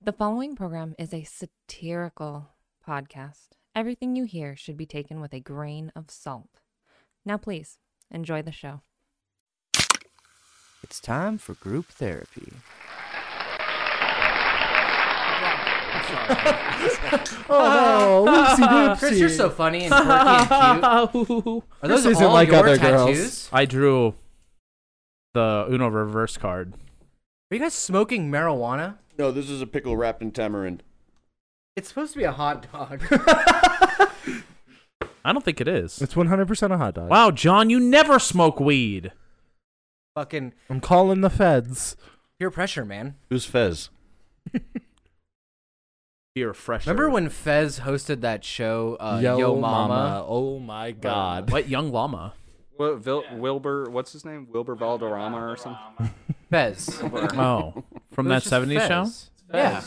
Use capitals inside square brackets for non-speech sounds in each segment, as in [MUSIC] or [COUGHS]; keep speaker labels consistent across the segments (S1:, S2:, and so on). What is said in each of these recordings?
S1: The following program is a satirical podcast. Everything you hear should be taken with a grain of salt. Now, please enjoy the show.
S2: It's time for group therapy.
S3: [LAUGHS]
S4: Oh, whoopsie doopsie.
S3: Chris, you're so funny and quirky and cute.
S5: [LAUGHS]
S3: Are those
S4: This isn't
S3: all
S4: like
S3: your
S4: other girls.
S3: tattoos?
S6: I drew the Uno reverse card.
S3: Are you guys smoking marijuana?
S7: No, this is a pickle wrapped in tamarind.
S3: It's supposed to be a hot dog.
S6: I don't think it is.
S4: It's 100% a hot dog.
S6: Wow, John, you never smoke weed.
S3: [LAUGHS] Fucking
S4: I'm calling the feds.
S3: peer pressure, man.
S7: Who's Fez?
S6: You're a fresh.
S3: Remember when Fez hosted that show, uh, Yo, Mama?
S4: Oh my god.
S6: What young
S3: [LAUGHS]
S6: llama?
S8: What, Vil- Wilbur, what's his name? Wilbur Valderrama or something?
S3: Fez.
S6: Oh, from
S3: It
S6: that
S3: was just
S6: '70s show.
S3: Fez. Yeah.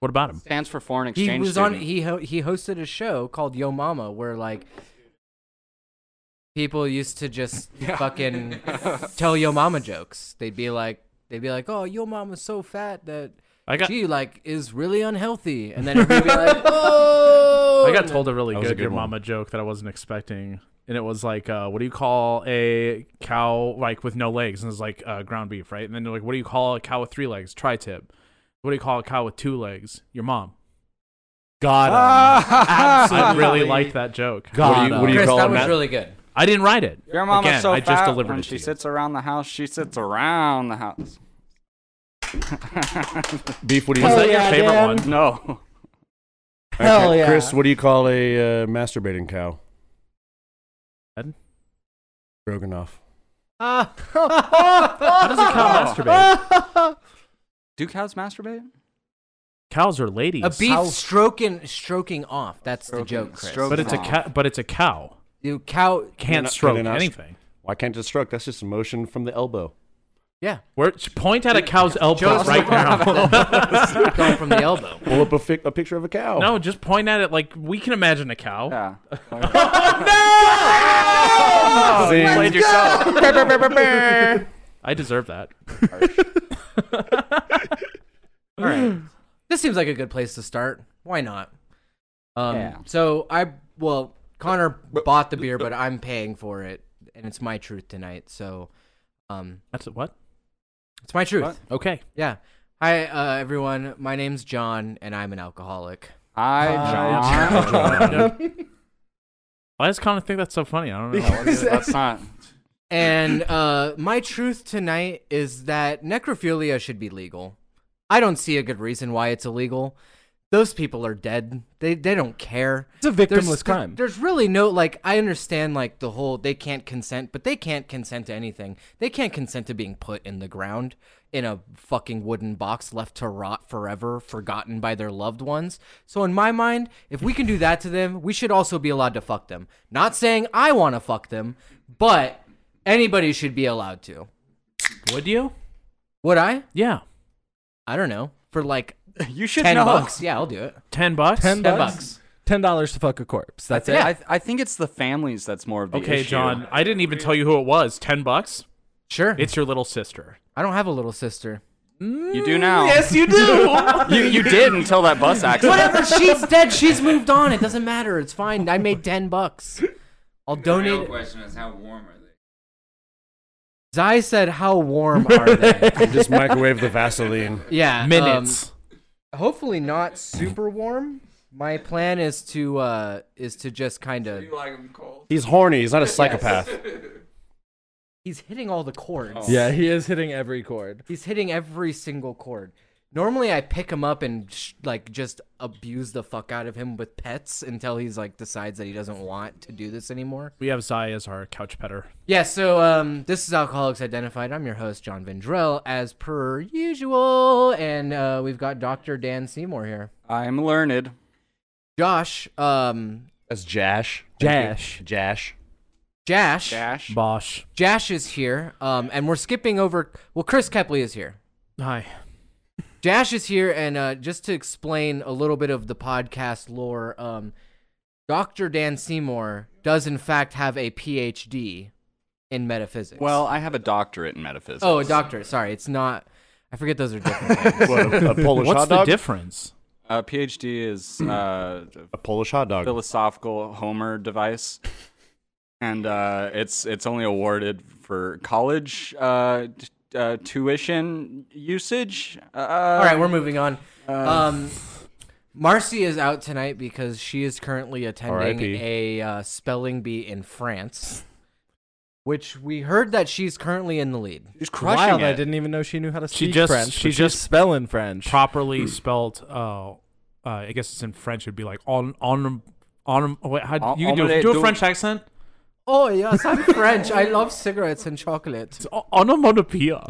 S6: What about him?
S8: Stands for foreign exchange
S3: He was
S8: student.
S3: on. He ho- he hosted a show called Yo Mama, where like people used to [LAUGHS] just fucking tell Yo Mama jokes. They'd be like, they'd be like, "Oh, Yo Mama's so fat that
S6: I got
S3: she like is really unhealthy,"
S6: [LAUGHS]
S3: and then everybody be like, "Oh!"
S6: I got told a really
S7: That
S6: good,
S7: was a good
S6: your
S7: one.
S6: mama joke that I wasn't expecting, and it was like, uh, "What do you call a cow like with no legs?" And it's like uh, ground beef, right? And then they're like, "What do you call a cow with three legs?" Tri-tip. What do you call a cow with two legs? Your mom.
S4: God.
S6: I really liked that joke.
S4: God.
S7: What do you- what do you
S3: Chris,
S7: call
S3: that
S7: him
S3: was
S7: that?
S3: really good.
S6: I didn't write it.
S8: Your mama's
S6: Again,
S8: so
S6: I just
S8: fat
S6: delivered
S8: when
S6: it to
S8: she
S6: you.
S8: sits around the house, she sits around the house. [LAUGHS]
S7: Beef, what do you
S6: Was
S4: Hell
S6: that
S4: yeah,
S6: your favorite
S4: Dan.
S6: one?
S8: No.
S4: Hell yeah.
S7: Chris, what do you call a uh, masturbating cow?
S6: Ed?
S7: Roganoff.
S6: How does a cow masturbate?
S8: Do cows masturbate?
S6: Cows are ladies.
S3: A beef stroking stroking off. That's the
S8: Stroking-
S3: joke, Chris.
S8: stroking-
S6: but it's a cow. But it's a cow.
S3: You cow.
S6: Can't
S7: Can I-
S6: stroke
S7: can I not-
S6: anything.
S7: Why can't it stroke? That's just a motion from the elbow.
S3: Yeah. [LAUGHS]
S6: Where, point at a cow's elbow
S3: Joe's
S6: right now.
S3: Going from the elbow.
S7: Pull up a, fi- a picture of a [LAUGHS]
S8: [LAUGHS]
S6: [LAUGHS]
S7: cow.
S6: no, just point at it like we can imagine a cow. [LAUGHS] Oh,
S8: Yeah.
S7: Zing.
S8: Played yourself.
S6: [LAUGHS] I deserve
S8: [LAUGHS]
S6: that.
S3: All right. This seems like a good place to start. Why not? Um,
S8: Yeah.
S3: So I well, Connor bought the beer, but I'm paying for it, and it's my truth tonight. So, um,
S6: That's what?
S3: it's my truth.
S8: What?
S6: Okay.
S3: Yeah. Hi, uh, everyone. My name's John, and I'm an alcoholic.
S6: Uh,
S8: Hi, Uh, John.
S6: Why does Connor think that's so funny? I don't know.
S8: [LAUGHS] That's not.
S3: And uh, my truth tonight is that necrophilia should be legal. I don't see a good reason why it's illegal. Those people are dead. They they don't care.
S4: It's a
S3: There's-
S4: victimless crime.
S3: There's really no like I understand like the whole they can't consent, but they can't consent to anything. They can't consent to being put in the ground in a fucking wooden box left to rot forever, forgotten by their loved ones. So in my mind, if we can do that to them, we should also be allowed to fuck them. Not saying I want to fuck them, but anybody should be allowed to.
S6: Would you?
S3: Would I?
S6: Yeah.
S3: I don't know. For like
S8: You should
S3: 10
S8: know.
S3: bucks. Yeah, I'll do it.
S6: Ten bucks.
S4: 10
S3: 10
S4: bucks?
S3: bucks.
S4: $10 to fuck a corpse. That's it.
S3: Yeah.
S8: I, I think it's the families that's more of the
S6: Okay,
S8: issue.
S6: John. I didn't even tell you who it was. Ten bucks.
S3: Sure.
S6: It's your little sister.
S3: I don't have a little sister.
S8: You
S3: Mm,
S8: do now.
S6: you do.
S8: [LAUGHS] You, you did until that bus accident.
S3: Whatever, she's dead. She's moved on. It doesn't matter. It's fine. I made ten bucks. I'll donate.
S5: question is how warm are they?
S3: Zai said, "How warm are
S8: [LAUGHS]
S3: they?"
S7: [LAUGHS] just microwave the Vaseline.
S3: Yeah, um,
S6: Minutes.
S3: hopefully not super warm. My plan is to uh is to just kind of.
S5: You like them cold?
S7: He's horny. He's not a psychopath.
S3: He's hitting all the
S5: Oh.
S3: chords.
S4: Yeah, he is hitting every chord.
S3: He's hitting every single chord. Normally, I pick him up and sh- like just abuse the fuck out of him with pets until he's like decides that he doesn't want to do this anymore.
S6: We have Zai as our couch petter.
S3: Yeah, so um, this is Alcoholics Identified. I'm your host, John Vendrell, as per usual. And uh, we've got Dr. Dan Seymour here.
S8: I'm learned.
S3: Josh, um,
S7: That's Jash.
S4: Jash.
S7: Jash.
S3: Jash,
S8: Dash.
S6: Bosh.
S3: Jash is here. Um, and we're skipping over. Well, Chris Kepley is here.
S6: Hi.
S3: Jash is here, and uh, just to explain a little bit of the podcast lore, um, Dr. Dan Seymour does in fact have a PhD in metaphysics.
S8: Well, I have a doctorate in metaphysics.
S3: oh, a doctor. Sorry, it's not. I I forget those are different.
S6: [LAUGHS]
S3: things.
S7: What, a, a Polish
S6: What's
S7: hot
S6: the
S7: dog?
S6: difference?
S8: Uh, PhD [CLEARS THROAT] is uh,
S7: a Polish hot dog.
S8: philosophical Homer device, and uh, it's it's only awarded for college uh, t- uh, tuition usage. Uh,
S3: All right, we're moving on.
S8: uh,
S3: Um, Marcy is out tonight because she is currently attending
S7: R.I.P..
S3: a uh, spelling bee in France, which we heard that she's currently in the lead.
S8: he's crushing
S4: Wild,
S8: it.
S4: I didn't even know she knew how to
S6: She
S4: speak
S6: just-
S4: French.
S6: she
S4: but she's
S6: just-
S4: spelling French.
S7: Hmm.
S6: Properly spelt. Uh, uh, I guess it's in French. It'd be like on on on. Wait, how,
S8: En-
S6: you can do,
S8: omelette
S6: do a
S8: du-
S6: French accent.
S3: Oh yes, I'm [LAUGHS] French. I love cigarettes and chocolate.
S6: It's o- [LAUGHS] onomatopoeia.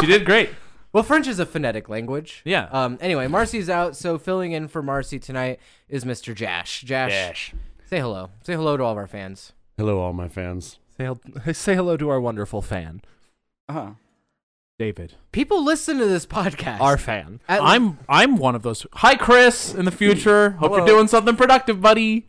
S6: she did great.
S3: Well, French is a phonetic language.
S6: Yeah.
S3: Um. Anyway, Marcy's out, so filling in for Marcy tonight is Mr. Jash. Jash,
S7: Dash.
S3: say hello. Say hello to all of our fans.
S7: Hello, all my fans.
S4: Say, hel- say hello to our wonderful fan,
S8: Uh-huh.
S6: David,
S3: People listen to this podcast.
S4: our fan.
S3: At-
S6: I'm I'm one of those. Hi, Chris.
S7: Hmm.
S6: In the future, hope you're
S4: Hello.
S6: doing something productive, buddy.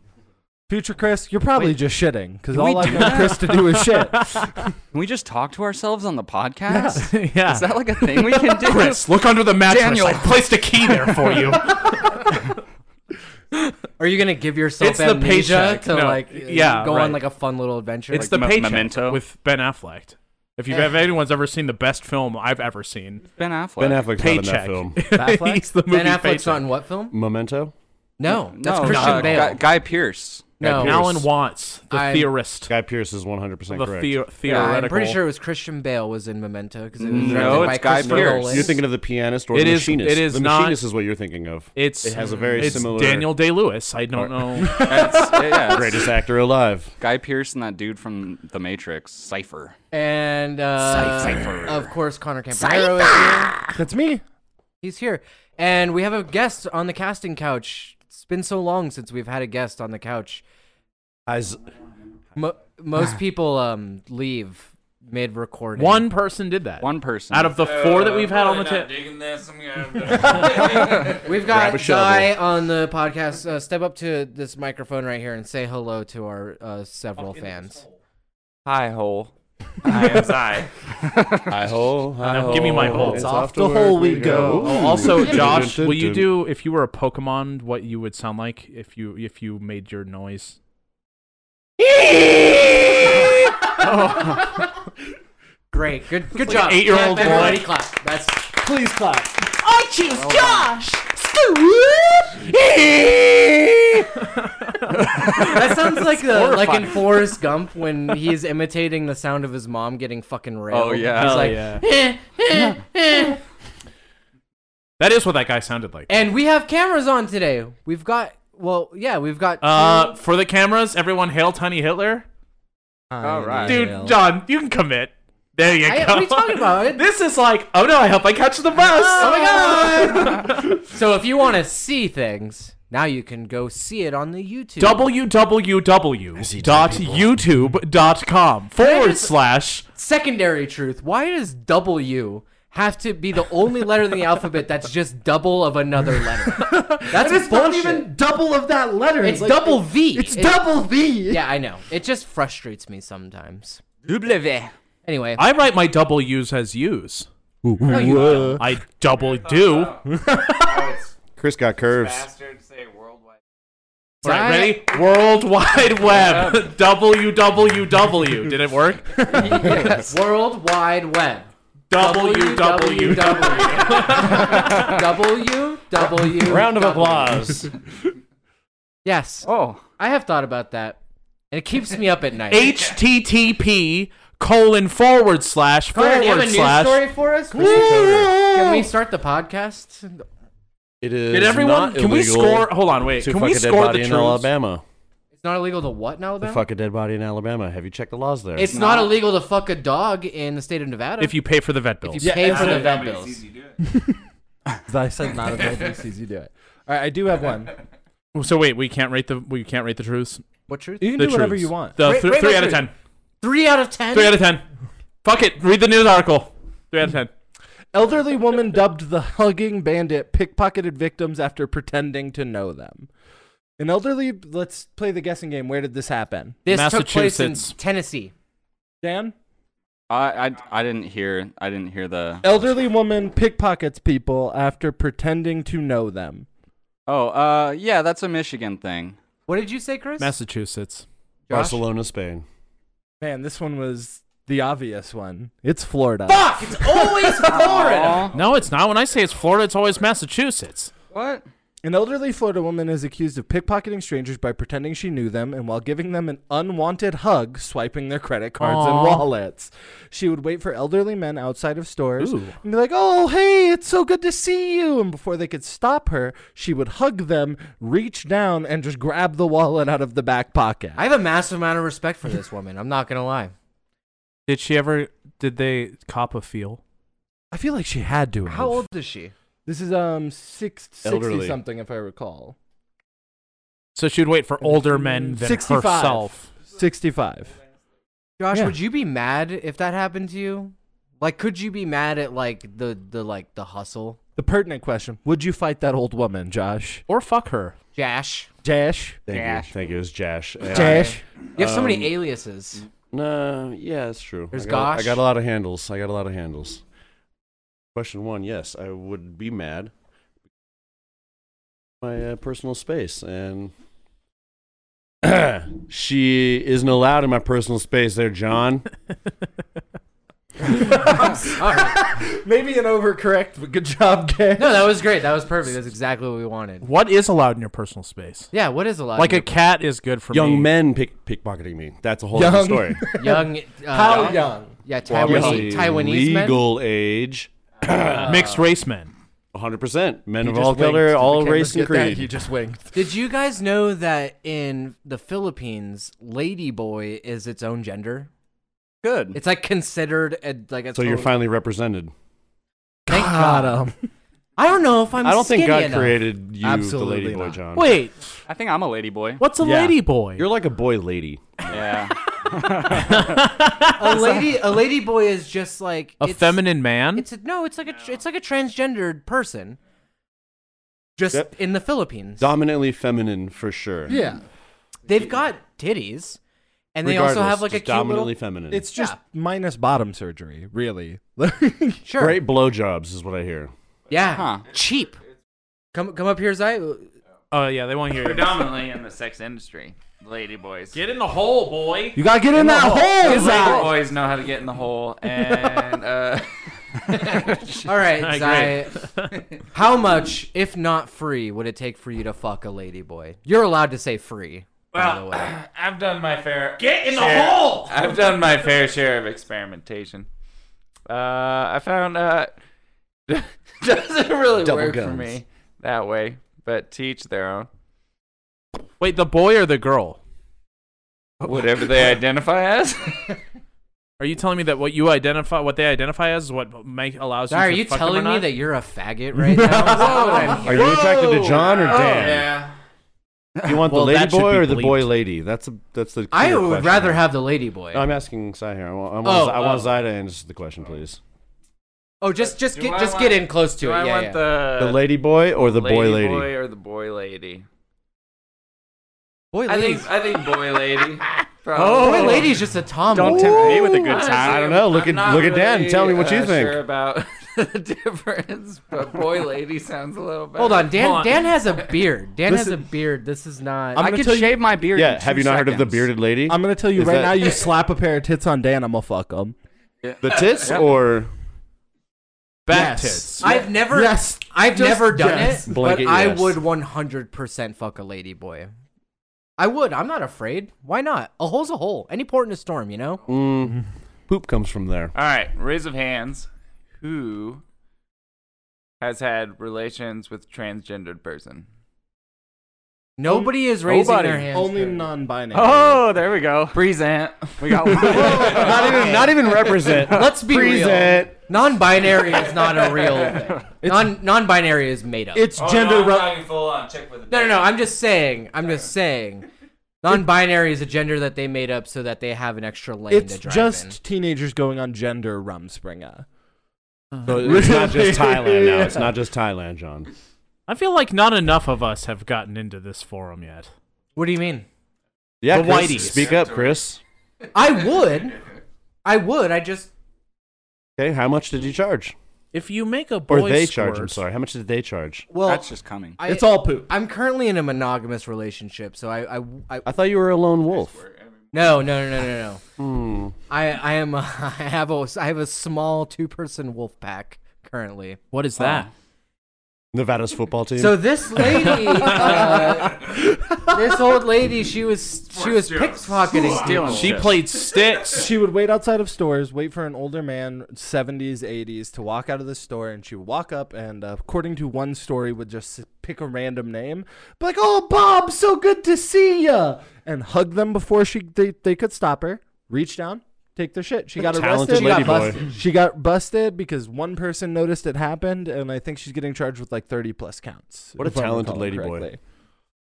S4: Future Chris, you're probably
S6: Wait.
S4: just shitting because
S8: Can
S4: all
S8: we
S4: I
S8: do
S4: know Chris to do is shit.
S8: Can we just talk to ourselves on the podcast?
S6: yeah.
S8: Is that like a thing
S6: [LAUGHS]
S8: we can do?
S6: Chris, look under the mattress.
S8: Daniel.
S6: I placed a key there for
S7: [LAUGHS]
S6: you.
S3: Are you gonna give yourself
S6: It's the
S3: amnesia
S6: paycheck.
S3: to
S6: No,
S3: like
S6: yeah,
S3: go on
S6: right.
S3: like a fun little adventure?
S6: it's
S8: Like
S6: the
S8: Me-
S6: paycheck
S8: Memento?
S6: with Ben Affleck. If you've
S3: Eh.
S6: if anyone's ever seen the best film I've ever seen,
S8: Ben Affleck.
S7: Ben Affleck's not in that
S6: Paycheck. [LAUGHS]
S7: film.
S4: Affleck?
S6: He's the movie
S3: Ben Affleck's
S6: paycheck.
S3: not in what film?
S7: Memento.
S3: No, that's
S8: No,
S3: Christian
S8: uh,
S3: Bale.
S8: Guy, Guy Pierce.
S3: no,
S7: Guy Pierce.
S6: Alan Watts, the
S3: I'm-
S6: theorist,
S7: Guy Pierce is 100%
S6: the
S7: correct.
S6: theo-
S3: Yeah,
S6: theoretical.
S3: I'm pretty sure it was Christian Bale was in Memento because it was
S8: No,
S3: directed by
S8: it's Guy
S3: Christopher
S8: Pierce.
S3: Nolan.
S7: You're thinking of the pianist or
S6: It
S7: the
S6: is-
S7: machinist.
S6: it is
S7: the
S6: not-
S7: machinist is what you're thinking of.
S6: it's
S7: It has a very
S6: it's
S7: similar-
S6: Daniel Day Lewis. I don't know.
S7: [LAUGHS]
S8: [LAUGHS] That's- yeah, yeah, it's
S7: Greatest actor alive.
S8: Guy Pierce and that dude from The Matrix, Cipher.
S3: and uh,
S8: Cypher.
S3: of course Connor Campanero is here.
S4: That's me.
S3: He's here, and we have a guest on the casting couch. It's been so long since we've had a guest on the couch.
S7: As
S3: Mo-
S8: [SIGHS]
S3: most people um leave mid recording.
S6: One person did that.
S8: One person.
S6: out of the four that we've had on the
S5: tip.
S6: tip.
S5: Digging this. I'm gonna.
S3: [LAUGHS]
S5: [LAUGHS]
S3: We've
S7: Grab
S3: got
S7: a shovel.
S3: Guy on the podcast. Uh, step up to this microphone right here and say hello to our uh, several fans.
S5: Hi, hole. I am Zai.
S7: I hole, hi
S6: Now give me my hole. It's
S4: off the hole we go.
S6: Oh, also, Josh, will you do if you were a Pokemon, what you would sound like if you if you made your noise?
S3: Great, good, good job.
S6: eight-year-old
S3: Yeah, everybody
S6: boy.
S3: clap. That's Oh,
S4: Please clap.
S6: I choose Josh.
S3: that sounds like the like in Forrest Gump when he's imitating the sound of his mom getting fucking railed.
S8: Oh, yeah.
S3: he's
S8: Hell
S3: like,
S6: yeah.
S3: "Eh, eh, eh."
S6: That is what that guy sounded like.
S3: and we have cameras on today. We've got well, yeah, we've got.
S6: Uh,
S3: two-
S6: for the cameras, everyone hail Tiny Hitler.
S8: All right.
S6: Dude, John, you can commit. There you
S3: I-
S6: go.
S3: what are you talking about?
S6: [LAUGHS] This is like, oh no, I hope I catch the bus.
S3: oh my god!
S6: [LAUGHS]
S3: so if you want to see things, now you can go see it on the YouTube.
S6: www.youtube.com forward slash
S3: secondary truth. Why does W have to be the only letter in the alphabet that's just double of another letter? [LAUGHS] That's bullshit.
S4: double of that letter.
S3: It's double V. It-
S4: V.
S3: [LAUGHS] Yeah, I know. It just frustrates me sometimes. Anyway,
S6: I write my double U's as U's. I double
S3: [LAUGHS]
S6: do.
S7: Chris got curves.
S5: Bastard say worldwide.
S6: All right,
S3: Zai-
S6: ready? World Wide Web. www. Did it work?
S3: World Wide Web.
S6: www.
S3: W W.
S7: Round of applause.
S3: Yes,
S8: Oh,
S3: I have thought about that, and it keeps me up at night.
S6: http colon forward slash
S3: Connor, do you have a
S6: forward
S3: news
S6: slash.
S3: story for us? Can we start the podcast?
S7: It is.
S6: Did everyone?
S7: not
S6: Can we
S7: illegal
S6: score? Hold on, wait.
S7: To
S6: Can
S7: fuck
S6: we
S7: a dead
S6: score
S7: body
S6: the
S7: in
S6: truth?
S7: Alabama.
S3: It's not illegal to what in
S7: To
S3: Alabama?
S7: fuck a dead body in Alabama. Have you checked the laws there?
S3: it's not illegal to fuck a dog in the state of Nevada.
S6: If you pay for the vet
S3: If
S6: bills.
S3: you pay for the
S5: That's
S3: vet
S5: what
S3: bills.
S5: makes easy to do it.
S4: I said not as easy. You do it. All right, I do have one.
S6: So wait, we can't rate the we can't rate the truths.
S3: What truth?
S4: You can
S6: The
S4: do whatever
S6: truths.
S4: you want.
S6: The
S3: Rate-
S6: th-
S3: rate
S6: three
S3: my
S6: out of
S3: truth.
S6: ten.
S3: Three out of ten.
S6: Three out of ten. Fuck it. Read the news article. Three out of ten.
S4: Elderly woman dubbed the hugging bandit pickpocketed victims after pretending to know them. An elderly. Let's play the guessing game. Where did this happen?
S3: This took place in
S6: Massachusetts.
S3: Tennessee.
S4: Dan.
S8: I, I I didn't hear I didn't hear the
S4: Elderly woman pickpockets people after pretending to know them.
S8: Oh, uh, yeah, that's a Michigan thing.
S3: What did you say, Chris?
S6: Massachusetts.
S3: Josh?
S7: Barcelona, Spain.
S4: Man, this one was the obvious one. It's Florida.
S3: Fuck! It's always Florida.
S6: No, it's not. When I say it's Florida, it's always Massachusetts.
S8: What?
S4: An elderly Florida woman is accused of pickpocketing strangers by pretending she knew them and while giving them an unwanted hug, swiping their credit cards and
S6: Aw.
S4: wallets. She would wait for elderly men outside of stores
S6: Ooh.
S4: and be like, "Oh, hey, it's so good to see you." And before they could stop her, she would hug them, reach down and just grab the wallet out of the back pocket.
S3: I have a massive amount of respect for this woman. I'm not gonna lie.
S6: Did she ever? Did they cop a feel?
S4: I feel like she had to. have.
S3: How old is she?
S4: This is um six, 60
S7: Elderly.
S4: something if I recall.
S6: So she'd wait for older men than
S4: 65.
S6: herself.
S4: 65.
S3: Josh,
S4: Yeah.
S3: would you be mad if that happened to you? Like, could you be mad at like the the like the hustle,
S4: The pertinent question, would you fight that old woman, Josh?
S6: Or fuck
S4: [LAUGHS]
S6: her.
S3: Jash?
S4: Jash?
S7: Thank
S3: Jash.
S7: you. Thank you. It was Jash. And-
S4: Jash?
S3: You have so many
S7: Um,
S3: aliases.
S7: No, yeah, it's true.
S3: There's
S7: I got,
S3: Gosh.
S7: I got a lot of handles. I got a lot of handles. Question one: Yes, I would be mad. My uh, personal space, and [CLEARS THROAT] she isn't allowed in my personal space. There, John.
S4: [LAUGHS]
S3: I'm sorry.
S4: Maybe an overcorrect, but good job, Gash.
S3: No, that was great. That was perfect. That's exactly what we wanted.
S6: What is allowed in your personal space?
S3: Yeah. What is a lot?
S6: Like a cat is good for
S7: Young
S6: me.
S7: men pick pickpocketing me. That's a whole other
S4: Young. [LAUGHS]
S7: story.
S3: young. Uh,
S4: How young?
S3: Yeah,
S7: Well,
S3: Taiwanese,
S7: obviously,
S3: Taiwanese men.
S7: legal age,
S6: mixed race men.
S7: 100 percent men
S4: You
S7: of
S4: just
S7: all color,
S4: winked.
S7: all
S4: The cameras
S7: race and
S4: get that,
S7: creed.
S4: You just winked.
S3: Did you guys know that in the Philippines, lady boy is its own gender?
S8: Good.
S3: It's like considered a, like a.
S7: So you're
S3: total-
S7: finally represented.
S3: Thank
S4: God,
S3: God.
S4: um,
S3: I don't know if I'm.
S7: I don't think
S3: skinny
S7: God
S3: enough.
S7: created you,
S4: Absolutely
S7: the lady boy,
S4: not.
S7: John.
S6: Wait,
S8: I think I'm a
S3: [LAUGHS]
S8: lady boy.
S6: what's a
S4: Yeah.
S6: lady boy?
S5: [LAUGHS]
S7: you're like a boy lady.
S8: Yeah.
S7: [LAUGHS]
S3: a lady. A lady boy is just like
S6: a
S3: it's-
S6: feminine man.
S3: It's a, no. It's like a. tr- It's like a transgendered person. Just
S7: Yep.
S3: in the Philippines,
S7: Dominantly feminine for sure.
S4: yeah,
S3: they've got titties, and they also
S7: Regardless,
S3: have like a
S7: just
S3: cute
S7: dominantly
S3: little.
S7: feminine.
S4: it's just
S3: Yeah.
S4: minus bottom surgery, really. [LAUGHS]
S3: Sure.
S7: great blowjobs, is what I hear.
S3: Yeah.
S8: Huh.
S3: Cheap. Come come up here, Zai.
S6: Oh yeah, they won't hear you.
S5: Predominantly in the sex industry, lady boys.
S6: Get in the hole, boy.
S4: you gotta get in that hole,
S5: Lady
S4: Zach.
S5: boys know how to get in the hole, and
S3: [LAUGHS]
S5: uh,
S3: All right,
S6: I
S3: Zai. How much, if not free, would it take for you to fuck a lady boy? You're allowed to say free. by the
S5: well,
S3: way.
S5: [CLEARS THROAT] I've done my fair. Get in the hole. I've done my fair share of experimentation. Uh, I found uh, [LAUGHS] doesn't really
S7: Double
S5: work for
S7: guns.
S5: me that way, but teach their own.
S6: Wait, the boy or the girl?
S5: Whatever they identify
S3: [LAUGHS]
S5: as.
S6: Are you telling me that what you identify, what they identify as, is what make allows you?
S3: Zai, are
S6: to
S3: you
S6: fuck them or
S3: telling me
S6: not?
S3: that you're a faggot right now? Is that what I'm
S7: Are
S3: hearing?
S7: you attracted to John or
S5: Oh,
S7: Dan?
S5: yeah.
S7: You want
S6: Well,
S7: the lady
S6: that should
S7: boy
S6: be
S7: or the boy
S6: bleeped.
S7: lady? That's a that's the.
S3: I
S7: clear
S3: would
S7: question.
S3: rather have the lady boy.
S7: No, I'm asking Sai here. I want, I want,
S3: Oh,
S7: Zai- I want
S3: oh.
S7: Zai to answer the question, please.
S3: oh, just just
S5: Do
S3: get
S5: I
S3: just
S5: want-
S3: get in close to
S5: Do
S3: it.
S5: I
S3: yeah,
S5: want
S3: yeah.
S5: the
S8: Uh,
S7: The lady boy or the boy lady?
S5: boy or the boy lady?
S3: boy
S5: I
S3: lady.
S5: think I think boy lady.
S3: Boy
S5: probably.
S3: Oh, lady's just a tomboy.
S8: Don't tempt me with a good
S5: Honestly,
S8: time.
S7: I don't know. Look
S5: I'm
S7: at-
S5: not
S7: look at Dan. Tell me what you
S5: uh,
S7: think.
S5: Sure
S3: [LAUGHS]
S5: about the difference, but [LAUGHS] boy lady sounds a little better.
S3: Hold on, Dan.
S6: Hold on.
S3: Dan has a beard. Dan has a
S4: Listen.
S3: beard. This is not.
S4: I'm
S8: I
S4: gonna
S8: could
S4: tell you-
S8: shave my beard.
S7: Yeah,
S8: in
S7: have
S8: two
S7: you not heard of the
S8: seconds.
S7: bearded lady?
S4: I'm gonna tell you
S7: Is
S4: right
S7: that-
S4: now. You slap a pair of tits on Dan, I'm gonna fuck him.
S7: the tits or
S6: Bat
S4: Yes.
S6: tits.
S3: I've never.
S4: Yes,
S3: I've
S4: Just
S3: never done
S4: yes.
S3: it,
S7: Blanket
S3: but I
S7: yes.
S3: would 100% fuck a lady boy. I would. I'm not afraid. Why not? A hole's a hole. Any port in a storm, you know.
S7: Mm, poop comes from there?
S5: All right, raise of hands. Who has had relations with transgendered person?
S3: Nobody is raising
S8: nobody.
S3: their hands.
S4: only non-binary.
S8: Oh, there we go.
S5: Present.
S8: We got [LAUGHS] one.
S7: not even
S4: [LAUGHS]
S7: not even represent.
S3: Let's be
S7: Present.
S3: real. Non-binary is not a
S4: [LAUGHS]
S3: real thing. Non non-binary is made up.
S5: Oh,
S4: It's gender. re-
S5: full on. Check with
S3: no, no, no. I'm just saying. I'm just saying. Non-binary is a gender that they made up so that they have an extra lane
S4: it's
S3: to drive
S4: just
S3: in.
S4: teenagers going on gender rumspringa.
S7: It's not just Thailand [LAUGHS] now. It's not just Thailand, John.
S6: I feel like not enough of us have gotten into this forum yet.
S3: What do you mean?
S7: Yeah,
S6: The
S7: Chris,
S6: whiteys.
S7: speak up, Chris.
S3: I would. I would. I just
S7: Okay, how much did you charge?
S6: If you make a
S7: Or
S6: boy
S7: they
S6: squirt,
S7: charge? I'm sorry. How much did they charge?
S3: Well,
S8: That's just coming.
S3: I,
S4: it's all poop.
S3: I'm currently in a monogamous relationship, so I, I, I
S7: I thought you were a lone wolf.
S3: no, no, no, no, no, no.
S7: Hmm.
S3: I, I am, a, [LAUGHS] I have a, I have a small two-person wolf pack currently.
S6: What is that?
S7: Nevada's football team.
S3: So this lady, uh, this old lady, she was, she was pickpocketing.
S8: Stealing
S3: people.
S6: She
S8: shit.
S6: played [LAUGHS] sticks.
S4: She would wait outside of stores, wait for an older man, 70s, 80s, to walk out of the store, and she would walk up and, uh, according to one story, would just s- pick a random name, be like, "Oh, Bob, so good to see ya," and hug them before she they, they could stop her. Reach down, take their shit. She got
S7: Talented
S4: arrested. She
S7: lady
S4: got,
S7: boy.
S4: busted. she got busted because one person noticed it happened, and I think she's getting charged with like 30 plus counts.
S7: What a
S4: if I'm
S7: talented
S4: recalling
S7: lady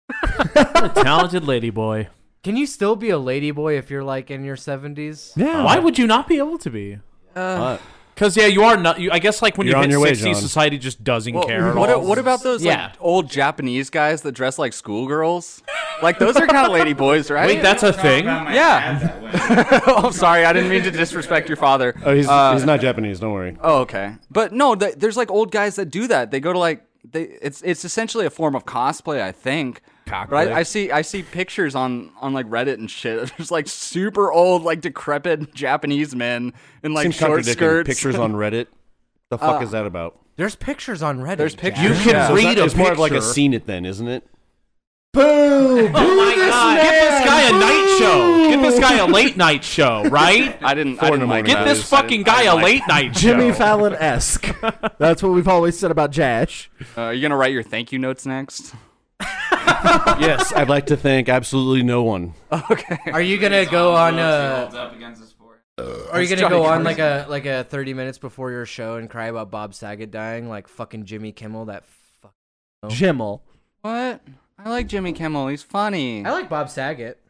S7: boy.
S4: correctly.
S6: Talented lady boy.
S3: Can you still be a ladyboy if you're like in your 70s?
S6: Yeah. Why would you not be able to be?
S7: Uh,
S6: Because yeah, you are not. You, I guess like when you
S7: You're on
S6: hit
S7: your way,
S6: sixty,
S7: John.
S6: society just doesn't
S8: Well,
S6: care. at
S8: what,
S6: all.
S8: what about those
S6: Yeah.
S8: like, old Japanese guys that dress like schoolgirls? Like those are kind of lady boys, right?
S6: Wait, that's a thing.
S8: yeah. [LAUGHS] oh, I'm sorry. I didn't mean to disrespect your father.
S7: oh, he's,
S8: Uh,
S7: he's not Japanese. Don't worry.
S8: Oh, okay. But no, th- there's like old guys that do that. They go to like they. It's it's essentially a form of cosplay, I think.
S6: Cock
S8: But
S6: play.
S8: I, I see I see pictures on on like Reddit and shit. [LAUGHS] There's like super old, like decrepit [LAUGHS] Japanese men in like
S7: Seems
S8: short
S7: contradicting.
S8: skirts.
S7: Pictures on Reddit. The fuck is that about?
S3: There's pictures on Reddit.
S8: [LAUGHS] There's
S3: Jack. [LAUGHS]
S8: pictures.
S6: You can
S8: Yeah.
S7: So it's
S6: read
S7: not-
S6: a
S7: it's more of like a
S6: picture.
S7: scene it then, isn't it?
S4: Boo! Boo
S6: Oh my
S4: this
S6: god! Give
S4: man!
S6: this guy a night show. Give this guy a late night show,
S8: [LAUGHS]
S6: right?
S8: I didn't.
S7: Four
S8: I
S7: in the
S8: didn't like
S7: morning.
S6: Get
S8: that.
S6: this
S8: I
S6: fucking
S8: didn't- I
S6: guy a
S8: didn't like-
S6: late night show.
S4: Jimmy Fallon esque.
S3: [LAUGHS]
S4: That's what we've always said about Jash.
S8: Uh, are you gonna write your thank you notes next? [LAUGHS]
S7: yes, [LAUGHS] I'd like to thank absolutely no one.
S3: Are you gonna go on? Uh,
S5: up against his forehead.
S3: are you
S8: It's
S3: gonna go
S8: Johnny
S3: on like a like a 30 minutes before your show and cry about Bob Saget dying like fucking Jimmy Kimmel? That fuck.
S4: Jimmel.
S8: What? I like Jimmy Kimmel. He's funny.
S3: I like Bob Saget.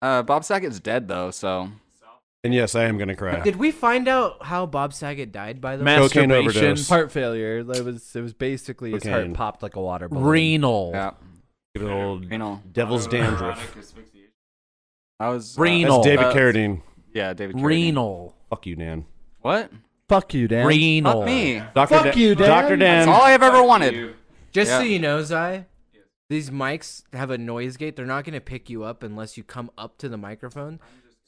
S8: Uh, Bob Saget's dead though, so
S7: And yes, I am gonna cry.
S3: Did we find out how Bob Saget died? By the way,
S7: Cocaine
S6: Masturbation,
S7: overdose.
S4: Heart failure. It was it was basically his heart
S7: Cocaine.
S4: popped like a water balloon.
S6: renal.
S8: yeah.
S7: Good old
S8: You know,
S7: devil's dandruff.
S8: I was uh,
S6: Renal.
S7: That's David
S8: Uh,
S7: Carradine.
S8: yeah, David. Carradine.
S6: Renal.
S7: Fuck you, Dan.
S8: What?
S4: Fuck you, Dan.
S6: Renal.
S8: Not me.
S7: Doctor
S4: Fuck you, Dan.
S7: Doctor
S8: That's
S7: Dan.
S8: all I have ever wanted.
S3: just so
S8: Yeah.
S3: you know, Zai, these mics have a noise gate. They're not gonna pick you up unless you come up to the microphone.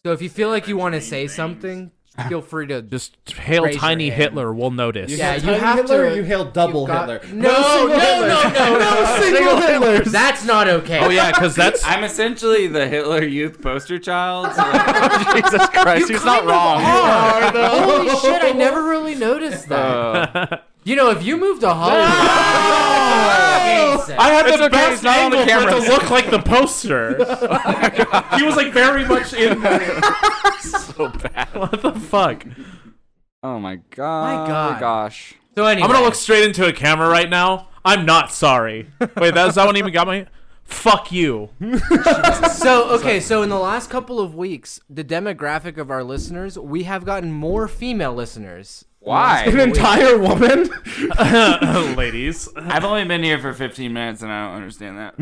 S3: So if you feel like you want to say something, feel free to
S6: Just hail
S3: Raise your
S6: tiny
S3: hand.
S6: Hitler. We'll notice.
S3: Yeah,
S4: hail
S3: you
S4: tiny
S3: have
S4: Hitler
S3: to-
S4: or you hail double
S3: you've got-
S4: Hitler.
S3: No,
S4: single
S3: no,
S4: Hitler.
S3: no, no,
S4: [LAUGHS] no single Hitlers.
S3: That's not okay.
S6: Oh yeah, because that's
S5: I'm essentially the Hitler Youth poster
S8: [LAUGHS]
S5: child. so- [LAUGHS]
S8: Jesus Christ, he's not wrong.
S3: Holy shit, I never really noticed that. you know, if you moved to Hollywood.
S6: I have
S8: It's
S6: the
S8: okay, it's
S6: best
S8: not on the
S6: angle for it
S8: cameras.
S6: to look like the [LAUGHS] poster. he was like very much in
S3: [LAUGHS]
S6: there.
S8: so bad.
S6: What the fuck?
S8: Oh my god.
S3: My God.
S8: Gosh.
S3: so anyway,
S6: I'm gonna look straight into a camera right now. I'm not sorry. Wait, that, is that one even got my? Fuck you. [LAUGHS]
S3: So okay, so in the last couple of weeks, the demographic of our listeners, we have gotten more female listeners.
S4: An
S8: [LAUGHS] Why?
S4: entire woman.
S6: Ladies.
S5: I've only been here for 15 minutes and I don't understand that.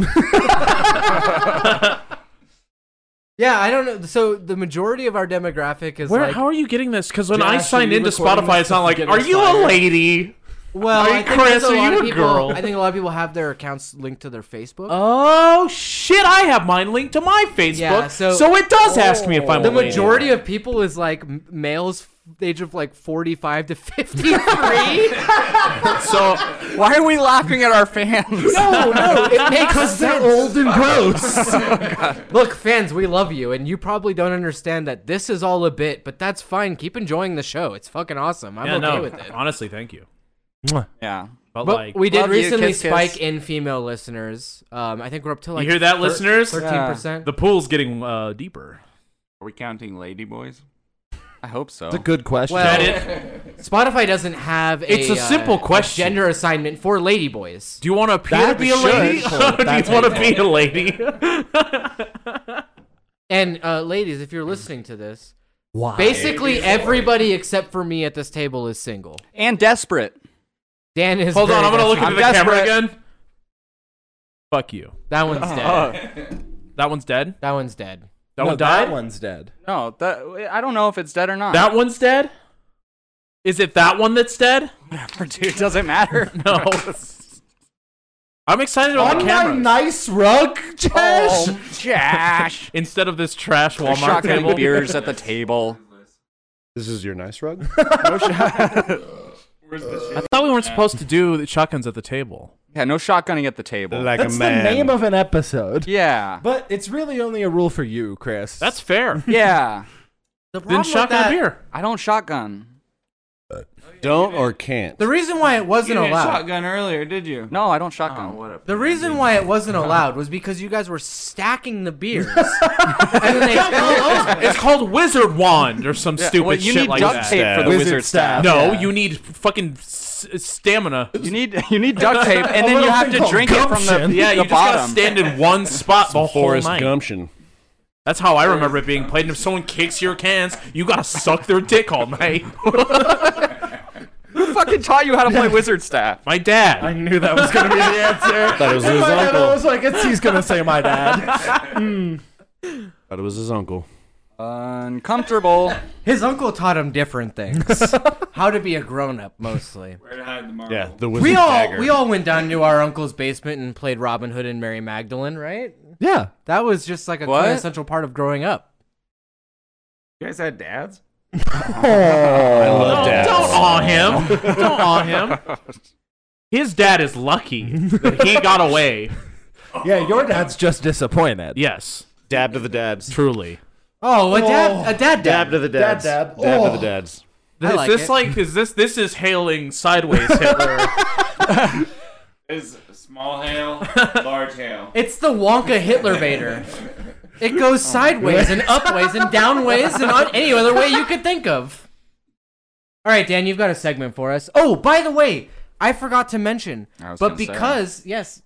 S3: Yeah, I don't know. So the majority of our demographic is
S6: Where,
S3: like,
S6: how are you getting this? Because when I
S4: Josh,
S6: sign
S4: are you
S6: into
S4: recording
S6: Spotify,
S4: this
S6: it's not
S4: to
S6: like,
S4: get
S6: are
S4: us
S6: you a
S4: fired?"
S6: listen
S3: well,
S6: Are you
S3: I think there's
S6: Chris? Are
S3: a lot
S6: you
S3: of
S6: a
S3: people.
S6: girl?
S3: I think a lot of people have their accounts linked to their Facebook.
S6: Oh shit! I have mine linked to my Facebook,
S3: Yeah, so-
S6: so, it does ask me if I'm
S3: the
S6: a lady.
S3: majority of people is like m- males f- age of like 45
S6: [LAUGHS]
S3: to 53
S6: So
S8: Why are we laughing at our fans?
S3: no no it makes
S4: They're
S3: sense
S4: old and [LAUGHS] gross.
S3: look fans we love you and you probably don't understand that this is all a bit but that's fine keep enjoying the show it's fucking awesome i'm
S6: yeah,
S3: okay
S6: no.
S3: with it
S6: Honestly, thank you.
S8: [LAUGHS] yeah.
S6: But,
S3: but
S6: like,
S3: we did
S8: Love you,
S3: recently
S8: kiss, kiss.
S3: spike in female listeners um i think we're up to like
S6: you hear that,
S3: thir-
S6: listeners?
S3: 13%
S6: The pool's getting uh, deeper.
S5: Are we counting lady boys?
S8: I hope so.
S4: That's a good question.
S3: Well,
S6: That it-
S3: Spotify doesn't have a,
S6: It's a
S3: uh,
S6: simple question.
S3: gender assignment for ladyboys.
S6: Do you want to appear to
S4: That
S6: be a
S4: should-
S6: lady? [LAUGHS]
S4: Sure,
S6: Or do
S4: that's
S6: you want to be a lady?
S3: And uh, ladies, if you're listening to this,
S4: Why?
S3: Basically, everybody except for me at this table is single.
S8: and desperate.
S3: Dan is.
S6: Hold on,
S3: very
S6: I'm gonna look
S3: desperate.
S6: into
S8: I'm
S6: the camera
S8: desperate.
S6: again. Fuck you.
S3: That one's
S6: Uh-huh.
S8: Uh,
S3: dead.
S8: [LAUGHS]
S6: That one's dead.
S3: That one's dead.
S6: That
S4: no,
S6: one died.
S4: That one's dead.
S8: No, that I don't know if it's dead or not.
S6: That one's dead. Is it that one that's dead?
S8: [LAUGHS] Whatever, dude. It doesn't matter.
S5: [LAUGHS]
S6: No. I'm excited about
S4: On
S6: the
S4: my
S6: camera.
S4: nice rug, Josh.
S8: [LAUGHS] Oh, Josh.
S6: Instead of this trash
S8: They're
S6: Walmart
S8: shotgunning
S6: table.
S8: beers at the table.
S7: This is your nice rug?
S8: No
S6: [LAUGHS]
S8: sh-
S6: I thought we weren't supposed to do the shotguns at the table.
S8: yeah, no shotgunning at the table.
S7: like
S4: That's
S7: a
S4: the
S7: man.
S4: name of an episode.
S8: yeah.
S4: [LAUGHS] But it's really only a rule for you, Chris.
S6: That's fair.
S8: Yeah.
S3: The
S6: then
S3: problem with
S6: shotgun
S3: that-
S6: beer.
S8: I don't shotgun.
S7: Don't or can't.
S3: The reason why it wasn't allowed.
S5: shotgun earlier, did you?
S8: No, I don't
S5: Oh,
S8: shotgun.
S5: what a
S3: The reason why it wasn't
S6: Uh-huh.
S3: allowed was because you guys were stacking the
S6: [LAUGHS]
S3: beers, and then they fell over.
S6: Oh, It's called Wizard Wand or some
S8: Yeah,
S6: stupid
S8: well, you
S6: shit
S8: need
S6: like
S8: duct
S6: that.
S8: tape for the
S4: Wizard
S8: wizard,
S4: staff.
S8: staff.
S6: No,
S8: Yeah.
S6: you need fucking s- stamina.
S8: You need you
S5: [LAUGHS]
S8: need duct tape, and then you have to drink it from the
S6: Yeah,
S8: the
S6: you just gotta
S8: bottom.
S6: stand in [LAUGHS] one spot the whole
S7: Forrest
S6: night.
S7: Gumption.
S6: That's how I remember it being played. And if someone kicks your cans, you gotta suck their dick all night. [LAUGHS]
S8: Who fucking taught you how to play wizard staff?
S6: My dad.
S4: I knew that was going to be
S6: [LAUGHS]
S4: the answer.
S7: Thought it was
S4: In
S7: his
S4: my head, I
S7: uncle.
S4: was like, it's, he's going to say my dad.
S7: Thought it was his uncle.
S8: Uncomfortable.
S3: His uncle taught him
S6: [LAUGHS]
S3: different things, how to be a grown up mostly.
S7: Yeah, the wizard
S3: We all
S7: dagger.
S3: we all went down to our uncle's basement and played Robin Hood and Mary Magdalene, right?
S4: yeah.
S3: That was just like a
S8: What?
S3: quintessential part of growing up.
S5: You guys had dads?
S7: I
S6: Don't,
S7: love
S6: don't
S7: dads.
S6: awe him. Don't awe him. His dad is lucky that he got away.
S4: [LAUGHS] Yeah, your dad's just disappointed.
S6: Yes,
S7: Dab to the dads.
S6: truly.
S3: Oh, a dad,
S4: Oh.
S3: a dad,
S7: Dab
S3: dad.
S7: to the dads.
S4: dab.
S7: Dab
S4: Oh.
S7: to the dads.
S6: Is
S3: like
S6: this
S3: it.
S6: like is this this is hailing sideways Hitler?
S8: [LAUGHS]
S5: Is small hail, large hail.
S3: It's the Wonka Hitler Vader. It goes sideways and upways and downways and on any other way you could think of. All right, Dan, you've got a segment for us. Oh, by the way, I forgot to mention,
S8: I was
S3: but
S8: gonna say.
S3: because yes,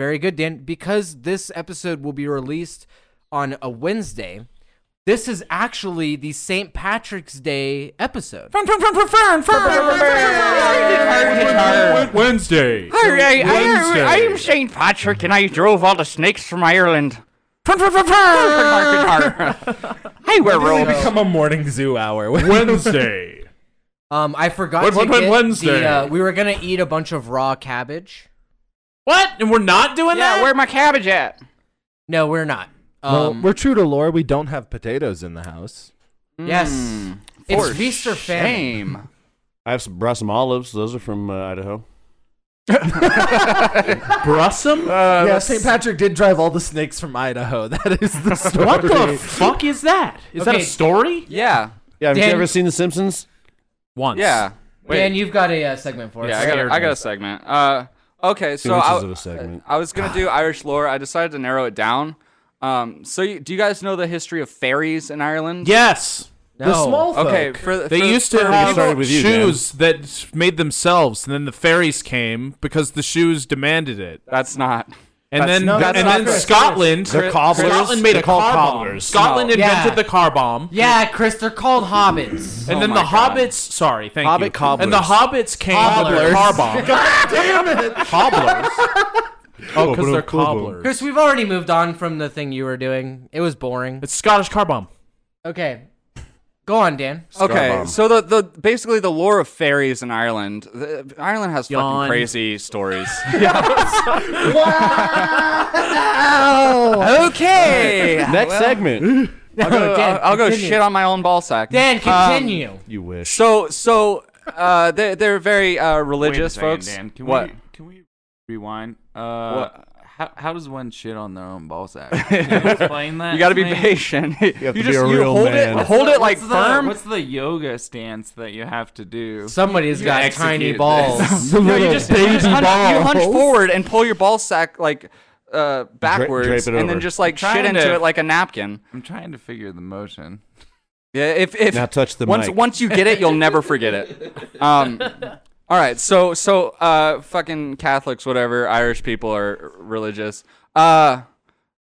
S3: very good, Dan. Because this episode will be released on a Wednesday, this is actually the St. Patrick's Day episode.
S6: Wednesday.
S8: I,
S6: Wednesday. I am
S8: [LAUGHS] St. Patrick, and I drove all the snakes from Ireland. I wear
S4: It'll become a morning zoo hour. [LAUGHS]
S6: Wednesday.
S3: Um, I forgot
S6: When-
S3: to
S6: when-
S3: get
S6: when Wednesday?
S3: the. Uh, we were gonna eat a bunch of raw cabbage.
S6: What? And we're not doing that.
S8: my cabbage at?
S3: No, we're not. Um,
S4: well, we're true to lore. We don't have potatoes in the house.
S3: Yes. It's
S8: Hmm. For
S3: feast or famine.
S8: shame.
S7: I have some, brought some olives. Those are from uh, Idaho.
S6: Brussum?
S4: yeah, St. Patrick did drive all the snakes from Idaho. [LAUGHS] That is the story.
S6: what the fuck is that? Is that
S3: Okay.
S6: a story?
S8: Yeah.
S7: Yeah, have
S3: Dan-
S7: you ever seen The Simpsons?
S6: Once.
S8: Yeah.
S3: Dan, you've got a uh, segment for us.
S8: Yeah, I got,
S6: scared
S8: a, I got
S6: me.
S8: a segment. Uh, okay, so
S7: inches
S8: I,
S7: of a segment.
S8: I was gonna do Irish lore. I decided to narrow it down. Um, so you, do you guys know the history of fairies in Ireland?
S6: Yes.
S3: no.
S4: The small folk.
S8: Okay. For, the-
S6: They
S8: for-
S6: used to
S8: for
S6: have
S8: people-
S7: started with you,
S6: shoes that made themselves, and then the fairies came because the shoes demanded it.
S8: That's not.
S6: And
S8: That's-
S6: then,
S8: no,
S6: and
S8: that's not
S6: then
S8: correct.
S6: Scotland,
S8: They're
S7: cobblers.
S6: Scotland made
S7: They're
S6: a car
S7: called
S6: bomb.
S7: cobblers.
S6: Scotland
S3: No.
S6: invented
S3: Yeah.
S6: the car bomb.
S3: Yeah, Chris, they're called hobbits.
S6: And then
S8: Oh
S6: the
S8: my God.
S6: hobbits, sorry, thank
S7: Hobbit
S6: you.
S7: cobblers.
S6: And the hobbits came with the car bomb.
S7: Cobblers.
S6: Oh, because they're cobblers.
S3: Chris, we've already moved on from the thing you were doing. It was boring.
S6: It's Scottish car bomb.
S3: Okay. Go on, Dan.
S8: Okay,
S7: bomb.
S8: so the, the basically the lore of fairies in Ireland. The, Ireland has
S6: Yawn.
S8: fucking crazy stories.
S4: Oh,
S8: [LAUGHS] okay.
S7: Next segment.
S8: [LAUGHS] I'll go,
S3: Dan,
S8: I'll, I'll go
S3: continue.
S8: shit on my own ball sack.
S3: Dan,
S8: Um,
S3: continue.
S7: you wish.
S8: So so uh, they they're very uh, religious folks.
S5: Dan, can
S8: what?
S5: we can we rewind? Uh,
S8: What?
S5: How, how does one shit on their own ball sack?
S3: [LAUGHS]
S5: Can you explain that.
S8: You got to be
S5: to me?
S8: patient. You,
S7: have to be
S8: just
S7: a
S8: you
S7: real
S8: hold
S7: man.
S8: it
S7: What's
S8: hold
S5: What's
S8: it
S5: the-
S8: like
S5: what's the-
S8: firm.
S5: What's the yoga stance that you have to do?
S3: Somebody's
S5: You
S3: got
S5: execute
S3: tiny
S5: this.
S3: balls.
S4: The
S8: [LAUGHS] No,
S4: little
S8: you just, you just hunch, you hunch forward and pull your ball sack like uh, backwards,
S7: drape it
S8: and then
S7: over.
S8: just like
S5: Trying
S8: shit into
S5: to-
S8: it like a napkin.
S5: I'm trying to figure the motion.
S8: Yeah, if if
S7: Now touch the
S8: once
S7: mic.
S8: once you get it, you'll never
S7: [LAUGHS]
S8: forget it. Um, all right, so so uh, fucking Catholics, whatever, Irish people are religious. Uh,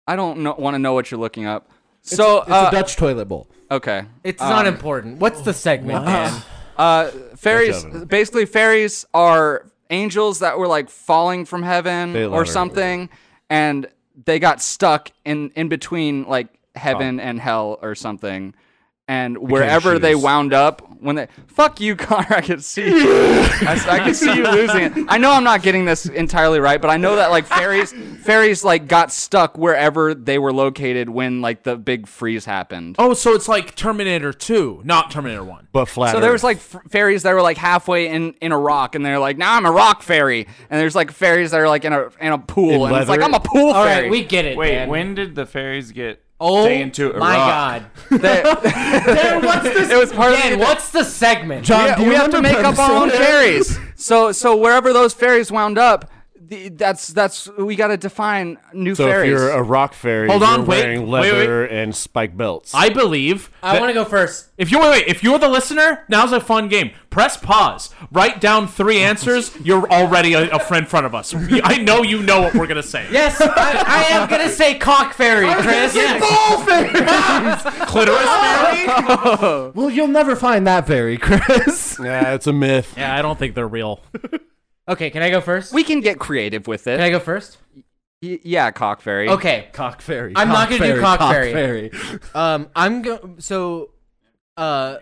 S8: I don't know, want to know what you're looking up. So
S4: It's
S8: uh,
S4: a Dutch toilet bowl.
S8: okay, [LAUGHS]
S3: It's not
S8: Um,
S3: important. What's the segment, Dan?
S8: Uh, fairies,
S7: Dutch oven.
S8: basically, fairies are angels that were like falling from heaven
S7: They
S8: or
S7: love her.
S8: something, and they got stuck in in between like heaven and hell or something, and wherever they
S7: shoes.
S8: wound up when they fuck you [LAUGHS] connor i could see I, s- I could see you losing it i know i'm not getting this entirely right but i know that like fairies fairies like got stuck wherever they were located when like the big freeze happened
S6: Oh, so it's like Terminator 2, not Terminator 1.
S7: But flat.
S8: so there was
S7: Earth.
S8: like f- fairies that were like halfway in, in a rock, and they're like, "Now I'm a rock fairy." And there's like fairies that are like in a in a pool, and it's like
S7: leather?
S8: I'm a pool
S3: All
S8: fairy.
S3: right, we get it.
S5: Wait,
S3: man.
S5: when did the fairies get
S3: Oh
S5: taken to Iraq?
S3: my god. [LAUGHS]
S8: [LAUGHS] They- it was part of the
S3: Dan, what's the segment?
S4: John, do
S8: we,
S4: you
S8: we have to
S4: remember
S8: make up our
S3: [LAUGHS]
S8: own fairies. So so wherever those fairies wound up, the, that's that's we got to define new
S7: So
S8: fairies.
S7: if you're a rock fairy,
S6: Hold on,
S7: you're
S6: wait,
S7: wearing
S6: wait, wait.
S7: leather and spike belts.
S6: I believe.
S3: I want to go first.
S6: If you wait, wait, if you're the listener, now's a fun game. Press pause. Write down three answers. You're already a, a friend in front of us. We- I know you know what we're gonna say.
S3: Yes, I, I am gonna say cock fairy, Chris.
S4: Ball fairy.
S6: Clitoris fairy?
S4: well, you'll never find that fairy, Chris.
S7: nah, it's a myth.
S6: Yeah, I don't think they're real.
S3: Okay, can I go first?
S8: we can get creative with it.
S3: Can I go first?
S8: Y- yeah, cock fairy.
S3: Okay.
S4: Cock fairy.
S3: I'm not gonna do
S4: fairy,
S3: cock
S4: cock
S3: fairy.
S4: fairy.
S3: Um, I'm go. So, uh,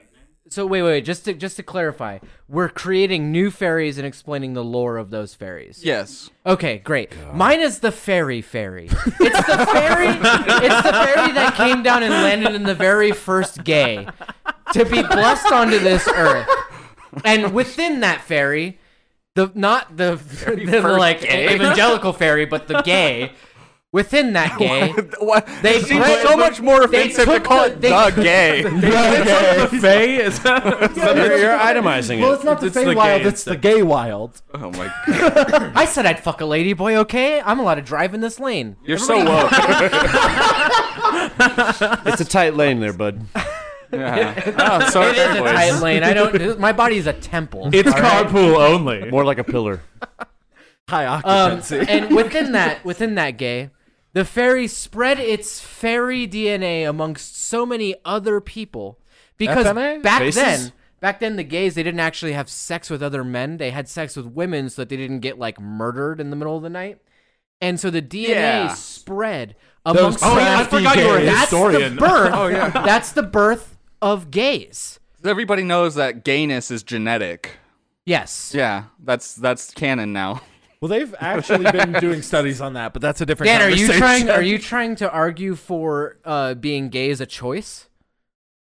S3: so wait, wait, wait, just to just to clarify, we're creating new fairies and explaining the lore of those fairies.
S8: Yes.
S3: Okay, great. Mine is the fairy fairy. It's the fairy. it's the fairy that came down and landed in the very first gay to be blessed onto this earth. And within that fairy, the not the, the,
S8: first
S3: like
S8: gay.
S3: evangelical fairy, but the gay. Within
S8: [LAUGHS]
S3: that gay,
S8: What?
S3: They
S8: It seems
S3: put-
S8: so much more
S3: they
S8: offensive to
S3: took
S8: call
S3: the-
S8: it
S3: they-
S8: the gay.
S6: the Fae is
S7: You're, you're itemizing
S4: Well,
S7: it.
S4: it's not the
S6: It's the
S4: fairy wild.
S6: gay
S4: It's the gay wild.
S8: oh my god.
S3: I said I'd fuck a lady boy. Okay, I'm allowed to drive in this lane.
S8: You're so woke.
S7: It's a tight lane there, bud.
S8: Yeah. Oh, sorry,
S3: It is a
S8: boys.
S3: tight lane. I
S8: [LAUGHS]
S3: don't. My body is a temple.
S6: it's
S3: all right?
S6: carpool only.
S7: More like a pillar.
S4: High
S3: Um, [LAUGHS]
S4: occupancy.
S3: and within that, within that gay, the fairy spread its fairy DNA amongst so many other people because
S4: FNA?
S3: back
S7: Faces?
S3: then, back then the gays they didn't actually have sex with other men. They had sex with women so that they didn't get like murdered in the middle of the night. And so the DNA
S8: Yeah.
S3: spread amongst
S6: Oh, yeah, I
S3: crafty
S6: forgot you were a
S3: gays.
S6: historian.
S3: That's the
S4: [LAUGHS]
S3: birth. [LAUGHS] oh yeah. That's the birth of gays.
S8: Everybody knows that gayness is genetic.
S3: Yes.
S8: Yeah, that's that's canon now.
S4: well, they've actually been doing studies on that, but that's a different.
S3: Dan, are you
S4: conversation.
S3: trying? Are you trying to argue for uh, being gay as a choice?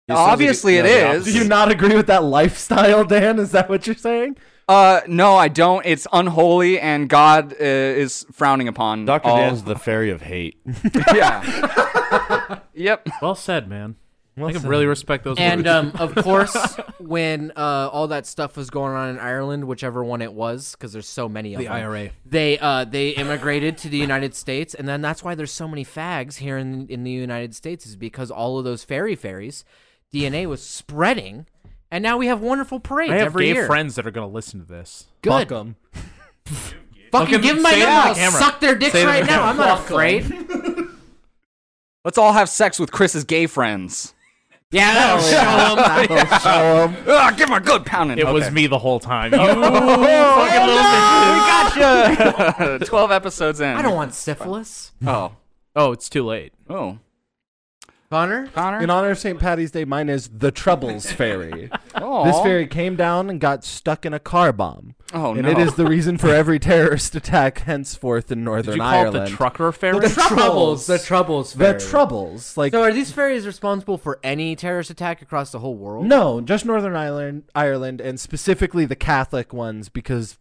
S8: Obviously, it
S4: Do
S8: is.
S4: you not agree with that lifestyle, Dan? Is that what you're saying?
S8: Uh, no, I don't. It's unholy, and God uh, is frowning upon.
S7: Dr.
S8: all-
S7: Dan's the fairy of hate.
S8: [LAUGHS] Yeah. yep.
S6: Well said, man. I can really respect those
S3: And
S6: words. [LAUGHS]
S3: um, of course, when uh, all that stuff was going on in Ireland, whichever one it was, because there's so many of
S6: the
S3: them,
S6: IRA.
S3: they uh, they immigrated to the United States, and then that's why there's so many fags here in in the United States is because all of those fairy fairies DNA was spreading, and now we have wonderful parades
S6: I have
S3: every
S6: gay
S3: year.
S6: friends that are gonna listen to
S3: [LAUGHS]
S6: this.
S3: Good,
S4: Fuck 'em.
S3: fucking
S6: Fucking
S3: give them my
S6: say it
S3: number.
S6: on
S3: I'll
S6: camera.
S3: suck their dicks
S6: Say it on
S3: right now. I'm not
S6: Fuck 'em.
S3: afraid.
S8: Let's all have sex with Chris's gay
S3: Oh,
S8: friends.
S3: Yeah, that'll show them.
S8: Ugh, Ah, give him a good pounding.
S6: It was me [LAUGHS] the whole
S3: [LAUGHS]
S6: time.
S3: Oh,
S6: You fucking little bitches.
S8: Gotcha. [LAUGHS] Twelve episodes in.
S3: I don't want syphilis.
S8: Oh.
S6: Oh, it's too late.
S8: Oh.
S3: Connor?
S8: Connor.
S4: In honor of St. Patty's Day, mine is the Troubles [LAUGHS] Fairy.
S8: Aw.
S4: This fairy came down and got stuck in a car bomb.
S8: Oh
S4: and
S8: no.
S4: it is the reason for every terrorist attack henceforth in
S6: Did
S4: Northern
S6: you call it
S4: Ireland.
S6: the trucker fairy?
S4: The Troubles.
S3: The troubles.
S4: The
S3: Fairy.
S4: Troubles. Like,
S3: So are these fairies responsible for any terrorist attack across the whole world?
S4: no, just Northern Ireland, Ireland, and specifically the Catholic ones because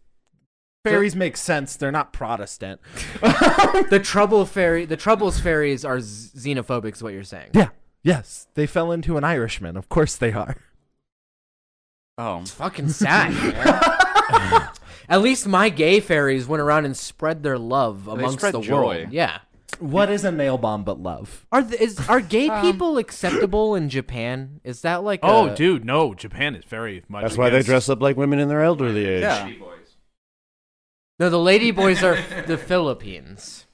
S4: fairies make sense. They're not Protestant.
S3: The trouble fairy, the troubles fairies are z- xenophobic, is what you're saying.
S4: Yeah. Yes. They fell into an Irishman. Of course they are.
S8: oh.
S3: It's fucking [LAUGHS] sad. man. [LAUGHS] At least my gay fairies went around and spread their love amongst
S8: spread
S3: the
S8: joy.
S3: world. Yeah.
S4: What is a nail bomb but love?
S3: Are th- is are gay people acceptable in Japan? Is that like
S6: Oh,
S3: a-
S6: [LAUGHS] dude, no. Japan is very much.
S7: That's why they
S6: against-
S7: dress up like women in their elderly age.
S8: Yeah.
S3: No, the lady boys are the Philippines.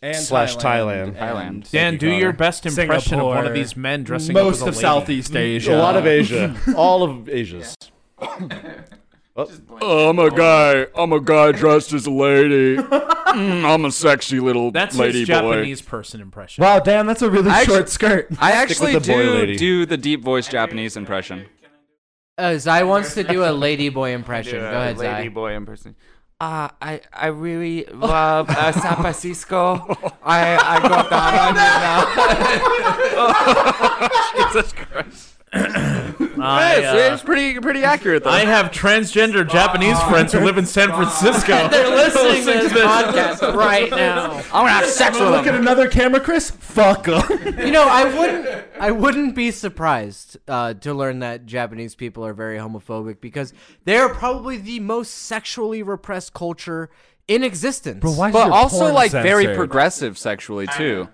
S4: And
S7: Slash Thailand.
S8: Thailand.
S6: Dan, do your best impression of one
S4: Singapore.
S6: of these men dressing
S4: Most
S6: up
S7: Mm,
S6: as
S4: of
S6: a lady.
S7: [LAUGHS]
S4: Southeast Asia.
S7: [COUGHS] A lot of Asia. All of Asia's. I'm a guy. I'm a guy dressed as a lady. Mm, I'm a sexy little
S6: That's
S7: lady
S6: his
S7: boy.
S6: Japanese person impression.
S4: Wow, damn, that's a really
S8: I
S4: short
S8: actu- [LAUGHS]
S4: skirt.
S8: I
S7: Stick with
S8: actually
S7: the boy
S8: do
S7: lady.
S8: do the deep voice Japanese impression.
S3: Uh, Zai wants to do a ladyboy impression.
S5: Do
S3: Go
S5: a
S3: ahead,
S5: lady
S3: Zai.
S5: boy in person. Uh, I I really love uh, San Francisco. I
S8: [LAUGHS]
S5: I got that. Jesus Christ!
S6: I, uh,
S8: it's pretty pretty accurate though.
S6: I have transgender Japanese friends who live in San Francisco.
S3: Oh. [LAUGHS] They're listening to this podcast right now.
S8: I'm gonna have sex with
S4: Look at
S8: him.
S4: another camera, Chris. Fuck up.
S3: You know, I wouldn't, I wouldn't be surprised uh, to learn that Japanese people are very homophobic because they are probably the most sexually repressed culture in existence.
S8: But also like very progressive sexually too.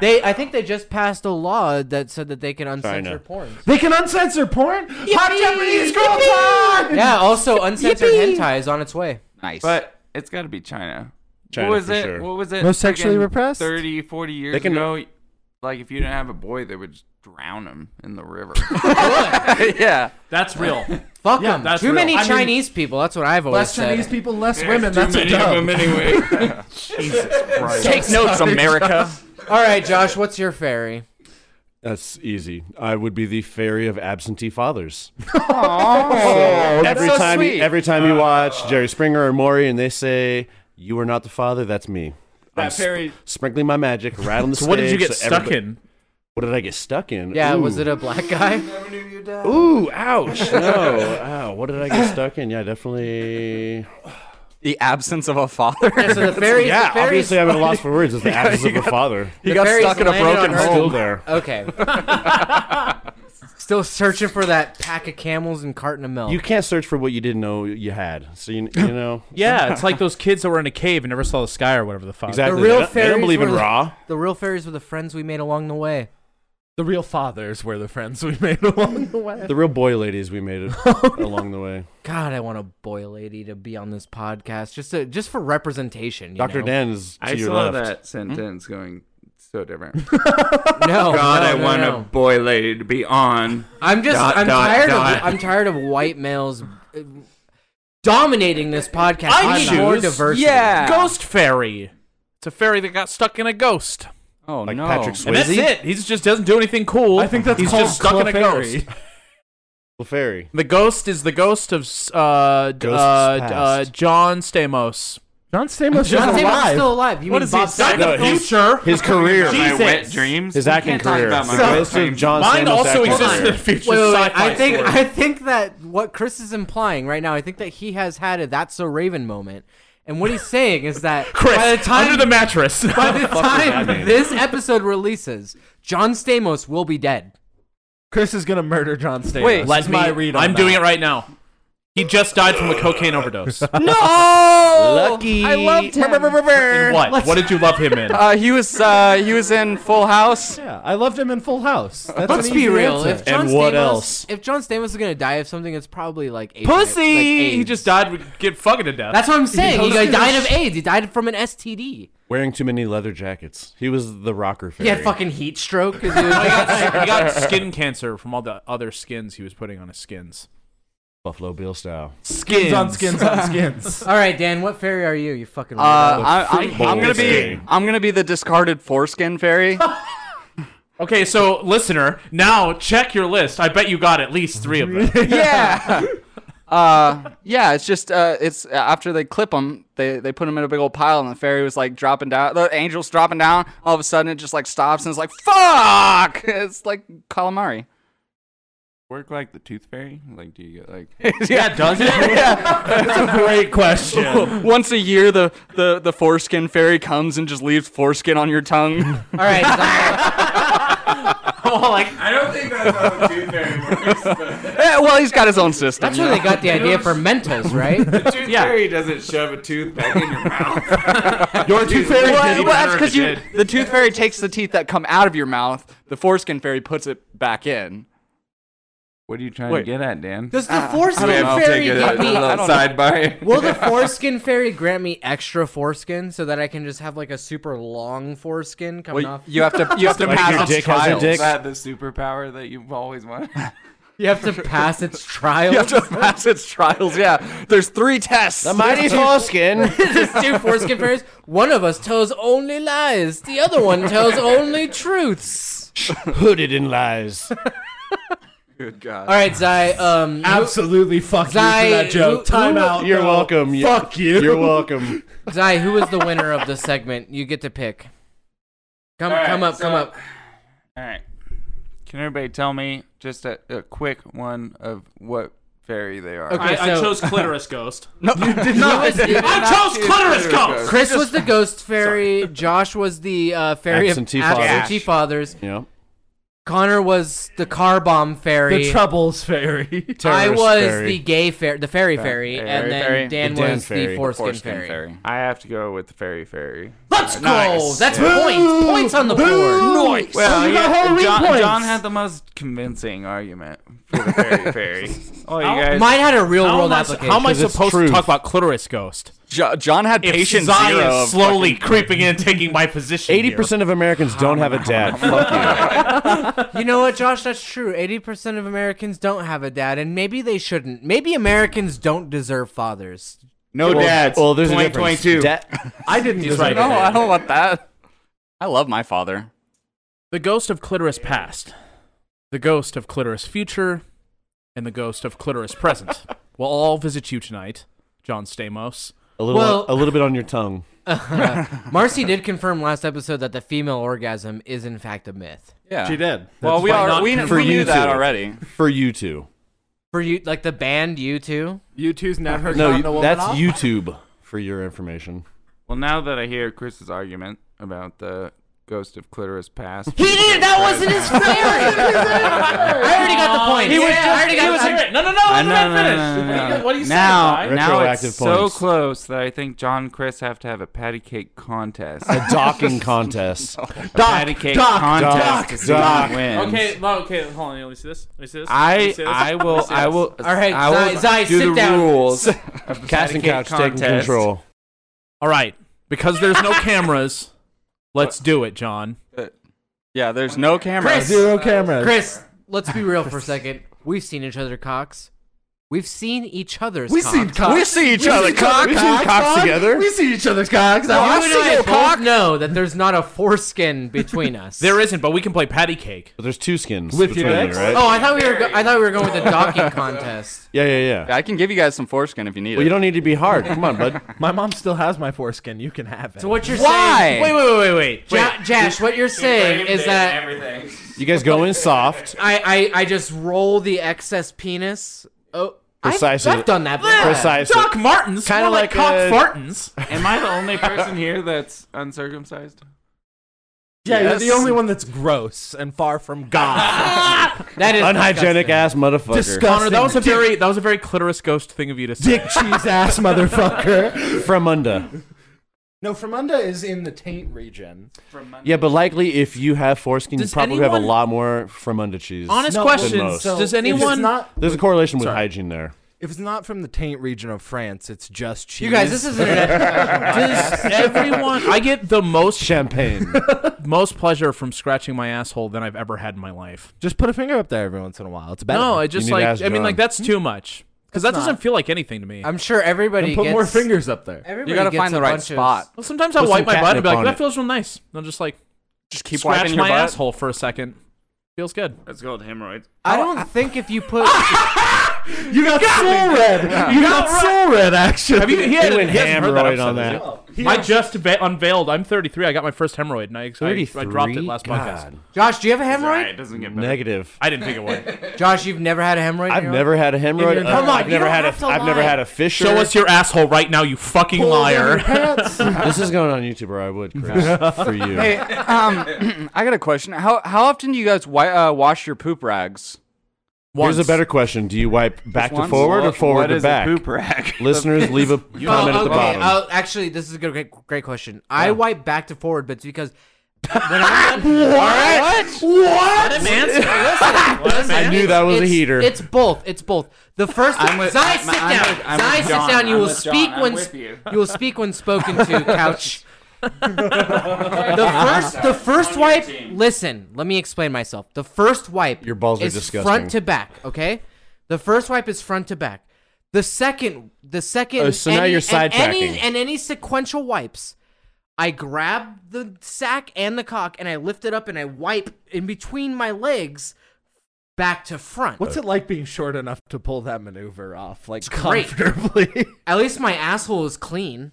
S3: They, I think they just passed a law that said that they can uncensor porn.
S4: They can uncensor porn. Hot Japanese girl time.
S3: Yeah. Also, uncensored hentai is on its way.
S8: Nice.
S5: But it's got to be China.
S7: China
S5: what was
S7: for
S5: it?
S7: sure.
S5: What was it?
S4: Most sexually
S5: friggin'
S4: repressed?
S5: 30, 40 years
S7: They can-
S5: ago, like if you didn't have a boy, they would just drown him in the
S7: [LAUGHS]
S5: river. [LAUGHS]
S8: yeah.
S6: That's real.
S3: Fuck
S6: Yeah,
S3: them.
S6: that's
S3: Too
S6: real.
S3: many
S6: I mean-
S3: Chinese people. That's what I've always
S4: Less
S3: said.
S4: Chinese people, less women. That's a
S5: them
S4: dub.
S5: anyway.
S8: Take notes, America.
S3: All right, Josh. What's your fairy?
S7: That's easy. I would be the fairy of absentee fathers.
S8: That's
S7: every
S8: so
S7: time,
S8: sweet.
S7: every time you watch Jerry Springer or Maury, and they say you are not the father, that's me. I'm sp- sprinkling my magic right on
S6: [LAUGHS]
S7: the
S6: So
S7: stage.
S6: what did you get
S7: so
S6: stuck
S7: everybody-
S6: in?
S7: What did I get stuck in?
S3: Yeah.
S7: Ooh.
S3: Was it a black guy?
S7: Ooh, ouch. [LAUGHS] No. Ow, what did I get stuck in? Yeah, definitely.
S8: The absence of a father.
S3: So the fairies.
S7: Yeah,
S3: the fairies
S7: obviously I'm at a loss for words. It's the absence of a father.
S8: he
S3: the
S8: got
S3: fairies
S8: stuck in a
S3: landed on
S8: broken
S3: Earth.
S8: home.
S7: Still there.
S3: Okay. Still searching for that pack of camels and carton of milk.
S7: You can't search for what you didn't know you had. So you, you know
S6: [LAUGHS] Yeah, it's like those kids that were in a cave and never saw the sky or whatever the fuck.
S7: exactly.
S3: The real
S7: they, don't, they
S3: fairies
S7: don't believe in
S3: were-
S7: raw.
S3: the real fairies were the friends we made along the way.
S4: The real fathers were the friends we made along the way.
S7: The real boy ladies we made it
S3: [LAUGHS]
S7: along the way.
S3: God, I want a boy lady to be on this podcast just to, just for representation. you
S7: Doctor
S3: know?
S7: Dan is to
S5: I
S7: your
S5: saw
S7: left.
S5: that sentence going so different.
S3: No,
S5: God,
S3: no,
S5: I
S3: no,
S5: want
S3: no.
S5: a boy lady to be on.
S3: I'm just
S5: Dot,
S3: I'm
S5: dot,
S3: tired
S5: dot.
S3: of I'm tired of white males uh, dominating this podcast. I need more
S6: choose-
S3: diversity.
S8: Yeah.
S6: Ghost fairy. It's a fairy that got stuck in a ghost.
S8: Oh
S7: Like
S8: no.
S7: Patrick
S6: And that's
S7: Swayze?
S6: it. He just doesn't do anything cool.
S4: I think that's
S6: he's
S4: called
S6: just stuck in a
S4: Clefairy.
S6: ghost.
S7: The fairy.
S6: The ghost is the ghost of s- uh, d- uh,
S7: Ghost's
S6: d-
S7: past.
S6: uh, John Stamos.
S4: John Stamos is
S3: John Stamos is
S4: alive.
S3: still alive. You
S6: What
S3: mean
S6: is he?
S3: Bob
S6: Back to
S7: No,
S6: the
S7: he's-
S6: future.
S7: His career.
S5: My
S6: Jesus.
S5: wet dreams.
S7: His
S5: We
S7: acting
S5: can't talk
S7: career.
S5: about my
S7: The
S5: wet
S7: ghost of
S5: dreams.
S7: John
S6: Mine
S7: Stamos'
S6: also
S7: acting
S6: exists in
S7: career.
S6: the future.
S3: Wait, wait, wait.
S6: sci-fi
S3: I think
S6: story.
S3: I think that what Chris is implying right now, I think that he has had a that's so Raven moment, and what he's saying is that
S6: Chris
S3: by the time
S6: under the [LAUGHS] mattress.
S3: by the time
S7: that mean?
S3: this episode releases, John Stamos will be dead.
S4: Chris is gonna murder John Stamos.
S8: Wait,
S4: That's
S6: Let me.
S4: my read on
S6: I'm
S4: that.
S6: doing it right now. He just died from a cocaine [LAUGHS] overdose.
S8: No.
S6: Lucky.
S8: I loved him.
S6: In what?
S3: Let's-
S6: What did you love him [LAUGHS] in?
S8: Uh, he was uh, he was in Full House.
S4: Yeah, I loved him in Full House. That's
S3: Let's
S4: an
S3: be
S4: easy
S3: real.
S4: answer.
S3: If John
S7: And what
S3: Stamos,
S7: else?
S3: If John Stamos is gonna die of something, it's probably like AIDS,
S6: Pussy.
S3: like
S6: he
S3: AIDS.
S6: just died. with- Get fucking to death.
S3: That's what I'm saying. He,
S4: goes to
S3: died
S4: the-
S3: of AIDS. He died from an STD.
S7: Wearing too many leather jackets. He was the rocker fairy.
S3: He had fucking heat stroke. [LAUGHS] 'cause he was-
S6: he, [LAUGHS] got, he got skin cancer from all the other skins he was putting on his skins.
S7: Buffalo Bill style.
S4: skins on skins on skins.
S3: All right, Dan, what fairy are you? You fucking.
S8: Uh,
S3: weirdo.
S8: I, I'm,
S7: Bowl
S8: I'm gonna be
S7: thing.
S8: I'm gonna be the discarded foreskin fairy.
S6: Okay, so listener, now check your list. I bet you got at least three of them.
S8: [LAUGHS] yeah. [LAUGHS] Uh, yeah, it's just uh, it's uh, after they clip them, they they put them in a big old pile, and the fairy was like dropping down. The angel's dropping down. All of a sudden, it just like stops and it's like fuck. [LAUGHS] It's like calamari.
S5: Work like the tooth fairy? Like, do you get like?
S6: yeah, does it? [LAUGHS]
S4: Great question.
S8: Once a year, the, the the foreskin fairy comes and just leaves foreskin on your tongue.
S3: All right, [LAUGHS] Zai,
S6: Oh,
S5: I don't think that's how the tooth fairy works.
S8: [LAUGHS] Eh, well, he's got his own system.
S3: that's
S8: you
S3: where they
S8: know?
S3: got [LAUGHS] the idea for Mentos, right?
S5: The tooth
S6: Yeah.
S5: fairy doesn't shove a tooth back in your mouth.
S4: Your two fairy
S8: Well,
S4: did
S8: well, that's
S5: if
S8: because
S5: it
S8: you the tooth fairy takes the teeth that come out of your mouth. The foreskin fairy puts it back in.
S5: What are you trying
S8: Wait.
S5: to get at, Dan?
S3: [LAUGHS] Does the
S5: I
S3: foreskin
S5: mean, I'll
S3: fairy
S5: take it
S3: give
S5: as a
S3: me?
S8: [LAUGHS]
S5: little sidebar.
S3: Will the foreskin fairy grant me extra foreskin so that I can just have like a super long foreskin coming
S8: Well,
S3: off?
S8: you have to you have to
S7: Like your
S8: pass
S7: dick has a
S8: trials.
S7: dick?
S5: Is that the superpower that you've always wanted? [LAUGHS]
S3: You have to pass its trial.
S8: You
S3: [LAUGHS]
S8: have to pass its trials. Yeah, there's three tests.
S7: The mighty foreskin.
S3: There's two foreskin fairies. One of us tells only lies. The other one tells only truths.
S7: Hooded in lies.
S8: Good God.
S3: All right, Zai. Um, who,
S4: Absolutely fuck
S3: Zai,
S4: you for that joke.
S3: who-
S4: Time
S3: who-
S4: out.
S7: You're
S4: no.
S7: welcome. You-
S4: Fuck you.
S7: You're welcome.
S3: Zai, who is the winner of the segment? You get to pick. Come,
S5: All right,
S3: come up, come
S5: so-
S3: up.
S5: All right. Can everybody tell me just a, a quick one of what fairy they are?
S3: Okay,
S6: I, I
S3: so-
S6: chose clitoris ghost.
S8: No, did
S3: He
S8: not.
S3: was- [LAUGHS] he did not
S6: I chose
S8: choose
S6: clitoris
S8: clitoris
S6: ghost.
S3: Chris was the ghost fairy. Josh was the uh, fairy
S7: Absentee
S3: of absentee fathers.
S7: Yeah.
S3: Connor was the car bomb fairy.
S4: The Troubles Fairy.
S3: I
S7: terrorist
S3: was
S7: fairy.
S3: the gay fairy, the fairy fairy,
S5: fairy.
S3: and then
S5: Fairy.
S3: Dan
S7: The Dan
S3: was
S7: fairy.
S3: the
S7: The
S3: foreskin,
S8: Foreskin
S3: fairy.
S8: fairy.
S5: I have to go with the fairy fairy.
S3: Let's go.
S8: Nice.
S3: That's
S8: Yeah.
S3: points. Points on the board.
S4: Noise.
S5: Well,
S4: you got
S5: yeah,
S4: Halloween
S5: John,
S4: points.
S5: John had the most convincing argument for the fairy fairy. Oh, you guys.
S3: Mine had a real
S6: How
S3: world
S6: am I,
S3: application.
S6: how am I
S7: 'cause it's
S6: supposed to
S7: truth.
S6: talk about clitoris ghost?
S8: Jo- John had patient
S6: if Zai
S8: zero.
S6: is
S8: of
S6: slowly
S8: fucking-
S6: creeping
S8: [LAUGHS]
S6: in and taking my position.
S7: Eighty percent of Americans don't have a dad. Fuck
S3: You know what, Josh? That's true. 80% of Americans don't have a dad, and maybe they shouldn't. Maybe Americans don't deserve [LAUGHS] fathers.
S5: no
S7: you. Well, there's a difference. Da-
S6: I didn't He's
S8: No, I don't want that. I love my father.
S6: The ghost of clitoris past, the ghost of clitoris future, and the ghost of clitoris present will all visit you tonight, John Stamos.
S7: a little,
S3: Well-
S7: a little bit on your tongue.
S3: Marcy did confirm last episode that the female orgasm is, in fact, a myth.
S8: Yeah.
S4: She did.
S8: Well,
S4: That's
S8: we
S4: why
S8: are.
S4: not
S8: We,
S7: for
S8: we knew
S7: you
S8: that
S7: two.
S8: already.
S7: For you two.
S3: For you, like the band U2,
S4: You two's never
S7: No,
S4: gotten
S7: you-
S4: a woman
S7: that's
S4: off?
S7: YouTube for your information.
S5: Well, now that I hear Chris's argument about the ghost of clitoris past,
S3: he did. That wasn't his fairy. I already got the point. He was I already got the
S6: No, no, no,
S5: I know, no, no, no, no, no. now, now
S7: Retroactive
S5: it's so
S7: points.
S5: close that I think John and Chris have to have a patty cake contest.
S7: A
S4: [LAUGHS]
S7: docking contest.
S5: patty cake contest
S7: doc,
S5: to see
S7: doc.
S5: who wins.
S6: Okay, well, okay, hold on. Let me see this. Let me see this. Let me
S5: I
S6: see this.
S5: I
S6: Let me
S5: will
S6: see
S5: I
S6: this.
S5: will.
S3: All right,
S5: I will
S3: Zai- Zai,
S5: do
S3: sit
S5: the
S3: down. [LAUGHS]
S5: rules. of the patty
S7: Casting
S5: cake
S7: couch taking control.
S6: All right, because there's no [LAUGHS] cameras, let's do it, John.
S8: Yeah, there's no cameras.
S4: Zero cameras.
S3: Chris, let's be real for a second. We've seen each other cocks. We've seen each other's
S4: We
S3: cocks.
S4: see cocks.
S7: We see each
S4: We
S7: other
S4: other
S7: cock- we see cocks
S4: Bob.
S7: together.
S4: We see each other's cocks.
S3: You
S4: I
S3: and
S4: see
S3: I
S4: your
S3: both
S4: cock.
S3: know that there's not a foreskin between us.
S6: There isn't, but we can play patty cake.
S7: But there's two skins
S4: With
S7: between
S4: your
S7: you,
S4: ex?
S7: right?
S3: Oh, I thought we were. Go- I thought we were going with the [LAUGHS] docking contest.
S7: Yeah, yeah, yeah.
S8: I can give you guys some foreskin if you need
S7: Well,
S8: it.
S7: you don't need to be hard. Come on, bud.
S4: My mom still has my foreskin. You can have it.
S3: So what you're
S8: Why?
S3: saying? Wait, wait, wait, wait, wait.
S6: Wait.
S3: Ja- Jash, what you're saying is that
S5: everything?
S7: You guys go in soft,
S3: I, I I just roll the excess penis. Oh, I've-
S7: Precisely.
S3: I've, done that. before.
S7: precise.
S6: Doc Martens,
S7: Kinda
S6: more like,
S7: like
S6: cock
S7: a-
S6: fartins.
S5: Am I the only person here that's uncircumcised?
S4: yeah,
S7: Yes.
S4: you're the only one that's gross and far from God.
S3: That is
S7: Unhygienic
S3: disgusting.
S7: ass motherfucker.
S6: Connor,
S4: Disgusting.
S6: that was a very that was a very clitoris ghost thing of you to say.
S4: dick cheese ass motherfucker.
S7: From under.
S4: No, Fremunda is in the taint region.
S7: Yeah, but likely if you have foreskin,
S6: Does
S7: you probably have a
S6: anyone-
S7: lot more from under cheese.
S6: Honest
S4: No,
S6: questions.
S7: most.
S4: So
S6: Does
S4: If
S6: anyone
S4: it's not,
S7: There's a correlation with
S6: Sorry.
S7: hygiene there.
S4: if it's not from the taint region of France, it's just cheese.
S3: You guys, this is internet.
S6: Does [LAUGHS] everyone? I get the most
S7: Champagne.
S6: most pleasure from scratching my asshole than I've ever had in my life.
S4: just put a finger up there every once in a while. It's better.
S6: No, I just
S7: need to
S6: like.
S7: ask
S6: I mean,
S7: John. Hmm?
S6: like that's too much because that doesn't feel like anything to me.
S3: I'm sure everybody
S4: And put
S3: gets.
S4: more fingers up there.
S3: Everybody
S8: You gotta
S3: gets
S8: find
S3: a
S8: the right
S3: bunch of-
S8: spot.
S6: Well, sometimes I
S7: Put
S6: wipe
S7: some
S6: my butt and
S7: catnip
S6: be like,
S7: on
S6: that
S7: it."
S6: feels real nice. And I'll just like
S8: Just keep
S6: scratch
S8: wiping your
S6: my
S8: butt.
S6: asshole for a second. Feels good.
S5: That's called hemorrhoids.
S3: I don't think if you
S7: [LAUGHS]
S3: put.
S4: [LAUGHS] You got, soul red. You got soul red. Actually,
S6: Have you? He, had,
S7: He
S6: he
S7: went
S6: hasn't heard
S7: hemorrhoid
S6: that
S7: on
S6: episode,
S7: that.
S6: has he? I just va- unveiled. I'm 33. I got my first hemorrhoid, and I, I, I dropped it last podcast.
S7: God.
S3: Josh, do you have a hemorrhoid?
S5: Right, it doesn't get better.
S7: Negative.
S6: I didn't think it would.
S3: Josh, you've never had a hemorrhoid. in
S7: I've
S3: your
S7: never had a hemorrhoid.
S4: Come
S7: I've-
S4: on,
S7: I've
S4: you
S7: never
S4: don't
S7: had a.
S4: have to
S7: I've never
S4: lie.
S7: had a fissure.
S6: Show us your asshole right now, you fucking liar. [LAUGHS]
S7: this is going on YouTube or I would, Chris. for you.
S8: Hey, um, [CLEARS THROAT] I got a question. How how often do you guys wi- uh, wash your poop rags?
S7: Here's a better question: Do you wipe back to
S8: once.
S7: forward or
S8: What-
S7: forward
S5: What
S7: to
S5: is a
S7: back?
S5: poop
S6: [LAUGHS]
S5: rack?
S7: Listeners, leave a [LAUGHS] comment
S3: Oh,
S7: at the bottom.
S3: I'll- actually, this is a good, great, great question. I wipe back to forward, but it's because [LAUGHS] when I'm
S7: [LAUGHS]
S3: done, all right,
S6: Let him answer. Listen, let him
S7: I
S6: answer.
S7: knew that was a
S3: it's-
S7: heater.
S3: It's both. It's both. The first
S5: I'm with-
S3: Zai,
S5: I'm-
S3: sit
S5: I'm
S3: down.
S5: with- I'm
S3: Zai,
S5: with
S3: sit
S5: John.
S3: down. You
S5: I'm
S3: will
S5: with John.
S3: speak
S5: I'm
S3: when
S5: with
S3: sp-
S5: you. [LAUGHS]
S3: will speak when spoken to. Couch. The first, the first wipe. Listen, let me explain myself. The first wipe.
S7: Your balls are
S3: is
S7: disgusting.
S3: Front to back. Okay. The first wipe is front to back. The second, the second.
S7: Oh, so now you're
S3: and any,
S7: sidetracking.
S3: and any sequential wipes, I grab the sack and the cock and I lift it up and I wipe in between my legs, back to front.
S4: What's it like being short enough to pull that maneuver off, like
S3: great.
S4: comfortably?
S3: At least my asshole is clean.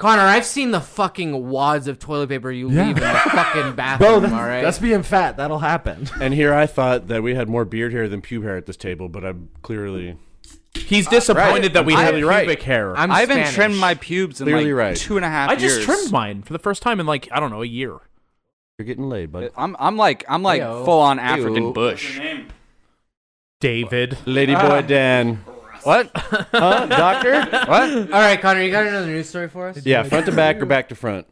S3: Connor, I've seen the fucking wads of toilet paper you leave in
S4: [LAUGHS]
S3: the fucking
S4: Bro,
S3: bathroom,
S4: that's,
S3: all right?
S4: that's being fat. That'll happen.
S7: And here I thought that we had more beard hair than pube hair at this table, but I'm clearly
S6: He's disappointed that we have
S8: Clearly right.
S6: pubic hair. i
S3: I'm
S8: I haven't
S3: Spanish.
S8: trimmed my pubes in
S7: Clearly
S8: like
S7: right.
S8: two and a half years.
S6: just trimmed mine for the first time in like I don't know a year.
S7: you're getting laid, bud.
S8: I'm I'm like I'm like
S3: Ayo.
S8: full on African
S7: Ew.
S8: bush.
S6: David,
S7: Lady
S6: Ah.
S7: boy Dan.
S8: What?
S6: [LAUGHS]
S7: Huh, doctor?
S8: What?
S3: All right, Connor, you got another news story for us?
S7: yeah, front to back or back to front.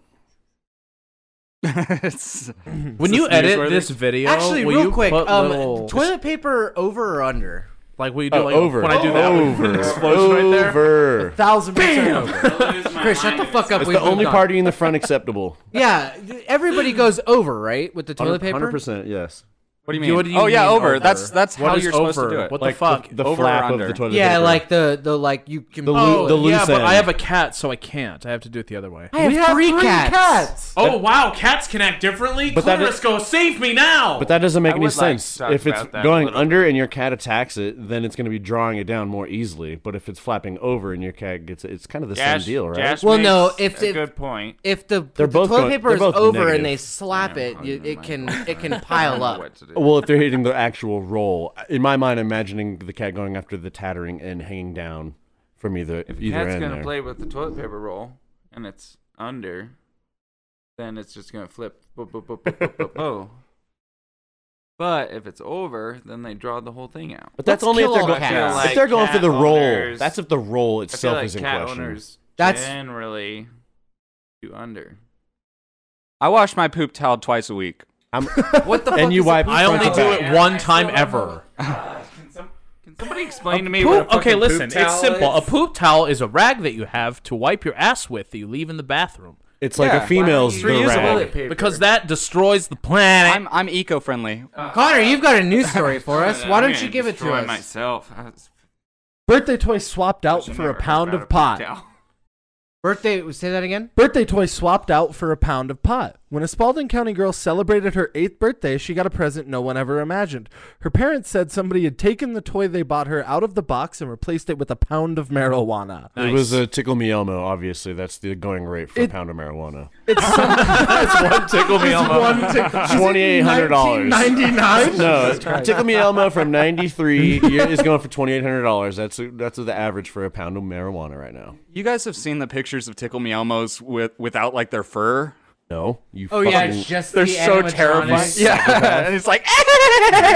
S8: [LAUGHS] It's-
S6: when you edit this video,
S3: Actually,
S6: will
S3: real
S6: you
S3: quick,
S6: put
S3: um,
S6: little-
S3: toilet paper over or under?
S6: like what you do
S7: Oh,
S6: like,
S7: over.
S6: when I do that with an [LAUGHS]
S7: over.
S6: explosion right there.
S7: Over.
S4: Thousand percent. over.
S3: Chris, shut the fuck up.
S7: It's
S3: we've
S7: the only
S3: moved on.
S7: party in the front acceptable.
S3: Yeah, everybody goes over, right, with the toilet paper.
S7: 100%, yes.
S8: What do you
S6: What
S8: mean?
S6: do you
S8: oh yeah,
S6: mean
S8: over.
S6: over?
S8: That's that's
S6: What
S8: how
S6: is
S8: you're supposed to
S6: over?
S8: do it.
S6: What the fuck?
S7: The,
S8: Over or
S7: flap
S8: under?
S7: of the toilet
S3: Yeah,
S7: paper.
S3: like the the like you can.
S7: The
S3: oh,
S7: loo- the loose
S6: yeah, but I
S7: end.
S6: have a cat, so I can't. I have to do it the other way.
S3: I have, three, cats.
S6: Oh wow, cats can act differently.
S7: But that is-
S6: go save me now.
S7: But that doesn't make
S5: Oh, I
S7: any
S5: would like to
S7: sense.
S5: talk
S7: if it's
S5: about that a
S7: going
S5: little
S7: under and your cat attacks it, then it's going to be drawing it down more easily. But if it's flapping over and your cat gets it, it's kind of the
S5: Jash-
S7: same deal, right?
S5: Jash
S3: Well, no,
S5: makes
S3: if-
S5: a
S3: if-
S5: good point.
S3: If the,
S7: They're
S3: the
S7: both
S3: toilet
S7: going-
S3: paper
S7: they're
S3: is
S7: both
S3: over
S7: negative.
S3: and they slap it, you,
S5: [LAUGHS]
S3: it can [LAUGHS] it can pile up.
S7: Well, if they're hitting the actual roll, in my mind, I'm imagining the cat going after the tattering and hanging down from either
S5: If a
S7: either
S5: cat's
S7: end.
S5: gonna
S7: there.
S5: play with the toilet paper roll and it's under, then it's just gonna flip. Bo, bo, bo, bo, bo, bo,
S7: [LAUGHS]
S5: bo. But if it's over, then they draw the whole thing out.
S7: but that's
S3: Let's
S7: only if
S3: kill
S7: they're,
S3: all
S7: going,
S3: the cats.
S7: if
S5: I feel
S7: they're
S5: like
S7: going for
S5: cat
S7: the roll.
S5: owners-
S7: That's if the
S5: I
S7: roll
S5: feel
S7: itself
S5: like
S7: is in
S5: cat
S7: question.
S5: owners
S3: That's-
S5: generally do under.
S8: I wash my poop towel twice a week.
S7: [LAUGHS] I'm,
S3: What the? fuck
S7: and you
S3: is a
S7: wipe.
S3: poop
S6: I
S7: front
S6: only
S7: to
S6: do
S7: back.
S6: it one time ever.
S5: [SIGHS] Can somebody explain to me
S6: Poop-
S5: what a fucking
S6: okay,
S5: poop
S6: listen,
S5: towel
S6: it's simple.
S5: is?
S6: A poop towel is a rag that you have to wipe your ass with that you leave in the bathroom
S7: It's like
S8: Yeah.
S7: a female's
S5: Why don't you
S7: do
S5: use
S7: rag.
S5: toilet paper?
S6: because that destroys the planet.
S8: I'm I'm eco-friendly.
S5: Uh,
S3: Connor, you've got
S5: [LAUGHS]
S3: a news story for us. Why
S5: I'm
S3: don't
S5: gonna
S3: you give it to
S5: destroy
S3: us?
S5: myself. I was-
S4: Birthday toy swapped out
S5: I've
S4: for
S5: never
S4: a
S5: heard
S4: pound
S5: about
S4: of
S5: poop
S4: pot.
S5: towel.
S3: Birthday. Say that again.
S4: Birthday toy swapped out for a pound of pot. When a Spalding County girl celebrated her eighth birthday, she got a present no one ever imagined. Her parents said somebody had taken the toy they bought her out of the box and replaced it with a pound of marijuana.
S7: It was a tickle me Elmo. Obviously, that's the going rate for a
S4: It-
S7: pound of marijuana.
S4: It's [LAUGHS] one tickle me
S7: Elmo. Twenty-eight hundred dollars.
S4: Ninety nine.
S7: No, Tickle Me Elmo from '93 is going for twenty-eight hundred dollars. That's that's the average for a pound of marijuana right now.
S8: You guys have seen the pictures of Tickle Me Elmos with without like their fur.
S7: No, you.
S3: Oh
S7: fucking,
S3: yeah, it's just
S8: They're
S3: the
S8: so
S3: animatronics. [LAUGHS]
S8: terrifying. Yeah,
S7: [LAUGHS]
S8: and it's like.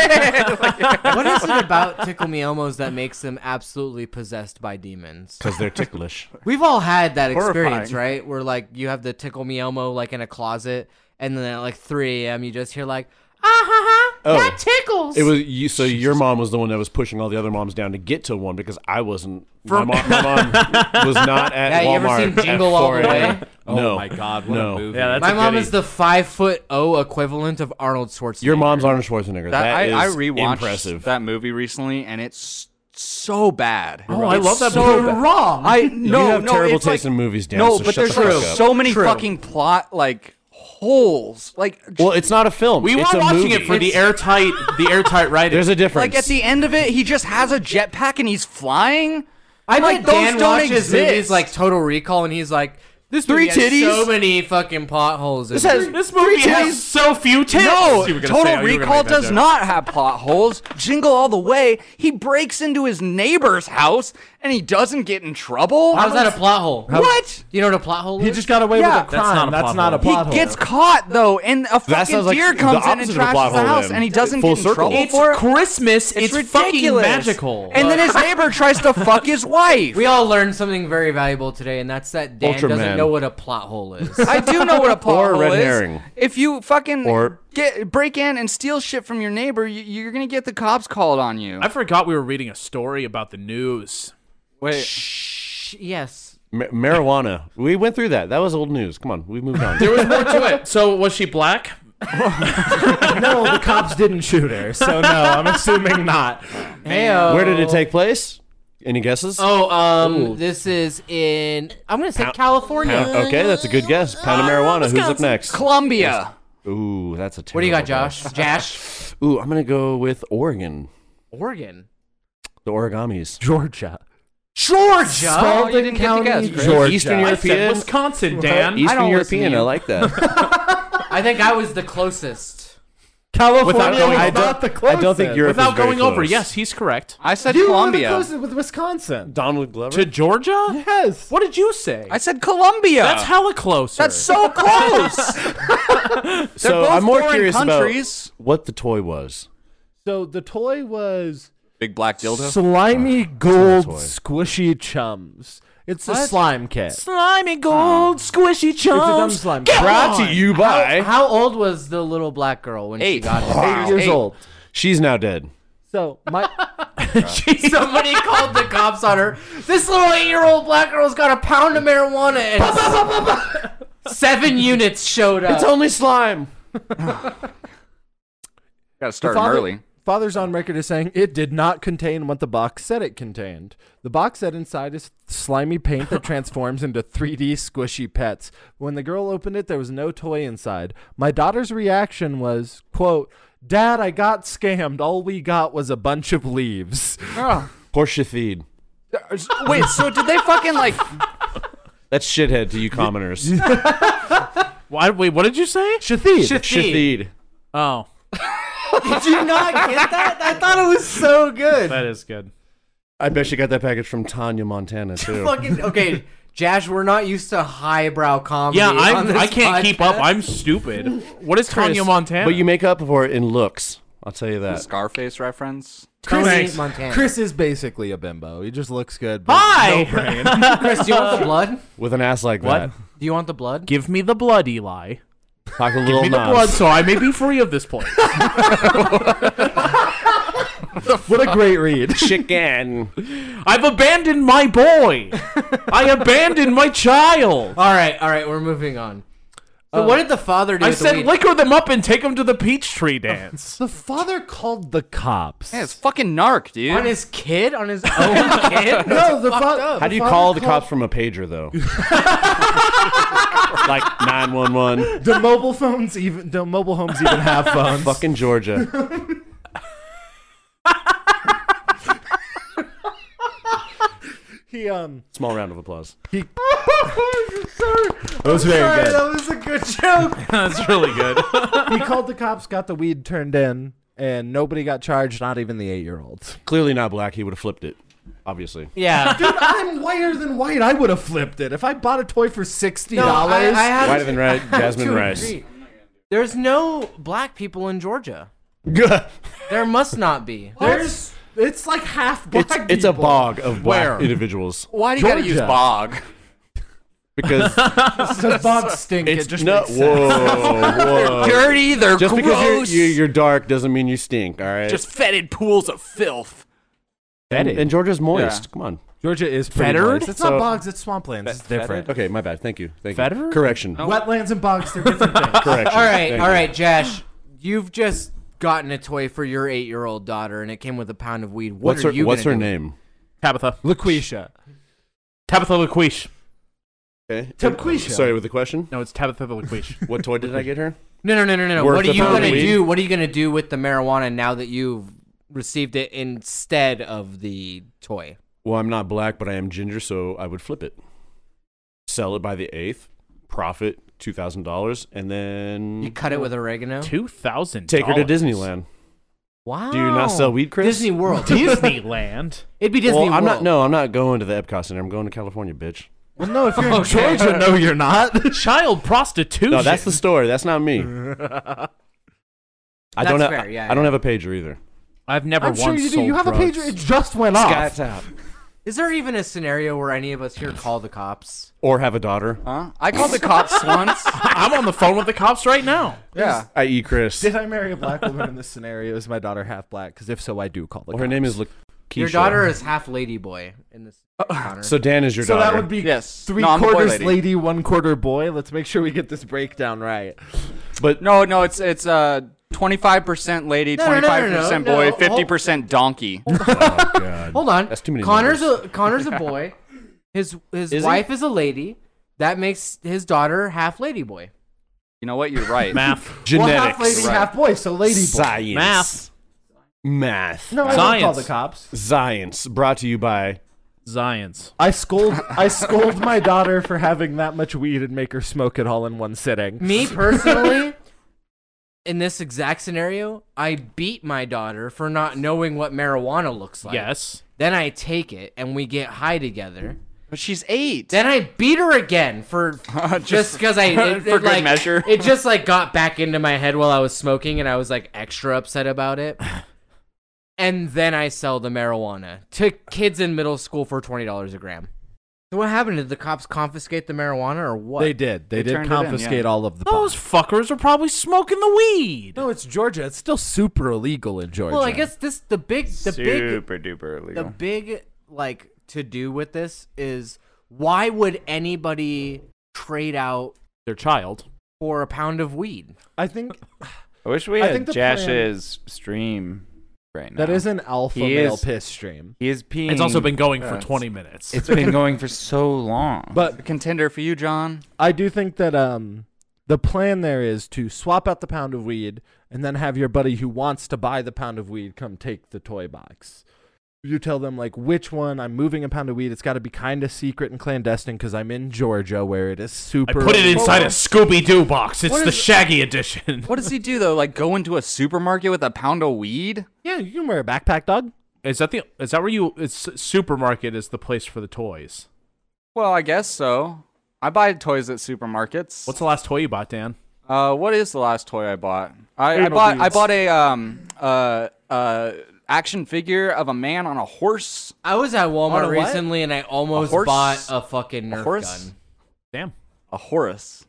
S3: what is it about Tickle Me Elmos that makes them absolutely possessed by demons?
S7: because they're ticklish.
S3: We've all had that experience,
S8: Horrifying.
S3: right? Where like you have the Tickle Me Elmo like in a closet, and then at like 3 a.m. you just hear like, ah ha ha,
S7: Oh.
S3: that tickles.
S7: It was you. So your mom was the one that was pushing all the other moms down to get to one because I wasn't. My mom, my mom was not at
S3: Yeah, you ever
S7: Walmart.
S3: seen Jingle
S7: at
S3: All the
S7: 4 a.m.
S3: Way?
S7: [LAUGHS] No.
S2: Oh my god, what
S7: No.
S2: a movie.
S6: yeah, that's
S3: My
S6: a
S3: mom
S6: goodie.
S3: is the five foot O equivalent of Arnold Schwarzenegger.
S7: Your mom's Arnold Schwarzenegger.
S8: That,
S7: that is
S8: I, I rewatched
S7: impressive.
S8: that movie recently, and it's so bad.
S6: Oh, I love that
S8: so
S6: movie.
S8: bad.
S4: wrong.
S8: I no,
S7: you have
S8: no,
S7: terrible
S8: it's
S7: taste
S8: like,
S7: in movies, Dan.
S8: No,
S7: so
S8: but
S7: shut
S8: there's
S7: the fuck
S8: like
S7: up.
S8: so many fucking plot like holes. Like,
S7: Well, it's not a film.
S6: We were
S7: it's a
S6: watching
S7: movie.
S6: it for the airtight, the airtight writing.
S7: There's a difference.
S8: like at the end of it, he just has a jetpack and he's flying.
S3: I
S8: like,
S3: bet
S8: those
S3: Dan
S8: don't
S3: watches movies
S8: exist.
S3: like Total Recall, and he's like, this
S8: Three
S3: movie has
S8: titties?
S3: so many fucking potholes. in
S8: This
S3: it."
S8: has
S6: this movie has so few tits.
S8: No,
S6: You were gonna
S8: Total
S7: oh,
S6: say- you were gonna
S8: Recall
S6: make that
S8: does
S6: joke.
S8: not have plot holes. Jingle all the way. He breaks into his neighbor's house and he doesn't get in trouble.
S3: How's that a plot hole?
S8: What?
S3: You know what a plot hole is?
S4: He just got away
S8: Yeah.
S4: with a
S8: That's
S6: not
S4: crime.
S6: a
S4: That's
S6: plot
S4: not a
S6: hole.
S4: plot,
S8: He gets caught though, and a fucking
S7: sounds like
S8: deer
S7: the
S8: comes in
S7: opposite
S8: and
S7: of a plot
S8: trashes the
S7: hole,
S8: house,
S7: then.
S8: and he doesn't
S7: Full
S8: get in
S7: circle.
S8: trouble
S7: It's
S8: for it.
S6: Christmas is
S8: It's ridiculous.
S6: fucking magical.
S8: And then his neighbor tries to fuck his wife.
S3: We all learned something very valuable today, and that's that Dan doesn't
S7: Ultraman.
S3: know what a plot hole is.
S8: [LAUGHS] I do
S7: [LAUGHS]
S8: know what a plot
S7: Or a
S8: hole
S7: red
S8: is.
S7: herring.
S8: If you fucking
S7: Or-
S8: get break in and steal shit from your neighbor, you, you're gonna get the cops called on you.
S6: I forgot we were reading a story about the news.
S8: Wait,
S3: Shh, yes.
S7: Ma- marijuana. we went through that. That was old news. Come on, we moved on.
S6: There was more to it. So was she black?
S4: no, the cops didn't shoot her, so no, I'm assuming not.
S3: Heyo.
S7: Where did it take place? Any guesses?
S3: Oh, um, this is in. I'm gonna say
S7: Pound-
S3: California.
S7: Pound- okay, that's a good guess.
S3: Uh,
S7: Pound of marijuana. Who's up next?
S8: Columbia.
S7: Ooh, that's a terrible.
S3: What do you got,
S7: guess.
S3: Josh? Josh,
S7: Ooh, I'm gonna go with Oregon.
S3: Oregon,
S7: The origamis.
S4: Georgia.
S3: Georgia.
S4: Spalding
S3: you didn't get the
S4: County,
S3: guess, Chris.
S4: Georgia.
S7: Eastern
S6: I
S7: European.
S6: said Wisconsin, Dan.
S3: I
S7: Eastern
S3: don't listen to
S7: European.
S3: you.
S7: I like that.
S3: I think I was the closest.
S4: California
S6: Without going-
S4: was
S6: I
S4: not
S7: don't-
S4: the
S7: I
S4: closest.
S7: don't think Europe
S6: Without
S7: is very
S6: going over,
S7: close.
S6: yes, he's correct.
S8: I said
S4: You were the
S8: Columbia.
S4: closest with Wisconsin.
S7: Donald Glover.
S6: To Georgia?
S4: Yes.
S6: What did you say?
S8: I said Columbia.
S6: That's hella close.
S8: That's so [LAUGHS] close. They're
S7: so
S8: both
S7: I'm more
S8: foreign
S7: curious
S8: countries.
S7: about what the toy was.
S4: So the toy was
S8: Big black dildo.
S4: slimy
S7: Oh, not a
S4: gold
S7: toy.
S4: squishy chums. It's a slime kit.
S6: slimy gold squishy
S4: It's a dumb
S6: chums.
S4: slime kit.
S7: Brought to you by.
S3: How old was the little black girl when she
S8: Eight.
S3: got it? [LAUGHS]
S4: Eight years
S8: Eight.
S4: old.
S7: She's now dead.
S4: So my [LAUGHS]
S3: Somebody called the cops on her. This little eight-year-old black girl's got a pound of marijuana and seven units showed up.
S7: It's only slime.
S8: Gotta start 'em
S4: father-
S8: early.
S4: father's on record as saying it did not contain what the box said it contained. The box said inside is slimy paint [LAUGHS] that transforms into 3D squishy pets. When the girl opened it, there was no toy inside. My daughter's reaction was, quote, Dad, I got scammed. All we got was a bunch of leaves.
S7: Portia Theed.
S8: Wait, so did they fucking like?
S7: That's shithead to you
S3: [LAUGHS]
S7: commoners.
S6: Why, wait, what did you say?
S4: Shathid.
S7: Shatheed.
S6: Oh,
S3: Did you not get that? I thought it was so good.
S6: that is good.
S7: I bet she got that package from
S6: [LAUGHS]
S7: Tanya Montana too.
S3: Fucking okay, Josh. We're not used to highbrow comedy.
S6: Yeah,
S3: on this
S6: I, I can't keep up.
S3: podcast.
S6: I'm stupid. What is Tanya Montana?
S7: But you make up for it in looks. I'll tell you that.
S8: Scarface reference.
S3: Tony
S6: Thanks.
S3: Montana.
S4: [LAUGHS] Chris is basically a bimbo. He just looks good. but
S6: Hi.
S3: Chris, do you [LAUGHS] want the blood?
S7: With an ass like
S6: What?
S7: that.
S3: Do you want the blood?
S6: Give me the blood, Eli.
S7: Talk a
S6: Give
S7: little
S6: me the
S7: Nas.
S6: blood, so I may be free of this place.
S4: What a great [LAUGHS] read.
S7: Chicken.
S6: I've abandoned my boy. I abandoned my child.
S3: All right, all right, we're moving on. So what did the father do?
S6: I
S3: with the
S6: said,
S3: weed?
S6: liquor them up and take them to the peach tree dance.
S4: the father called the cops.
S8: Yeah, it's fucking narc, dude.
S3: on his kid, on [LAUGHS] his own kid.
S4: no, the father.
S7: How do you call the cops from a pager
S6: [LAUGHS]
S7: though? like nine one one.
S4: Do mobile phones even? Do mobile homes [LAUGHS] even have phones?
S7: Fucking Georgia.
S4: He um.
S7: Small round of applause.
S4: [LAUGHS] He. That was very good.
S3: was a good joke.
S6: [LAUGHS] That's really good.
S4: He called the cops, got the weed turned in, and nobody got charged. Not even the eight-year-old.
S7: Clearly not black. He would have flipped it. Obviously.
S3: Yeah. [LAUGHS]
S4: Dude, I'm whiter than white. I would have flipped it if I bought a toy for sixty
S3: No, I, I
S4: dollars.
S3: have
S7: Whiter than red,
S3: I have
S7: Jasmine
S3: to
S7: Rice.
S3: agree. There's no black people in Georgia. There must not [LAUGHS] be. There's
S4: There's. It's like half black.
S7: [LAUGHS] it's it's a
S4: people.
S7: bog of black
S6: Where?
S7: individuals
S8: Why do you gotta use
S4: Georgia.
S8: bog?
S7: [LAUGHS] because
S4: The bog stink.
S7: it's
S4: it just
S7: no.
S4: makes sense.
S7: [LAUGHS] Whoa, whoa.
S8: Dirty. They're
S7: Just
S8: gross.
S7: because you're, you're, you're dark doesn't mean you stink. All right.
S8: just fetid pools of filth.
S7: and, and Georgia's moist.
S8: Yeah.
S7: Come on.
S4: Georgia is pretty
S6: Fettered?
S4: moist. It's
S7: So-
S4: not bogs. It's swamplands. It's different.
S7: Okay, my bad. Thank you. Thank
S6: Federer?
S7: you. Correction. [LAUGHS]
S4: Wetlands and bogs. They're different things.
S7: Correction.
S3: all right,
S7: Thank
S3: all
S7: you.
S3: right, Josh. You've just gotten a toy for your eight-year-old daughter, and it came with a pound of weed. What
S7: What's
S3: are
S7: her
S3: you
S7: What's her
S3: gonna do?
S7: name?
S6: Tabitha.
S4: LaQuisha.
S6: Tabitha LaQuiche.
S7: Okay.
S4: Tabquisha.
S7: Sorry, with the question.
S6: No, it's Tabitha LaQuiche.
S7: What toy did I get her?
S3: No, no, no, no, no.
S7: Worth
S3: What are
S7: a
S3: you
S7: pound of
S3: gonna
S7: weed?
S3: do? What are you gonna do with the marijuana now that you've received it instead of the toy?
S7: Well, I'm not black, but I am ginger, so I would flip it. Sell it by the eighth, profit two thousand dollars, and
S3: You
S7: then
S3: cut it with
S6: [LAUGHS]
S3: oregano.
S6: Two thousand.
S7: take her to Disneyland.
S3: Wow.
S7: Do you not sell weed, Chris?
S3: Disney World.
S6: Disneyland.
S3: [LAUGHS] It'd be Disney
S7: Well,
S3: World.
S7: I'm not. No, I'm not going to the Epcot Center. I'm going to California, bitch.
S4: [LAUGHS] Well, no, if you're in
S3: Okay.
S4: Georgia, no, you're not. [LAUGHS]
S6: Child prostitution.
S7: No, that's the story. That's not [LAUGHS] me. I don't
S3: That's
S7: have.
S3: fair, yeah,
S7: I don't
S3: yeah.
S7: have a pager either.
S6: I've never
S4: I'm
S6: once
S4: sure you do. You
S6: sold
S4: have a
S6: drugs.
S4: pager. It just went off.
S7: out.
S3: Is there even a scenario where any of us here call the cops?
S7: Or have a daughter,
S8: Huh? I called the [LAUGHS] cops once.
S6: [LAUGHS] I'm on the phone with the cops right now.
S8: Yeah.
S7: i.e., E Chris.
S4: [LAUGHS] Did I marry a black woman in this scenario? Is my daughter half black? Because if so, I do call the
S7: Well, her name is. Look,
S3: Your
S7: Keisha. Uh,
S3: daughter is half lady boy in this. [LAUGHS] Connor.
S7: So Dan is your
S4: so
S7: daughter.
S4: that would be
S8: Yes.
S4: three
S8: No, I'm a boy
S4: quarters
S8: lady.
S4: lady, one quarter boy. Let's make sure we get this breakdown right. [LAUGHS]
S7: but
S8: No, no, it's it's uh twenty five percent lady,
S3: No, no,
S8: twenty
S3: no,
S8: five
S3: no, no,
S8: percent
S3: no,
S8: boy,
S3: hold-
S8: fifty percent donkey.
S4: Oh,
S3: Hold on.
S7: That's too many
S3: Connor's
S7: numbers.
S3: a Connor's a
S7: [LAUGHS]
S3: boy. His his
S7: Is he?
S3: wife is a lady. That makes his daughter half lady boy.
S8: You know what? You're
S3: [LAUGHS]
S8: right.
S6: Math.
S7: genetics,
S4: Well, half lady,
S8: Right.
S4: half boy. So lady boy.
S7: science,
S6: Math.
S7: math,
S4: No, I don't call
S6: Science.
S4: the cops.
S7: science. Brought to you by
S6: Science.
S4: I scold I scold my daughter for having that much weed and make her smoke it all in one sitting.
S3: Me personally, in this exact scenario, I beat my daughter for not knowing what marijuana looks like.
S6: Yes.
S3: Then I take it and we get high together.
S8: But she's eight.
S3: Then I beat her again for
S8: Just-
S3: just because I it, it,
S8: for good
S3: like,
S8: measure.
S3: It just like got back into my head while I was smoking, and I was like extra upset about it. And then I sell the marijuana to kids in middle school for twenty dollars a gram. So what happened? Did the cops confiscate the marijuana or what?
S4: They did. They,
S8: They
S4: did
S8: turned it in,
S4: confiscate
S8: yeah.
S4: all of the
S6: Those fuckers are probably smoking the weed.
S4: No, it's Georgia. It's still super illegal in Georgia.
S3: Well, I guess this the big the big
S5: Super duper
S3: the
S5: illegal.
S3: big like to do with this is why would anybody trade out
S6: Their child.
S3: for a pound of weed?
S4: I think
S5: I wish we
S4: I
S5: had
S4: think the
S5: Jash's stream right now.
S4: that is an alpha
S5: He
S4: male
S5: is-
S4: piss stream.
S5: He is peeing.
S6: It's also been going
S8: Yeah,
S6: for
S8: it's-
S6: 20 minutes.
S5: It's been going for so long.
S4: But
S8: contender for you, John.
S4: I do think that um the plan there is to swap out the pound of weed and then have your buddy who wants to buy the pound of weed come take the toy box. You tell them like which one I'm moving a pound of weed. It's got to be kind of secret and clandestine because I'm in Georgia where it is
S6: I
S4: super.
S6: put it
S4: illegal.
S6: inside a Scooby Doo box. It's
S8: What
S6: the
S8: is-
S6: Shaggy edition.
S8: What does he do though? Like go into a supermarket with a pound of weed?
S4: Yeah, you can wear a backpack, dog.
S6: Is that the? Is that where you? It's supermarket is the place for the toys.
S8: Well, I guess so. I buy toys at supermarkets.
S6: What's the last toy you bought, Dan?
S8: Uh, what is the last toy I bought? I, I bought I bought a um uh uh action figure of a man on a horse.
S3: I was at
S4: On a
S3: Walmart
S4: what?
S3: recently and I almost
S8: horse?
S3: bought a fucking Nerf
S8: horse?
S3: gun.
S6: Damn.
S8: A Horus.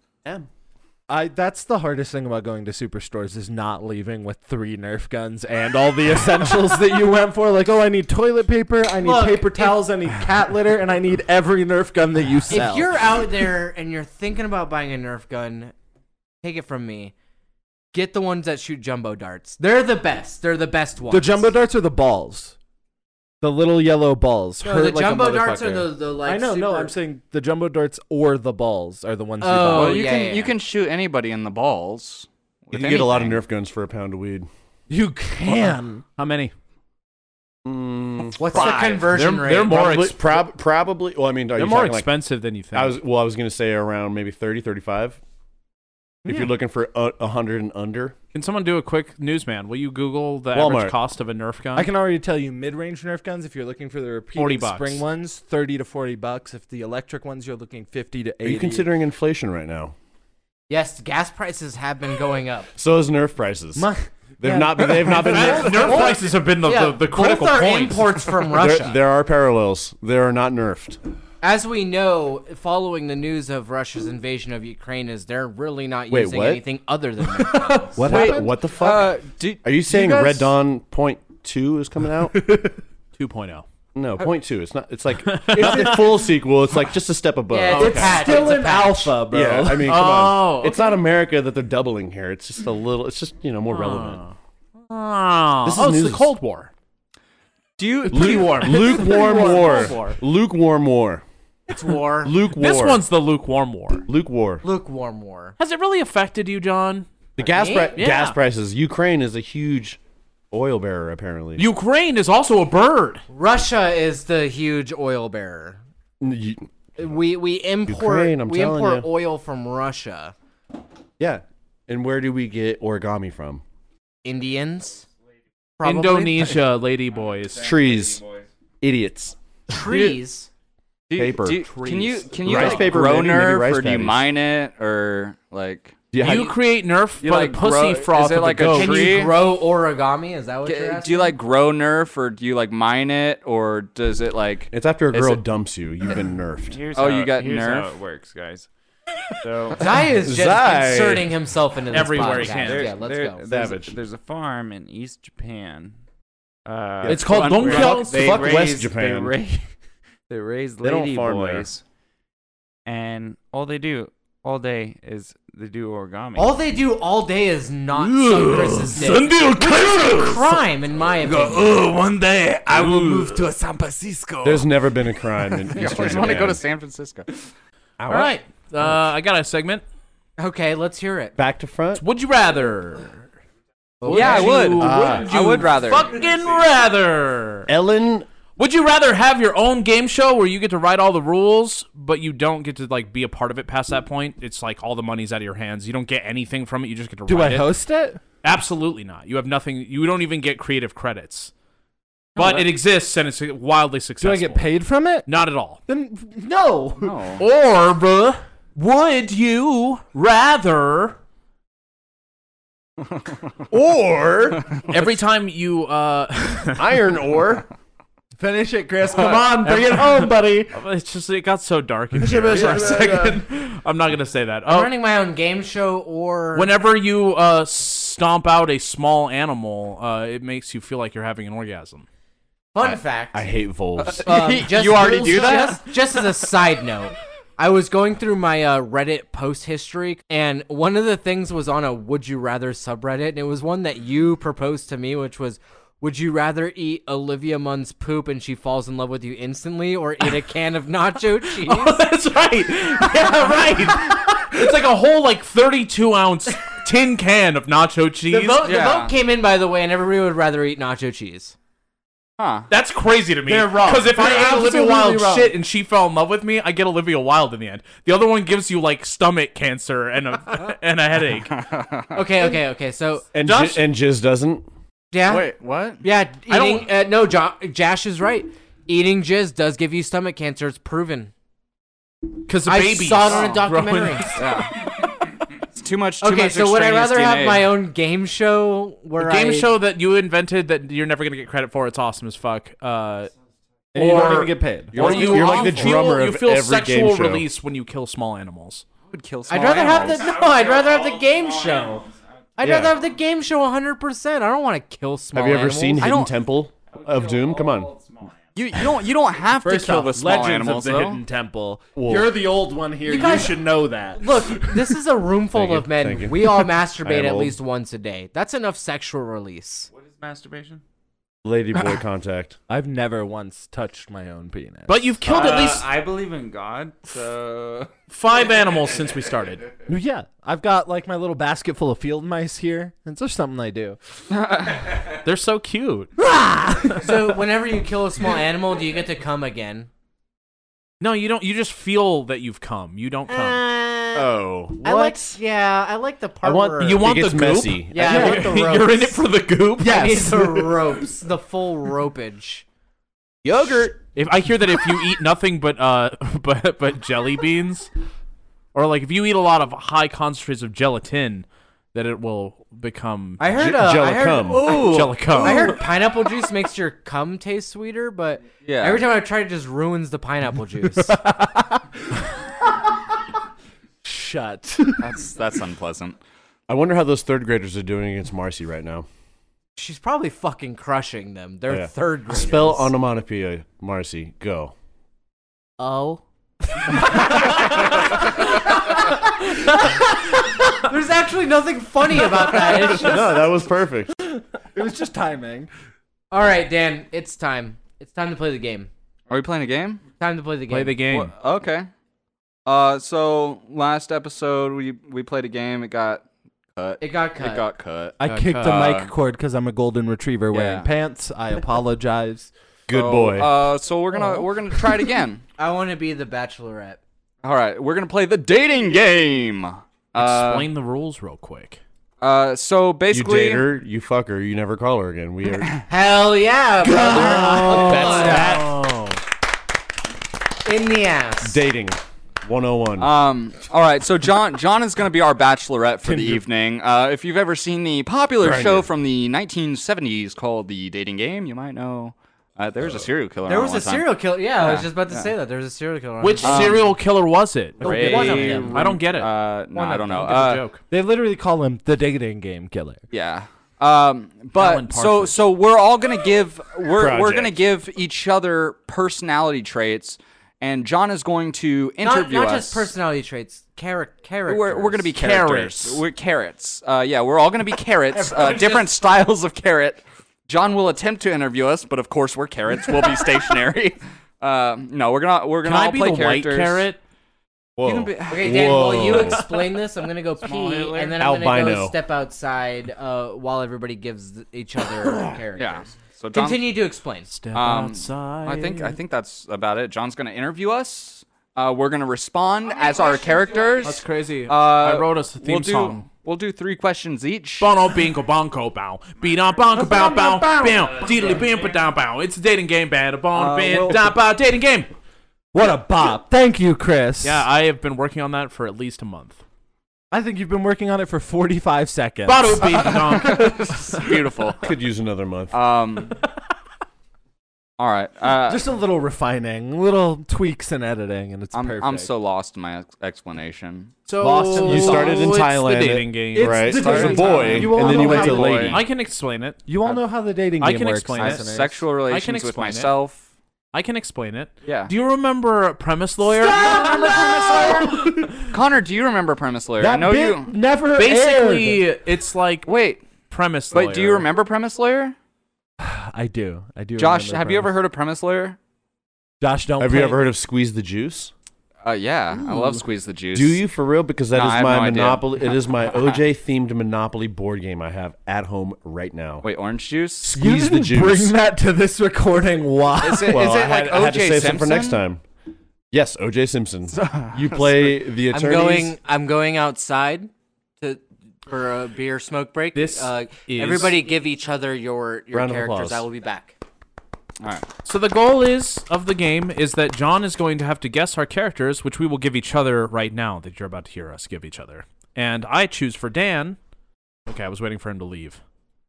S4: I that's the hardest thing about going to superstores is not leaving with three Nerf guns and all the essentials that you went for. Like, oh, I need toilet paper, I need
S3: Look,
S4: paper
S3: if-
S4: towels, I need cat litter, and I need every Nerf gun that you sell.
S3: If you're out there and you're thinking about buying a Nerf gun, take it from me. Get the ones that shoot jumbo darts. They're the best. They're the best ones.
S4: the jumbo darts are the balls, the little yellow balls.
S3: No,
S4: hurt
S3: the
S4: like a
S3: jumbo darts are
S4: motherfucker.
S3: the, the like.
S4: I know, no,
S3: super-
S4: I'm saying the jumbo darts or the balls are the ones. you
S3: Oh,
S4: buy.
S8: well, you
S3: yeah,
S8: can
S3: yeah, yeah.
S8: you can shoot anybody in the balls.
S7: You
S8: with
S7: can get a lot of
S8: anything.
S7: Nerf guns for a pound of weed.
S4: you can.
S6: Uh-uh. How many?
S7: Mm,
S3: What's
S7: five.
S3: the conversion
S6: They're-
S3: rate?
S6: they're more-
S7: Probably,
S6: exp-
S7: prob- probably. Well, I mean, are
S6: They're
S7: Oh, you
S6: more
S7: talking like
S6: expensive than you think.
S7: I was well, I was gonna say around maybe 30, 35. If
S6: Yeah.
S7: you're looking for a, a hundred and under,
S6: Can someone do a quick newsman? Will you Google the
S7: Walmart.
S6: average cost of a Nerf gun?
S4: I can already tell you mid-range Nerf guns. If you're looking for the
S6: 40
S4: repeating
S6: bucks.
S4: spring ones, thirty to forty bucks. If the electric ones, you're looking fifty to
S7: are
S4: eighty.
S7: you considering inflation right now?
S3: yes, gas prices have been going up.
S7: So is Nerf prices.
S4: My-
S7: they've not. Been,
S6: [LAUGHS]
S7: they've not been.
S6: Nerf, Nerf prices have been the,
S3: Yeah,
S6: the, the critical
S3: both are
S6: point. [LAUGHS]
S3: imports from
S7: There,
S3: Russia.
S7: there are parallels. They are not nerfed.
S3: As we know, following the news of Russia's invasion of Ukraine, is they're really not
S7: Wait,
S3: using
S7: what? Oh,
S3: anything other
S7: [LAUGHS]
S3: than Nerf guns.
S7: What
S8: Wait,
S7: happened? What the fuck?
S8: Uh, do,
S7: are you saying
S8: guys-
S7: Red Dawn Point Two is coming out?
S6: 2.0.
S7: no, Point Two. It's not. It's like not the full sequel. It's like just a step above.
S3: Yeah,
S4: It's
S3: a patch,
S4: still
S3: it's a
S4: an
S3: patch.
S4: alpha, bro.
S7: Yeah, I mean, come
S6: Oh,
S7: on. It's not America that they're doubling here. It's just a little. It's just you know more relevant.
S6: Oh,
S7: This is
S6: oh it's
S7: news.
S6: the Cold War.
S8: do you
S6: Lukewarm.
S7: Lukewarm war.
S6: Cold War.
S7: Lukewarm war.
S3: It's
S7: [LAUGHS]
S3: war.
S7: Lukewarm.
S6: This one's the lukewarm war.
S7: Luke War.
S3: Lukewarm war.
S6: Has it really affected you, John?
S7: The gas
S3: Me?
S7: pri-
S6: Yeah.
S7: gas prices. Ukraine is a huge oil bearer apparently.
S6: Ukraine is also a bird.
S3: Russia is the huge oil bearer.
S7: You-
S3: We we import
S7: Ukraine, I'm
S3: we
S7: telling
S3: import
S7: you.
S3: oil from Russia.
S7: yeah. And where do we get origami from?
S3: Indians, probably
S6: Indonesia, lady boys.
S7: Trees. Idiots.
S3: trees.
S8: do you-
S7: paper,
S8: do you- can you can you
S7: Rice
S8: like,
S7: paper,
S8: grow
S7: maybe- maybe
S8: nerf
S7: rice
S8: or do you
S7: patties.
S8: mine it or like
S7: Yeah, how
S6: you,
S7: do you-
S6: create Nerf,
S8: You
S6: but
S8: like
S6: pussy
S8: grow-
S6: froth
S8: is it
S6: with
S8: like
S6: a
S8: a
S6: goat.
S3: Can
S8: Tree?
S3: you grow origami? Is that what you're
S8: G-
S3: asking?
S8: do you like grow nerf or do you like mine it or does it like
S7: it's after a
S8: Is
S7: girl
S8: it-
S7: dumps you. You've been nerfed.
S5: Here's
S8: Oh,
S5: how-
S8: you got
S5: here's
S8: Nerf?
S5: how it works, guys.
S7: [LAUGHS]
S5: So
S3: Zai is just
S7: Zai.
S3: inserting himself into this
S6: Everywhere he
S3: podcast.
S6: can.
S5: There's-
S3: Yeah, let's
S5: there-
S3: go.
S5: There's,
S7: Savage.
S5: there's a farm in East Japan Uh,
S6: It's called Don't
S5: unfair.
S6: Kill-
S5: They
S7: Fuck West
S5: raise-
S7: Japan.
S5: They raise, they raise
S7: They don't
S5: lady
S7: farm there.
S5: boys, and all they do all day is they do origami.
S3: All they do all day is not suck Chris's dick. crime, in my opinion.
S6: oh, one day I will move to a San Francisco.
S7: [LAUGHS] There's never been a crime in
S8: I
S7: Eastern
S8: always want to go to
S7: Japan.
S8: San Francisco.
S6: All right. Uh, I got a segment.
S3: Okay, let's hear it.
S7: Back to front.
S6: Would you rather?
S8: Yeah, I would. Uh,
S6: You-
S7: Ah.
S6: would
S8: I
S6: you
S8: would rather.
S6: Fucking rather.
S7: Ellen
S6: Would you rather have your own game show where you get to write all the rules, but you don't get to like be a part of it past that point? It's like all the money's out of your hands. You don't get anything from it. You just get to
S4: Do
S6: write
S4: I
S6: it.
S4: host it?
S6: Absolutely not. You have nothing. You don't even get creative credits. But it exists and it's wildly
S4: Do
S6: successful.
S4: I get paid from it?
S6: Not at all.
S4: Then no. [LAUGHS]
S5: No.
S6: Or bruh, would you rather? or every time you
S4: [LAUGHS]
S6: uh, [LAUGHS]
S7: Iron Ore.
S4: Finish it, Chris. Come on, bring it home, buddy.
S6: [LAUGHS] it's just it got so dark in here for a second. [LAUGHS] I'm not gonna say that.
S3: I'm
S6: Oh,
S3: running my own game show or
S6: whenever you uh, stomp out a small animal, uh, it makes you feel like you're having an orgasm.
S3: fun fact.
S7: I hate Vols.
S3: Um, just
S8: [LAUGHS] You already
S3: rules-
S8: do that?
S3: Just, just as a side note, I was going through my uh, Reddit post history, and one of the things was on a "Would you rather" subreddit, and it was one that you proposed to me, which was. Would you rather eat Olivia Munn's poop and she falls in love with you instantly, or eat a can of
S8: [LAUGHS]
S3: nacho
S8: Oh,
S3: cheese?
S6: [LAUGHS] That's right. Yeah, right. it's like a whole like 32 ounce tin can of nacho
S3: The
S6: cheese.
S3: vote, the
S8: yeah.
S3: vote came in, by the way, and everybody would rather eat nacho cheese.
S8: Huh.
S6: That's crazy to me.
S4: They're wrong.
S6: Because if
S4: They're
S6: I ate Olivia
S4: absolutely
S6: Wilde
S4: wrong.
S6: shit and she fell in love with me, I get Olivia Wilde in the end. The other one gives you like stomach cancer and a and a headache.
S3: Okay, okay, okay. So,
S7: [LAUGHS] And,
S6: Josh-
S7: J- and Jizz doesn't.
S3: yeah,
S8: Wait, what?
S3: yeah.
S6: I don't-
S3: Eating, uh, no, jo- Jash is right. Eating jizz does give you stomach cancer. It's proven.
S6: Because the
S3: I
S6: babies
S3: saw it on a
S6: grow in-
S3: documentary.
S6: [LAUGHS]
S8: It's too much. Too
S3: okay,
S8: much
S3: so would I
S8: extraneous
S3: rather have
S8: DNA.
S3: my own game show where
S6: A game
S3: I,
S6: show that you invented that you're never gonna get credit for. It's awesome as fuck. Uh,
S4: And you don't
S6: Or-
S4: even get paid.
S7: You're,
S6: or
S7: like- you're like the
S6: feel-
S7: drummer
S6: you
S7: of
S6: feel
S7: every
S6: sexual
S7: game show.
S6: release when you kill small animals.
S8: Would kill small
S3: I'd rather have the
S8: animals.
S3: no. I'd rather have the game show. I'd rather have the game show 100. percent I don't want to kill small.
S7: Have you ever
S3: animals.
S7: seen
S8: I
S7: Hidden
S8: don't-
S7: Temple of Doom? Come on.
S8: You, you don't. You don't have to kill the small animals though.
S4: Temple.
S7: Whoa.
S4: You're the old one here. You,
S3: guys-
S4: should know that.
S3: Look, this is a room full
S7: you,
S3: of
S7: thank you.
S3: men. We all masturbate
S7: am
S3: at
S7: old.
S3: least once a day. That's enough sexual release.
S5: What is masturbation?
S7: Ladyboy contact.
S4: I've never once touched my own penis.
S6: But you've killed at
S5: Uh,
S6: least
S5: I believe in God, so
S6: five animals since we started.
S4: yeah, I've got like my little basket full of field mice here. It's just something I do.
S6: They're so cute.
S3: So whenever you kill a small animal, do you get to come again?
S6: No, you don't. You just feel that you've come. You don't come.
S7: Oh,
S3: Uh, I like. Yeah, I like the part where
S6: you want
S7: it gets
S6: the goop?
S7: messy.
S3: Yeah, I want the
S6: [LAUGHS]
S3: ropes.
S6: you're in it for the goop.
S3: I need the ropes, the full ropage.
S7: Yogurt.
S6: If I hear that if you eat nothing but uh [LAUGHS] but but jelly beans, or like if you eat a lot of high concentrates of gelatin, that it will become
S3: I heard.
S7: J-
S3: Uh, I heard.
S7: Jellicum.
S3: Ooh,
S6: jellico.
S3: I heard pineapple juice makes your cum taste sweeter, but
S8: Yeah.
S3: every time I try it, it just ruins the pineapple
S7: [LAUGHS]
S3: juice.
S4: [LAUGHS] Shut.
S8: That's that's unpleasant.
S7: I wonder how those third graders are doing against Marcy right now.
S3: She's probably fucking crushing them. They're
S7: Yeah.
S3: third graders.
S7: Spell onomatopoeia, Marcy. Go.
S3: [LAUGHS] O. There's actually nothing funny about that. It's just-
S7: [LAUGHS] No, that was perfect.
S4: it was just timing.
S3: All right, Dan, it's time. It's time to play the game.
S8: Are we playing a game?
S3: Time to play the game.
S6: play the game.
S8: Well, okay. Uh, so last episode we we played a game. It got cut.
S3: It got cut.
S8: It got cut.
S4: I kicked
S8: Uh,
S4: a mic cord because I'm a golden retriever
S8: Yeah.
S4: wearing pants. [LAUGHS] I [LAUGHS] apologize.
S7: Good
S8: So,
S7: boy.
S8: Uh, so we're gonna
S3: Aw.
S8: we're gonna try it again.
S3: I want to be the Bachelorette.
S8: All right, we're gonna play the dating game. Uh,
S6: Explain the rules real quick.
S8: Uh, so
S7: you
S8: basically,
S7: date her, you fuck her, you never call her again. We
S3: [CLEARS THROAT]
S7: are
S3: Hell yeah, brother! In the ass.
S7: dating 101.
S8: Um, all right, so John John is going to be our bachelorette for the evening. Uh, if you've ever seen the popular show from the 1970s called The Dating Game, you might know uh, there was a serial killer.
S3: There
S8: on
S3: was
S8: one
S3: a
S8: time.
S3: serial killer. Yeah, I was
S8: Yeah,
S3: just about to
S8: yeah.
S3: say that. There was a serial killer. on
S6: Which
S3: the-
S6: serial killer was it?
S3: Ray- one of them.
S6: I don't get it.
S8: Uh, no,
S6: One
S8: I
S6: of
S8: don't
S6: them.
S8: know.
S6: get the
S8: Uh,
S6: joke.
S4: They literally call him the dating game killer.
S8: yeah. Um,
S6: Alan
S8: but so
S6: Partridge.
S8: so we're all gonna give we're we're
S7: Project.
S8: gonna give each other personality traits, and John is going to
S3: Not,
S8: interview
S3: not
S8: us.
S3: just personality traits, charac- characters.
S8: We're, we're gonna be characters.
S7: Carrots.
S8: We're carrots. Uh, yeah, we're all gonna
S6: [LAUGHS]
S8: be carrots. uh, different styles of carrot. John will attempt to interview us, but of course we're carrots.
S6: [LAUGHS]
S8: We'll be stationary. Um, no, we're gonna we're
S6: Can
S8: gonna all
S6: I be
S8: play
S6: the white
S8: characters.
S6: carrot?
S7: Whoa.
S8: You can be-
S3: Okay, Dan, while you
S7: Whoa.
S3: explain this, I'm gonna go pee,
S5: Hitler.
S3: and then I'm gonna go
S7: Albino.
S3: step outside uh, while everybody gives th- each other characters.
S8: Yeah. So John,
S3: Continue to explain.
S6: Step
S8: Um,
S6: outside.
S8: I think I think that's about it. John's gonna interview us. Uh, we're gonna respond as our characters.
S6: that's crazy.
S8: Uh,
S6: I wrote us a theme
S8: we'll do,
S6: song.
S8: We'll do three questions each.
S6: Bono bingo bonko bow. Beat on bonko bow bow. Bam. Diddly bim pa down bow. It's a dating game. Bad a
S8: Uh,
S6: bon bin. Dop bow. Dating
S8: [LAUGHS]
S6: game.
S4: What a bop! Thank you, Chris.
S6: Yeah, I have been working on that for at least a month.
S4: I think you've been working on it for 45 seconds.
S6: Bado beat donk. [LAUGHS]
S8: Beautiful.
S7: Could use another month.
S8: Um. all right. Uh,
S4: Just a little refining, little tweaks and editing, and it's
S8: I'm
S4: perfect.
S8: I'm so lost in my ex- explanation.
S6: So
S4: Lost in the
S7: You started in
S6: it's
S7: Thailand.
S6: The dating game.
S4: It's
S7: right?
S4: the
S7: Started as a
S8: dating
S7: boy,
S4: game. You
S7: and
S4: all
S7: then
S4: know
S7: you went
S4: how
S7: to
S4: to
S7: lady.
S6: I can explain it.
S4: You all know how the dating game
S6: I can
S4: works.
S6: explain
S8: I
S6: it.
S8: have
S4: listeners.
S8: sexual relations with
S6: explain it.
S8: myself.
S6: I can explain it.
S8: Yeah.
S6: Do you remember Premise Lawyer?
S8: [LAUGHS] Connor, do you remember Premise Lawyer? I
S4: That
S8: know
S4: bit
S8: you.
S4: never aired.
S6: Basically, it's like
S8: Wait,
S6: Premise Lawyer.
S8: wait. Do you remember Premise Lawyer?
S4: I do. I do.
S8: Josh,
S4: remember
S8: have you ever
S4: Premise.
S8: heard of Premise Lawyer?
S4: Josh, don't.
S7: Have you
S4: play-
S7: ever heard of Squeeze the Juice?
S8: Uh, yeah. I love Squeeze the Juice.
S7: Do you for real? Because that
S8: No,
S7: is
S8: I have no
S7: my
S8: idea.
S7: Monopoly. It is
S8: [LAUGHS]
S7: my OJ themed Monopoly board game I have at home right now.
S8: Wait, orange juice.
S4: You
S7: Squeeze the
S4: didn't
S7: Juice.
S4: bring that to this recording. Why?
S8: Is it,
S7: well,
S8: is it
S7: I had,
S8: like
S7: I had to
S8: OJ
S7: save some
S8: Simpson
S7: for next time. Yes, OJ Simpson.
S4: [LAUGHS]
S7: You play the
S3: I'm
S7: attorneys.
S3: going. I'm going outside to for a beer smoke break.
S6: This
S3: uh,
S6: is-
S3: everybody give each other your your
S7: Round of
S3: characters.
S7: applause.
S3: I will be back.
S8: All right.
S6: So the goal is of the game is that John is going to have to guess our characters, which we will give each other right now that you're about to hear us give each other. And I choose for Dan. Okay, I was waiting for him to leave.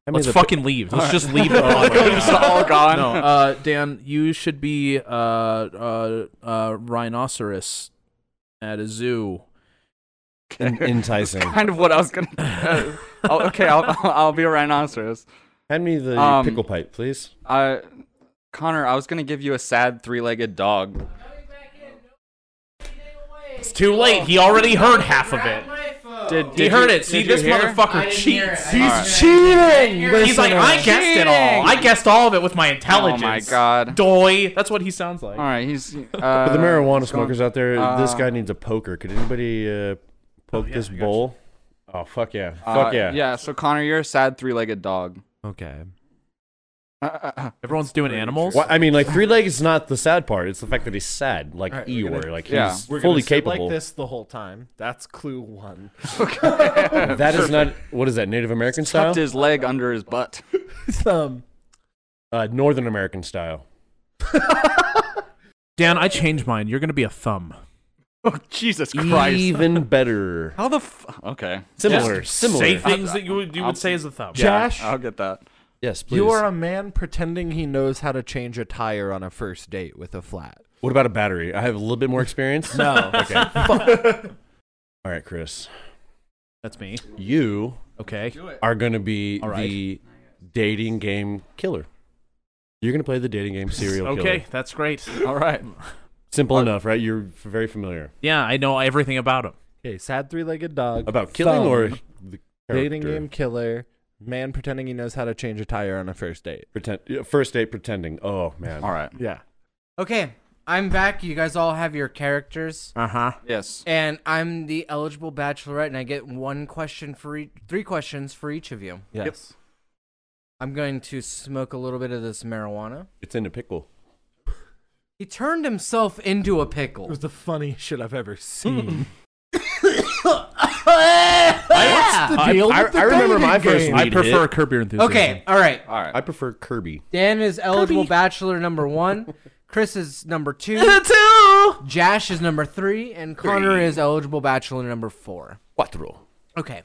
S7: I made
S6: Let's
S7: the-
S6: fucking leave. Let's just
S8: [LAUGHS]
S6: leave. the
S8: Oh,
S6: podcast.
S8: just all gone.
S6: No, uh, Dan, you should be uh, uh, uh, rhinoceros at a zoo.
S7: en- enticing.
S8: Kind of what I was gonna. [LAUGHS] oh, okay, I'll I'll be a rhinoceros.
S7: Hand me the
S8: Um,
S7: pickle pipe, please.
S8: Uh, Connor, I was gonna give you a sad three-legged dog.
S6: It's too late. He already heard half of it.
S8: Did, did
S6: He
S8: you-
S6: heard it. See,
S8: did you
S6: this
S8: hear?
S6: motherfucker cheats.
S4: He's
S8: All right.
S4: cheating.
S6: He's like, I
S4: listeners.
S6: guessed it all. I guessed all of it with my
S8: Oh
S6: intelligence.
S8: my god.
S6: Doy. That's what he sounds like.
S8: All right,
S7: [LAUGHS]
S8: he's. Uh,
S7: For the marijuana smokers out there, this
S8: uh,
S7: guy needs a poker. Could anybody uh, poke this bowl? Oh fuck yeah!
S8: uh,
S7: fuck yeah!
S8: Yeah. So Connor, you're a sad three-legged dog.
S4: Okay.
S8: Uh, uh, uh.
S6: Everyone's doing animals.
S7: Wha- I mean, like three legs is not the sad part. It's the fact that he's sad, like
S4: Alright, we're
S7: Eeyore.
S4: gonna-
S7: like he's
S8: yeah.
S4: We're gonna
S7: fully
S4: sit
S7: capable.
S4: like this the whole time. That's clue one.
S7: [LAUGHS] that is not what is that Native American style?
S8: Tucked his leg under his butt.
S4: um,
S7: uh, Northern American style.
S6: Dan, I changed mine. You're gonna be a thumb.
S8: Oh Jesus
S7: Even better.
S8: How the? F- okay.
S7: Similar.
S6: Just
S7: similar.
S6: Say things that you would, you
S8: I'll-
S6: would say as a thumb.
S4: [LAUGHS] Josh,
S8: I'll get that.
S7: yes, please.
S4: you are a man pretending he knows how to change a tire on a first date with a flat.
S7: what about a battery? I have a little bit more experience.
S4: No.
S7: Okay. All right, Chris.
S6: That's me.
S7: You
S6: Okay.
S7: are going to be
S6: All right.
S7: the dating game killer. You're going to play the dating game serial killer.
S6: Okay, that's great.
S8: All right.
S7: Simple enough, right? You're f- very familiar
S6: Yeah, I know everything about him.
S4: Okay, sad three-legged dog.
S7: about killing
S4: thumb,
S7: or the
S4: dating
S7: character?
S4: game killer. Man pretending he knows how to change a tire on a first date.
S7: Pretend yeah, first date pretending. Oh man.
S8: All right.
S4: Yeah.
S3: Okay, I'm back. You guys all have your characters,
S6: Uh huh.
S8: Yes.
S3: and I'm the eligible bachelorette, and I get one question for each, three questions for each of you.
S4: Yes.
S3: I'm going to smoke a little bit of this marijuana.
S7: It's in a pickle.
S3: He turned himself into a pickle.
S4: It was the funniest shit I've [LAUGHS] ever seen.
S3: Yeah!
S4: The deal
S7: I-
S4: with the
S7: I remember
S4: dating
S7: my first
S4: game.
S6: I
S7: Read
S6: prefer
S7: it.
S6: Curb Your Enthusiasm.
S3: Okay, all right.
S8: All right.
S7: I prefer Kirby.
S3: Dan is eligible bachelor number one. Chris is number
S4: [LAUGHS]
S3: two.
S6: Two.
S3: Jash is number three, and Connor is eligible bachelor number four.
S7: Quattro.
S3: Okay,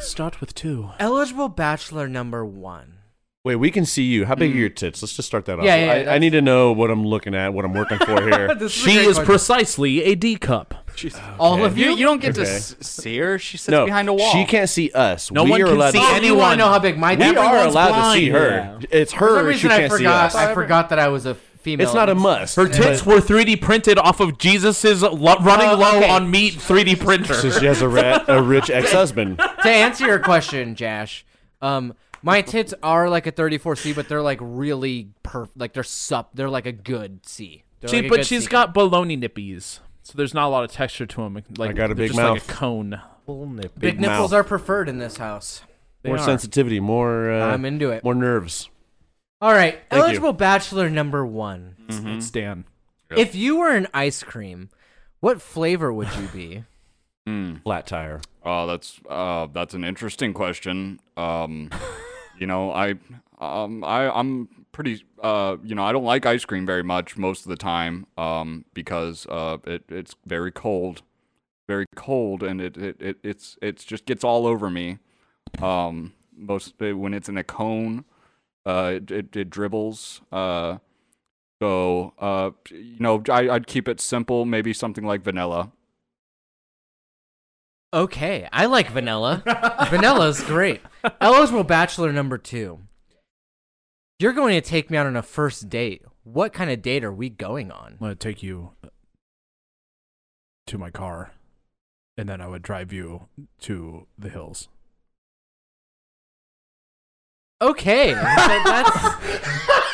S6: Start with two.
S3: eligible bachelor number one.
S7: Wait, we can see you. How
S6: Mm.
S7: big are your tits? Let's just start that off.
S3: Yeah, yeah,
S7: I- I,
S3: that's-
S7: need to know what I'm looking at, what I'm working for here.
S6: This
S3: She
S6: a great
S3: is
S6: question. precisely a D cup.
S3: [LAUGHS] All of
S8: You,
S3: you.
S8: you don't get to
S7: Okay.
S8: s- see her. She sits
S7: no,
S8: behind a wall.
S7: she can't see us.
S6: No
S7: we
S6: one
S7: are
S6: can
S7: allowed
S6: see
S7: to-
S6: anyone.
S3: Oh, you want to know how big my?
S7: We
S3: dick-
S7: are
S3: Everyone's
S7: allowed
S3: blind.
S7: to see her. It's
S3: For some
S7: her. She
S3: reason, I
S7: can't see
S3: forgot.
S7: us.
S3: I forgot that I was a female.
S7: It's not a must.
S6: Her tits were 3D printed off of Jesus's lo- running
S3: Uh,
S6: low
S3: okay.
S6: on meat 3D
S7: So
S6: printer.
S7: she has a, rat, a
S3: [LAUGHS]
S7: rich ex-husband.
S3: to answer your question, Jash, um, my tits are like a 34 C, but they're like really perf. Like they're sup. They're like a good C. They're
S6: See,
S3: like a
S6: but
S3: good
S6: she's
S3: C.
S6: got bologna nippies, so there's not a lot of texture to them. Like
S7: I got a
S6: they're
S7: big
S6: just like
S7: mouth.
S6: a cone.
S3: big,
S7: big
S3: nipples
S7: mouth.
S3: are preferred in this house.
S6: They
S7: more
S6: are.
S7: sensitivity, more uh,
S3: I'm into it.
S7: more nerves.
S3: All right,
S7: Thank you.
S3: eligible bachelor number one.
S7: Mm-hmm.
S6: It's Dan.
S3: If you were an ice cream, what flavor would you be?
S8: Mm.
S7: Flat tire.
S8: Oh, that's uh, that's an interesting question. Um, you know, I, um, I, I'm pretty. Uh, you know, I don't like ice cream very much most of the time. Um, because uh, it it's very cold, very cold, and it it, it it's it's just gets all over me. Um, most when it's in a cone, uh, it it, it dribbles. Uh, so uh, you know, I, I'd keep it simple. Maybe something like vanilla.
S3: Okay, I like vanilla. Vanilla's great. Eligible bachelor number two. You're going to take me out on a first date. What kind of date are we going on?
S6: I'm gonna take you uh, to my car, and then I would drive you to the hills.
S3: Okay, that- that's.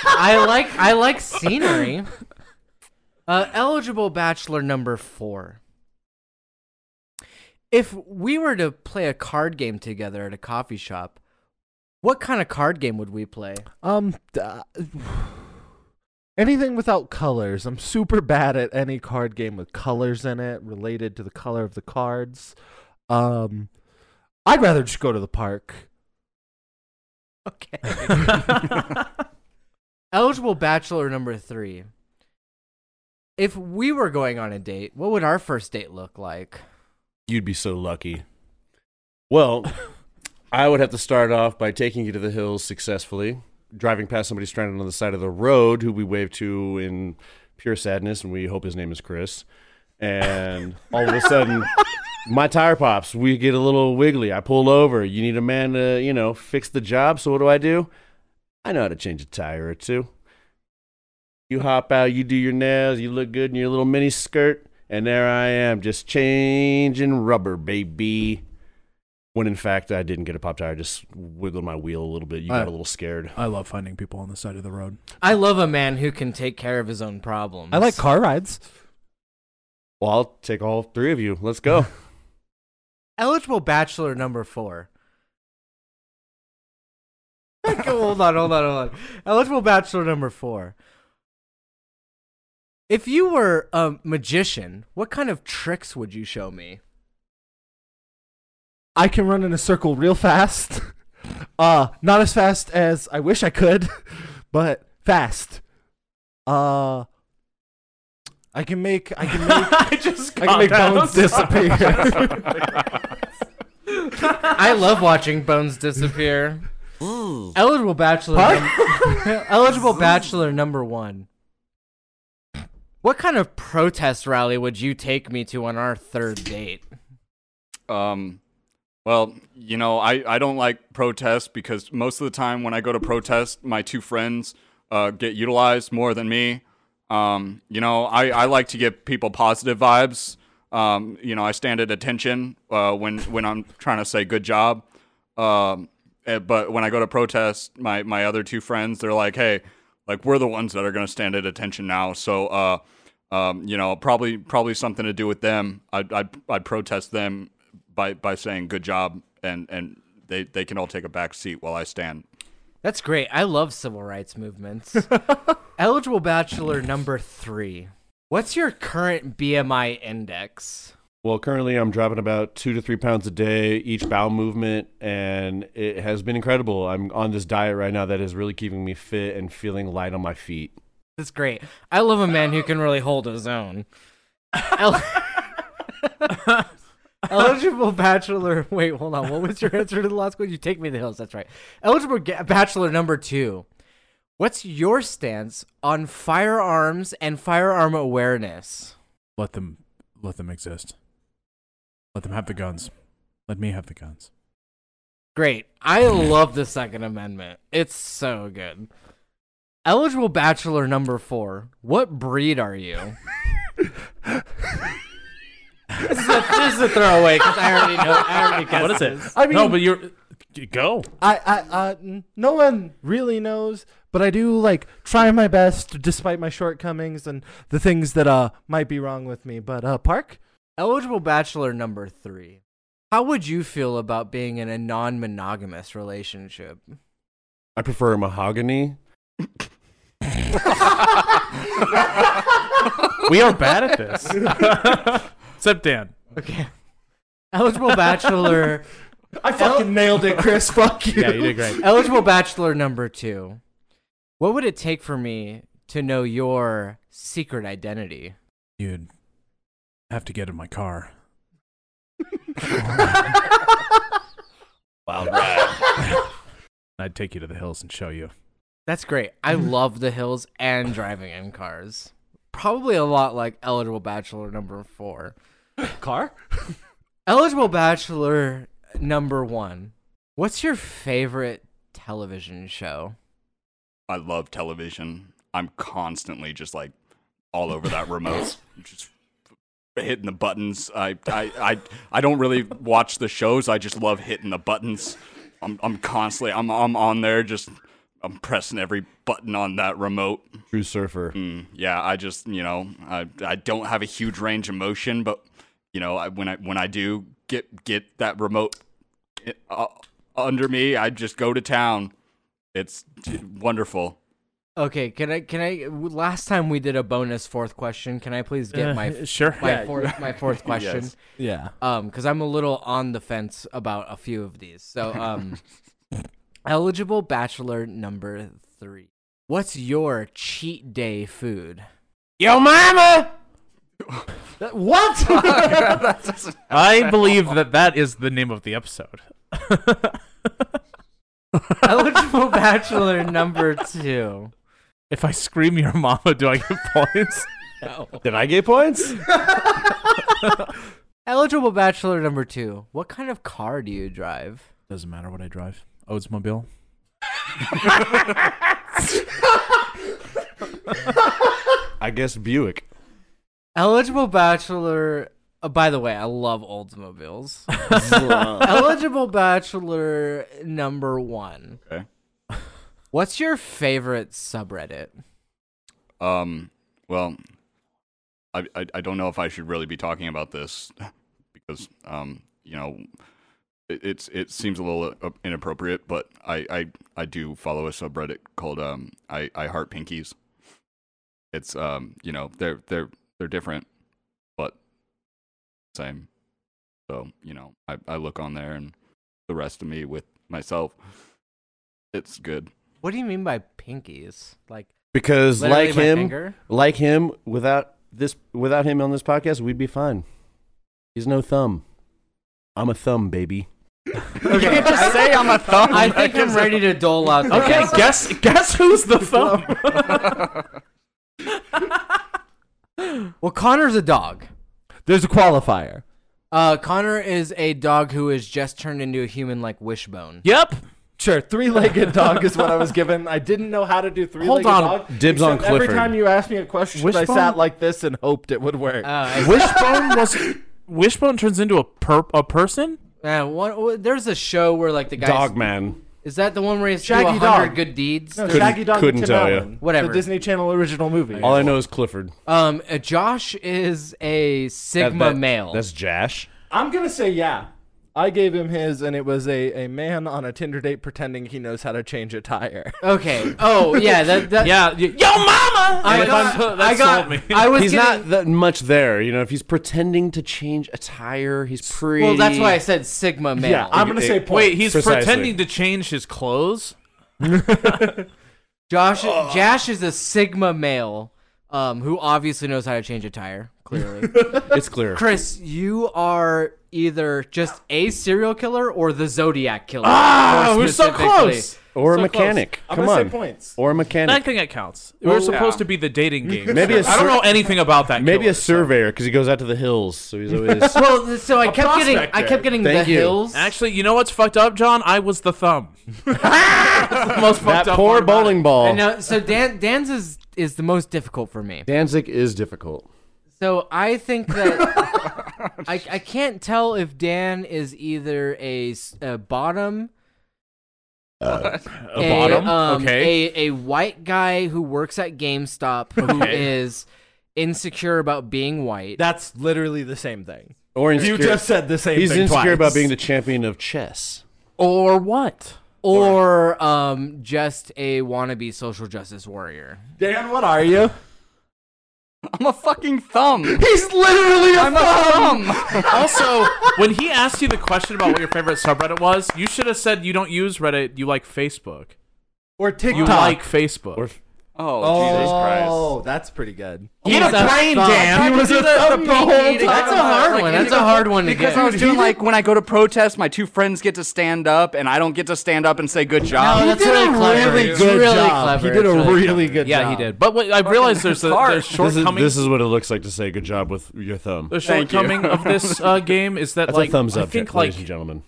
S3: I like I like scenery. Uh, eligible bachelor number four. If we were to play a card game together at a coffee shop, what kind of card game would we play?
S4: Um, d- uh, [SIGHS] anything without colors. I'm super bad at any card game with colors in it related to the color of the cards. Um, I'd rather just go to the park.
S3: Okay. [LAUGHS] Eligible bachelor number three. If we were going on a date, what would our first date look like?
S7: You'd be so lucky. Well, [LAUGHS] I would have to start off by taking you to the hills successfully, driving past somebody stranded on the side of the road who we wave to in pure sadness, and we hope his name is Chris. And all of a sudden, my tire pops. We get a little wiggly. I pull over. You need a man to, you know, fix the job. So what do I do? I know how to change a tire or two. You hop out, you do your nails, you look good in your little mini skirt, and there I am, just changing rubber, baby. When in fact I didn't get a pop tire, I just wiggled my wheel a little bit. You got
S6: Uh,
S7: a little scared.
S6: I love finding people on the side of the road.
S3: I love a man who can take care of his own problems.
S4: I like car rides.
S7: Well, I'll take all three of you.
S3: [LAUGHS]
S7: Let's go.
S3: eligible bachelor number four. [LAUGHS] hold on, hold on, hold on. Eligible bachelor number four. If you were a magician, what kind of tricks would you show me?
S4: I can run in a circle real fast. [LAUGHS] Uh, not as fast as I wish I could, [LAUGHS] but fast. Uh, I can make I can make
S6: I just
S4: I can make bones disappear. [LAUGHS]
S3: I love watching bones disappear. eligible bachelor. num- [LAUGHS] eligible bachelor number one. What kind of protest rally would you take me to on our third date?
S8: Um, well, you know, I, I don't like protests because most of the time when I go to protest, my two friends uh, get utilized more than me. Um, you know, I, I like to give people positive vibes. Um, you know, I stand at attention uh, when, when I'm trying to say good job. Um, eh, but when I go to protest, my, my other two friends, they're like, hey, like we're the ones that are going to stand at attention now. So, uh, um, you know, probably probably something to do with them. I'd, I'd, I'd protest them by, by saying good job and, and they, they can all take a back seat while I stand.
S3: That's great. I love civil rights movements. Eligible bachelor number three. What's your current BMI index?
S7: Well, currently I'm dropping about two to three pounds a day each bowel movement, and it has been incredible. I'm on this diet right now that is really keeping me fit and feeling light on my feet.
S3: That's great. I love a man who can really hold his own. El- eligible bachelor. Wait, hold on. What was your answer to the last question? You take me to the hills. That's right. Eligible ga- bachelor number two. What's your stance on firearms and firearm awareness?
S6: Let them let them exist. Let them have the guns. Let me have the
S3: [LAUGHS]
S6: guns.
S3: Great. I love the Second Amendment. It's so good. Eligible bachelor number four. What breed are you? this, is a, this is a throwaway because I already know. I already guessed
S6: What is it?
S3: this.
S4: I
S6: no,
S4: mean-
S6: but you're go.
S4: I, I, uh, n- no one really knows, but I do like try my best despite my shortcomings and the things that uh might be wrong with me. But uh, Park,
S3: Eligible bachelor number three. How would you feel about being in a non-monogamous relationship?
S7: I prefer mahogany.
S6: We are bad at this.
S3: [LAUGHS]
S6: Except Dan.
S3: Okay. Eligible bachelor.
S4: I fucking nailed it, Chris. [LAUGHS] Fuck you.
S6: Yeah, you did great.
S3: eligible bachelor number two. What would it take for me to know your secret identity?
S6: You'd have to get in my [LAUGHS] car.
S7: Wild ride.
S6: I'd take you to the hills and show you.
S3: That's great. I love the hills and driving in cars. Probably a lot like eligible bachelor number four.
S4: Car?
S3: Eligible bachelor number one. What's your favorite television show?
S8: I love television. I'm constantly just like all over that remote, just hitting the buttons. I, I, I, I don't really watch the shows. I just love hitting the buttons. I'm, I'm constantly, I'm, I'm on there just, I'm pressing every button on that remote.
S7: True surfer.
S8: Mm, yeah, I just, you know, I, I don't have a huge range of motion, but you know, I, when I, when I do get, get that remote uh, under me, I just go to town. It's wonderful.
S3: Okay, can I can I last time we did a bonus fourth question, can I please get my
S6: Uh, [LAUGHS] sure.
S3: my fourth
S6: [LAUGHS]
S3: my fourth question?
S8: Yes.
S4: Yeah.
S3: um because i'm a little on the fence about a few of these so um eligible bachelor number three what's your cheat day food
S7: Yo, mama!
S4: [LAUGHS] What?
S6: I believe that that is the name of the episode. [LAUGHS]
S3: eligible bachelor number two
S6: If I scream your mama, do I get
S4: [LAUGHS]
S6: points?
S7: Did I get points?
S3: eligible bachelor number two what kind of car do you drive
S6: Doesn't matter what I drive. [LAUGHS] Oldsmobile.
S7: I guess Buick.
S3: eligible bachelor oh, by the way i love oldsmobiles
S6: [LAUGHS]
S3: eligible bachelor number one
S8: Okay.
S3: what's your favorite subreddit
S8: Um, well, I, I I don't know if I should really be talking about this because um, you know, it, it's it seems a little uh, inappropriate, but I I I do follow a subreddit called um I I heart pinkies. It's um you know they're they're they're different, but same. So you know I I look on there and the rest of me with myself. It's good. [LAUGHS]
S3: What do you mean by pinkies? Like
S7: Because
S3: literally
S7: like
S3: my
S7: him,
S3: finger?
S7: like him, without this, without him on this podcast, we'd be fine. He's no thumb. I'm a thumb, baby.
S8: Okay, you just say I'm a thumb.
S3: I think I'm ready to dole out. the
S6: Okay,
S3: rest.
S6: guess guess who's the thumb?
S3: Well, Connor's a dog.
S4: There's a qualifier.
S3: Uh, Connor is a dog who is just turned into a human like Wishbone.
S6: yep.
S4: Sure, three-legged dog is what I was given. I didn't know how to do three-legged
S6: on.
S4: dog.
S7: Dibs on
S4: except Every
S7: Clifford.
S4: time you asked me a question, I
S6: Wishbone?
S4: sat like this and hoped it would work.
S3: Uh,
S6: Wishbone was [LAUGHS] Wishbone turns into a per a person?
S3: man, uh, one, w- there's a show where like the guy
S7: Dog man.
S3: is that the one where he's
S4: Shaggy
S3: do hundred
S4: Dog.
S3: good deeds.
S4: No,
S7: Couldn't-
S4: Shaggy Dog and
S7: couldn't
S4: Tim
S7: tell ya.
S4: Allen.
S3: Whatever.
S4: The Disney Channel original movie.
S7: All I know is Clifford.
S3: Um, uh, Josh is a
S7: That-
S3: Sigma
S7: that-
S3: male.
S7: That's Jash.
S4: I'm gonna say yeah. I gave him his, and it was a, a man on a Tinder date pretending he knows how to change a tire. [LAUGHS]
S3: okay. Oh yeah. That, that
S6: Yeah. y- Yo, mama.
S3: I got. I got. I was.
S7: He's
S3: getting-
S7: not that much there, you know. If he's pretending to change a tire, he's pretty.
S3: Well, that's why I said Sigma male.
S4: Yeah, I'm gonna say point.
S6: Wait, he's
S7: Precisely.
S6: pretending to change his clothes.
S3: Josh Josh is a Sigma male um, who obviously knows how to change a tire. Clearly,
S7: [LAUGHS] It's clear.
S3: Chris, you are either just a serial killer or the Zodiac killer.
S6: Ah,
S3: more
S6: we're so
S3: specifically.
S6: close.
S7: Or a
S6: So close.
S7: mechanic.
S4: I'm
S7: Come
S4: gonna say
S7: on.
S4: points.
S7: Or a
S6: I
S7: mechanic.
S6: think that counts. We're supposed
S5: yeah.
S6: to be the dating game.
S7: [LAUGHS] Maybe a
S6: I don't
S7: sur-
S6: know anything about that.
S7: Maybe
S6: killer,
S7: a surveyor because he goes out to the hills, so he's always.
S3: Well, so I kept getting, I
S6: prospector.
S3: kept getting
S7: Thank
S3: the
S7: you.
S3: hills.
S6: So. Actually, you know what's fucked up, John? I was the thumb. That's the most
S7: that
S6: fucked up
S7: poor
S6: part about
S7: bowling
S6: it.
S7: ball.
S3: And now, so Dan, Dan's is is the most difficult for me.
S7: Danzig is difficult.
S3: So I think that I, I can't tell if Dan is either a, s- a bottom,
S6: Uh, A bottom.
S3: um,
S6: okay.
S3: a, a white guy who works at GameStop who
S6: Okay.
S3: is insecure about being white.
S4: That's literally the same thing.
S7: Or
S4: You
S7: insecure.
S4: just said the same
S7: he's
S4: thing. twice.
S7: insecure about being the champion of chess.
S6: or what?
S3: or um, just a wannabe social justice warrior.
S4: Dan, what are you?
S8: I'm a fucking thumb.
S4: He's literally a
S8: I'm a thumb.
S6: Also, [LAUGHS] when he asked you the question about what your favorite subreddit was, you should have said you don't use Reddit. You like Facebook.
S4: Or TikTok.
S6: You like Facebook.
S7: Or
S8: Oh, Jesus Christ.
S4: oh, that's pretty good.
S3: He's a thumb.
S4: He was a thumb the whole time.
S3: That's a hard one. That's a hard one to
S8: Because I
S3: get.
S8: was doing like when I go to protest, my two friends get to stand up, and I don't get to stand up and say good job.
S3: No, that's really clever. It's really clever.
S4: He did
S3: It's
S4: a
S3: really
S4: really,
S3: clever.
S4: good
S6: yeah,
S4: job.
S6: he did. But what, I realized there's a
S8: hard.
S6: there's shortcoming.
S7: This is, this is what it looks like to say good job with your thumb.
S6: the
S8: Thank you.
S6: shortcoming of this uh, game is that
S7: That's
S6: like
S7: a thumbs up,
S6: I think
S7: ladies
S6: like
S7: and gentlemen.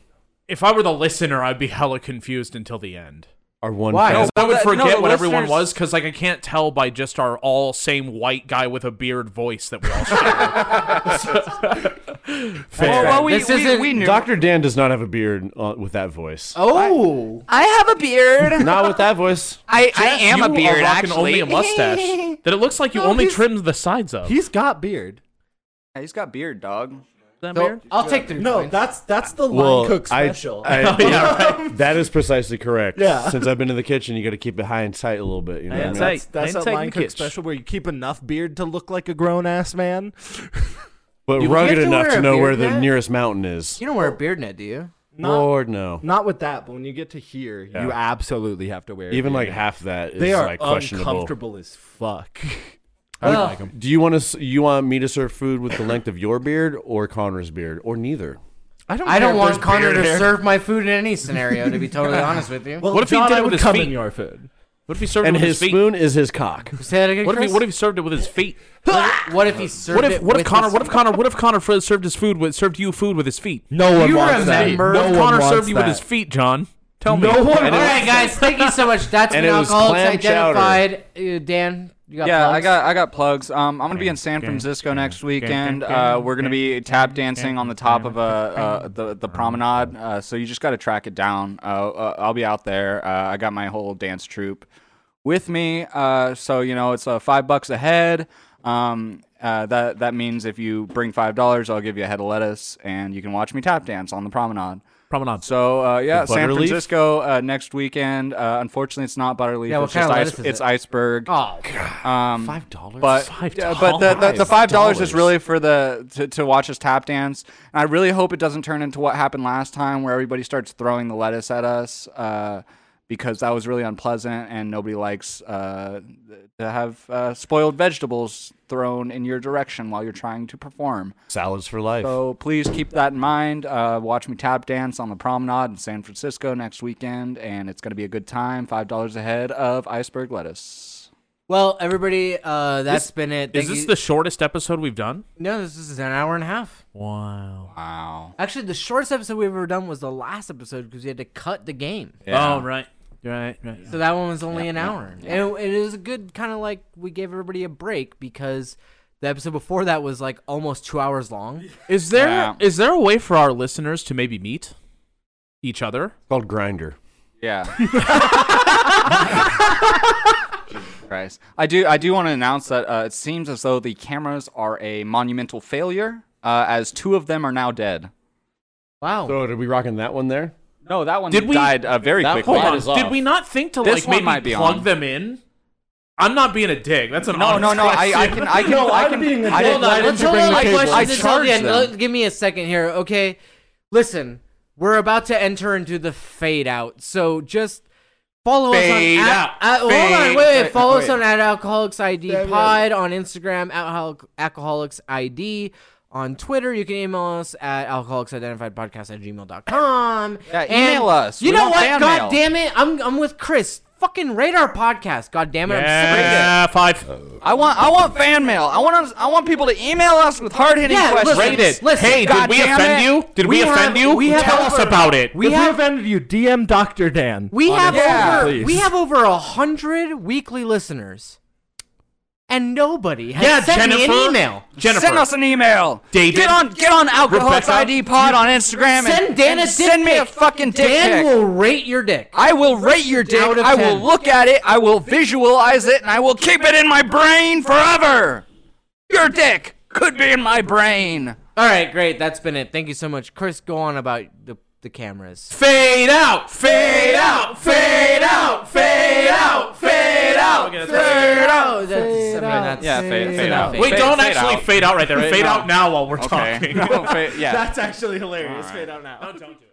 S6: if I were the listener, I'd be hella confused until the end.
S7: Our one
S8: Why?
S7: fan-
S8: No,
S6: I would
S8: that- no,
S6: forget
S8: the
S6: what everyone
S8: listeners-
S6: was because like I can't tell by just our all same white guy with a beard voice that
S7: [LAUGHS]
S6: we all share.
S8: Well, well, we,
S3: This
S8: we,
S3: isn't
S6: [LAUGHS]
S8: we knew.
S7: Dr. Dan does not have a beard uh, with that voice.
S3: Oh.
S8: I have a [LAUGHS] beard.
S7: Not with that voice.
S8: I, I
S6: Jeff,
S8: am
S6: you
S8: a beard,
S6: Are rocking only
S8: actually.
S6: a mustache
S3: [LAUGHS]
S6: that it looks like you
S4: No,
S6: only
S4: he's-
S6: trimmed the sides of.
S4: He's got beard.
S8: Yeah, he's got beard, dog.
S6: that
S3: So,
S6: beard?
S3: I'll take three
S4: No,
S3: points.
S4: that's that's the
S7: Well,
S4: line cook
S7: I-
S4: special. [LAUGHS] Oh,
S7: I-
S6: yeah, right.
S7: That is precisely correct.
S4: Yeah.
S7: Since I've been to the kitchen, you got to keep it high and tight a little bit. You know what I
S6: and
S7: mean?
S6: tight.
S4: that's that's
S6: Ain't
S4: that line
S6: taking
S4: cook
S6: kitsch.
S4: special where you keep enough beard to look like a grown ass man.
S7: But
S3: You
S7: rugged
S3: have to
S7: enough
S3: wear
S7: to
S3: a
S7: know
S3: beard
S7: where the
S3: net?
S7: nearest mountain is.
S3: You don't wear a beard net, do you?
S4: Not
S7: Lord, no.
S4: not with that, but when you get to here, you absolutely have to wear. a
S7: Even
S4: beard.
S7: like half that is
S4: they are
S7: like questionable.
S4: uncomfortable as [LAUGHS] fuck.
S6: I would
S3: Well,
S6: like him.
S7: Do you want to? You want me to serve food with the length of your beard or Connor's beard or neither?
S4: don't.
S3: I don't
S4: care if
S3: want
S4: there's
S3: Connor
S4: beard
S3: to
S4: hair.
S3: serve my food in any scenario, to be
S6: [LAUGHS]
S3: totally honest with you.
S4: Well,
S6: What if he
S4: John,
S6: did it
S4: I
S6: with
S4: would
S6: his
S4: come
S6: feet?
S4: in your food?
S6: What if he served
S7: And
S6: it with
S7: his
S6: his feet?
S7: spoon is his cock.
S3: Say that again,
S6: What if
S3: Chris?
S6: he what if he served it with his feet?
S3: if, what if he served
S6: What if
S3: it
S6: what if
S3: with
S6: Connor
S3: his-
S6: what if Connor what if Connor Fr- served his food with served you food with his feet?
S4: No one
S3: You
S4: wants that.
S3: remember-
S4: No
S6: what if
S4: one
S6: Connor
S4: wants
S6: served you with
S4: that.
S6: his feet, John? Tell me.
S4: No one-
S6: [LAUGHS]
S3: All right, guys, thank you so much. That's
S7: And
S3: been
S7: it was
S3: alcoholics
S7: clam chowder.
S3: identified. Uh, Dan, you got
S8: Yeah,
S3: plugs?
S8: I got I got plugs. Um, I'm gonna be in San
S6: gang,
S8: Francisco
S6: gang,
S8: next
S6: gang,
S8: weekend.
S6: gang,
S8: Uh,
S6: gang,
S8: we're gonna be
S6: gang,
S8: tap
S6: gang,
S8: dancing
S6: gang,
S8: on the top of uh,
S6: gang,
S8: uh
S6: gang.
S8: the the promenade. Uh, so you just gotta track it down. Uh, uh, I'll be out there. Uh, I got my whole dance troupe with me. Uh, so you know it's uh, five bucks a head. Um, uh, that that means if you bring five dollars, I'll give you a head of lettuce, and you can watch me tap dance on the promenade.
S6: Promenade.
S8: So uh, yeah,
S7: The
S8: San
S7: Butterleaf?
S8: Francisco uh, next weekend. Uh, unfortunately, it's not butterleaf.
S3: Yeah, what
S8: it's just
S3: kind of
S8: ice,
S3: lettuce is
S8: it's
S3: it?
S8: iceberg.
S3: Oh, God.
S8: Um,
S7: Five dollars.
S8: but
S6: Five
S8: yeah, but the, the, the
S7: dollars.
S8: five dollars
S7: Dollars.
S8: is really for the to, to watch us tap dance, and I really hope it doesn't turn into what happened last time, where everybody starts throwing the lettuce at us, uh, because that was really unpleasant, and nobody likes uh, to have uh, spoiled vegetables thrown in your direction while you're trying to perform.
S7: salads for life.
S8: So please keep that in mind. Uh, watch me tap dance on the promenade in San Francisco next weekend, and it's going to be a good time. Five dollars a head of iceberg lettuce.
S3: Well, everybody, uh, that's been it.
S6: Is
S3: Thank
S6: this
S3: you-
S6: the shortest episode we've done?
S3: No, this is an hour and a half.
S6: Wow.
S8: Wow.
S3: Actually, the shortest episode we've ever done was the last episode because we had to cut the game.
S6: Oh right. Right, right.
S3: So that one was only an hour. And it, it was a good kind of like we gave everybody a break because the episode before that was like almost two hours long.
S6: Is there is
S8: Yeah.
S6: there a way for our listeners to maybe meet each other?
S7: It's called grinder.
S8: [LAUGHS] Yeah. Christ. I do. I do want to announce that uh, it seems as though the cameras are a monumental failure, uh, as two of them are now dead.
S4: Oh.
S3: Wow.
S7: So did we rocking that one there?
S8: No, that one
S6: Did we-
S8: died uh, very
S7: That
S8: quickly.
S6: Hold on.
S7: is
S6: Did
S7: off.
S6: we not think to
S8: This
S6: like
S8: one
S6: maybe
S8: might be
S6: plug
S8: on.
S6: them in? I'm not being a dick. That's an
S8: No, no,
S6: honest
S8: no. I, I
S6: question. [LAUGHS]
S8: can. I can.
S4: No,
S8: I
S4: I'm
S8: can.
S4: being a
S8: I
S4: dick.
S8: didn't-
S3: Hold on.
S8: I
S3: Let's
S8: didn't
S3: hold
S8: bring
S3: on
S8: the
S3: to
S8: cable.
S3: questions
S8: I
S3: until the
S8: charged
S3: end.
S8: them.
S3: Let- Give me a second here. Okay. Listen, we're about to enter into the fade out. So just Follow
S8: Fade
S3: us on
S8: out.
S3: At, at- hold on,
S8: Fade-
S3: wait, wait,
S8: wait,
S3: Follow us
S8: wait.
S3: on at Alcoholics ID
S4: Yeah, yeah.
S3: Pod on Instagram at Alcohol- Alcoholics ID on Twitter. You can email us at alcoholicsidentifiedpodcast at gmail.com.
S8: Yeah, email us.
S3: You
S8: We
S3: know
S8: want
S3: what?
S8: fan
S3: God
S8: mail.
S3: damn it, I'm I'm with Chris. Fucking radar podcast. God damn it, I'm sick of it.
S6: Yeah, five.
S8: I want I want fan mail. I want us, I want people to email us with hard hitting
S3: Yeah,
S8: questions.
S3: listen, Rate it. listen,
S6: hey,
S8: God
S6: did we
S8: damn
S6: offend
S8: it.
S6: you? Did we,
S3: We have-
S6: offend you?
S3: we have
S6: Tell us
S3: over-
S6: about it.
S3: We
S4: if we
S3: have
S4: offended you, DM Doctor Dan.
S3: we
S4: on
S6: [LAUGHS]
S3: have
S4: Instagram,
S8: Yeah.
S3: over
S4: please.
S3: we have over a hundred weekly listeners, and nobody has
S6: yeah,
S3: sent
S6: Jennifer.
S3: me an email.
S6: Jennifer.
S8: Send us an email.
S6: David.
S8: Get on get on Alcoholics
S6: Rebecca.
S8: ID Pod on Instagram.
S3: Send
S8: and,
S3: Dan
S8: and
S3: a dick
S8: send me a
S3: pic.
S8: fucking dick
S3: Dan
S8: pic.
S3: will rate your dick.
S8: I will rate your dick.
S3: Out of
S8: I
S3: 10.
S8: will look at it. I will visualize it, and I will keep it in my brain forever. Your dick could be in my brain.
S3: All right, great. That's been it. Thank you so much, Chris. Go on about the the cameras.
S6: Fade out. Fade out. Fade out. Fade out. Fade out.
S3: out. That's, I mean, that's,
S8: Yeah, fade- fade
S3: that's
S8: out.
S3: fade.
S6: Wait,
S8: Fade-
S6: don't
S8: fade
S6: actually
S8: out.
S6: fade out right there. Fade
S8: out.
S6: out now while we're
S8: Okay. [LAUGHS]
S6: talking. [LAUGHS]
S8: No, fa- yeah.
S6: actually hilarious. Fade out now. No, don't do it.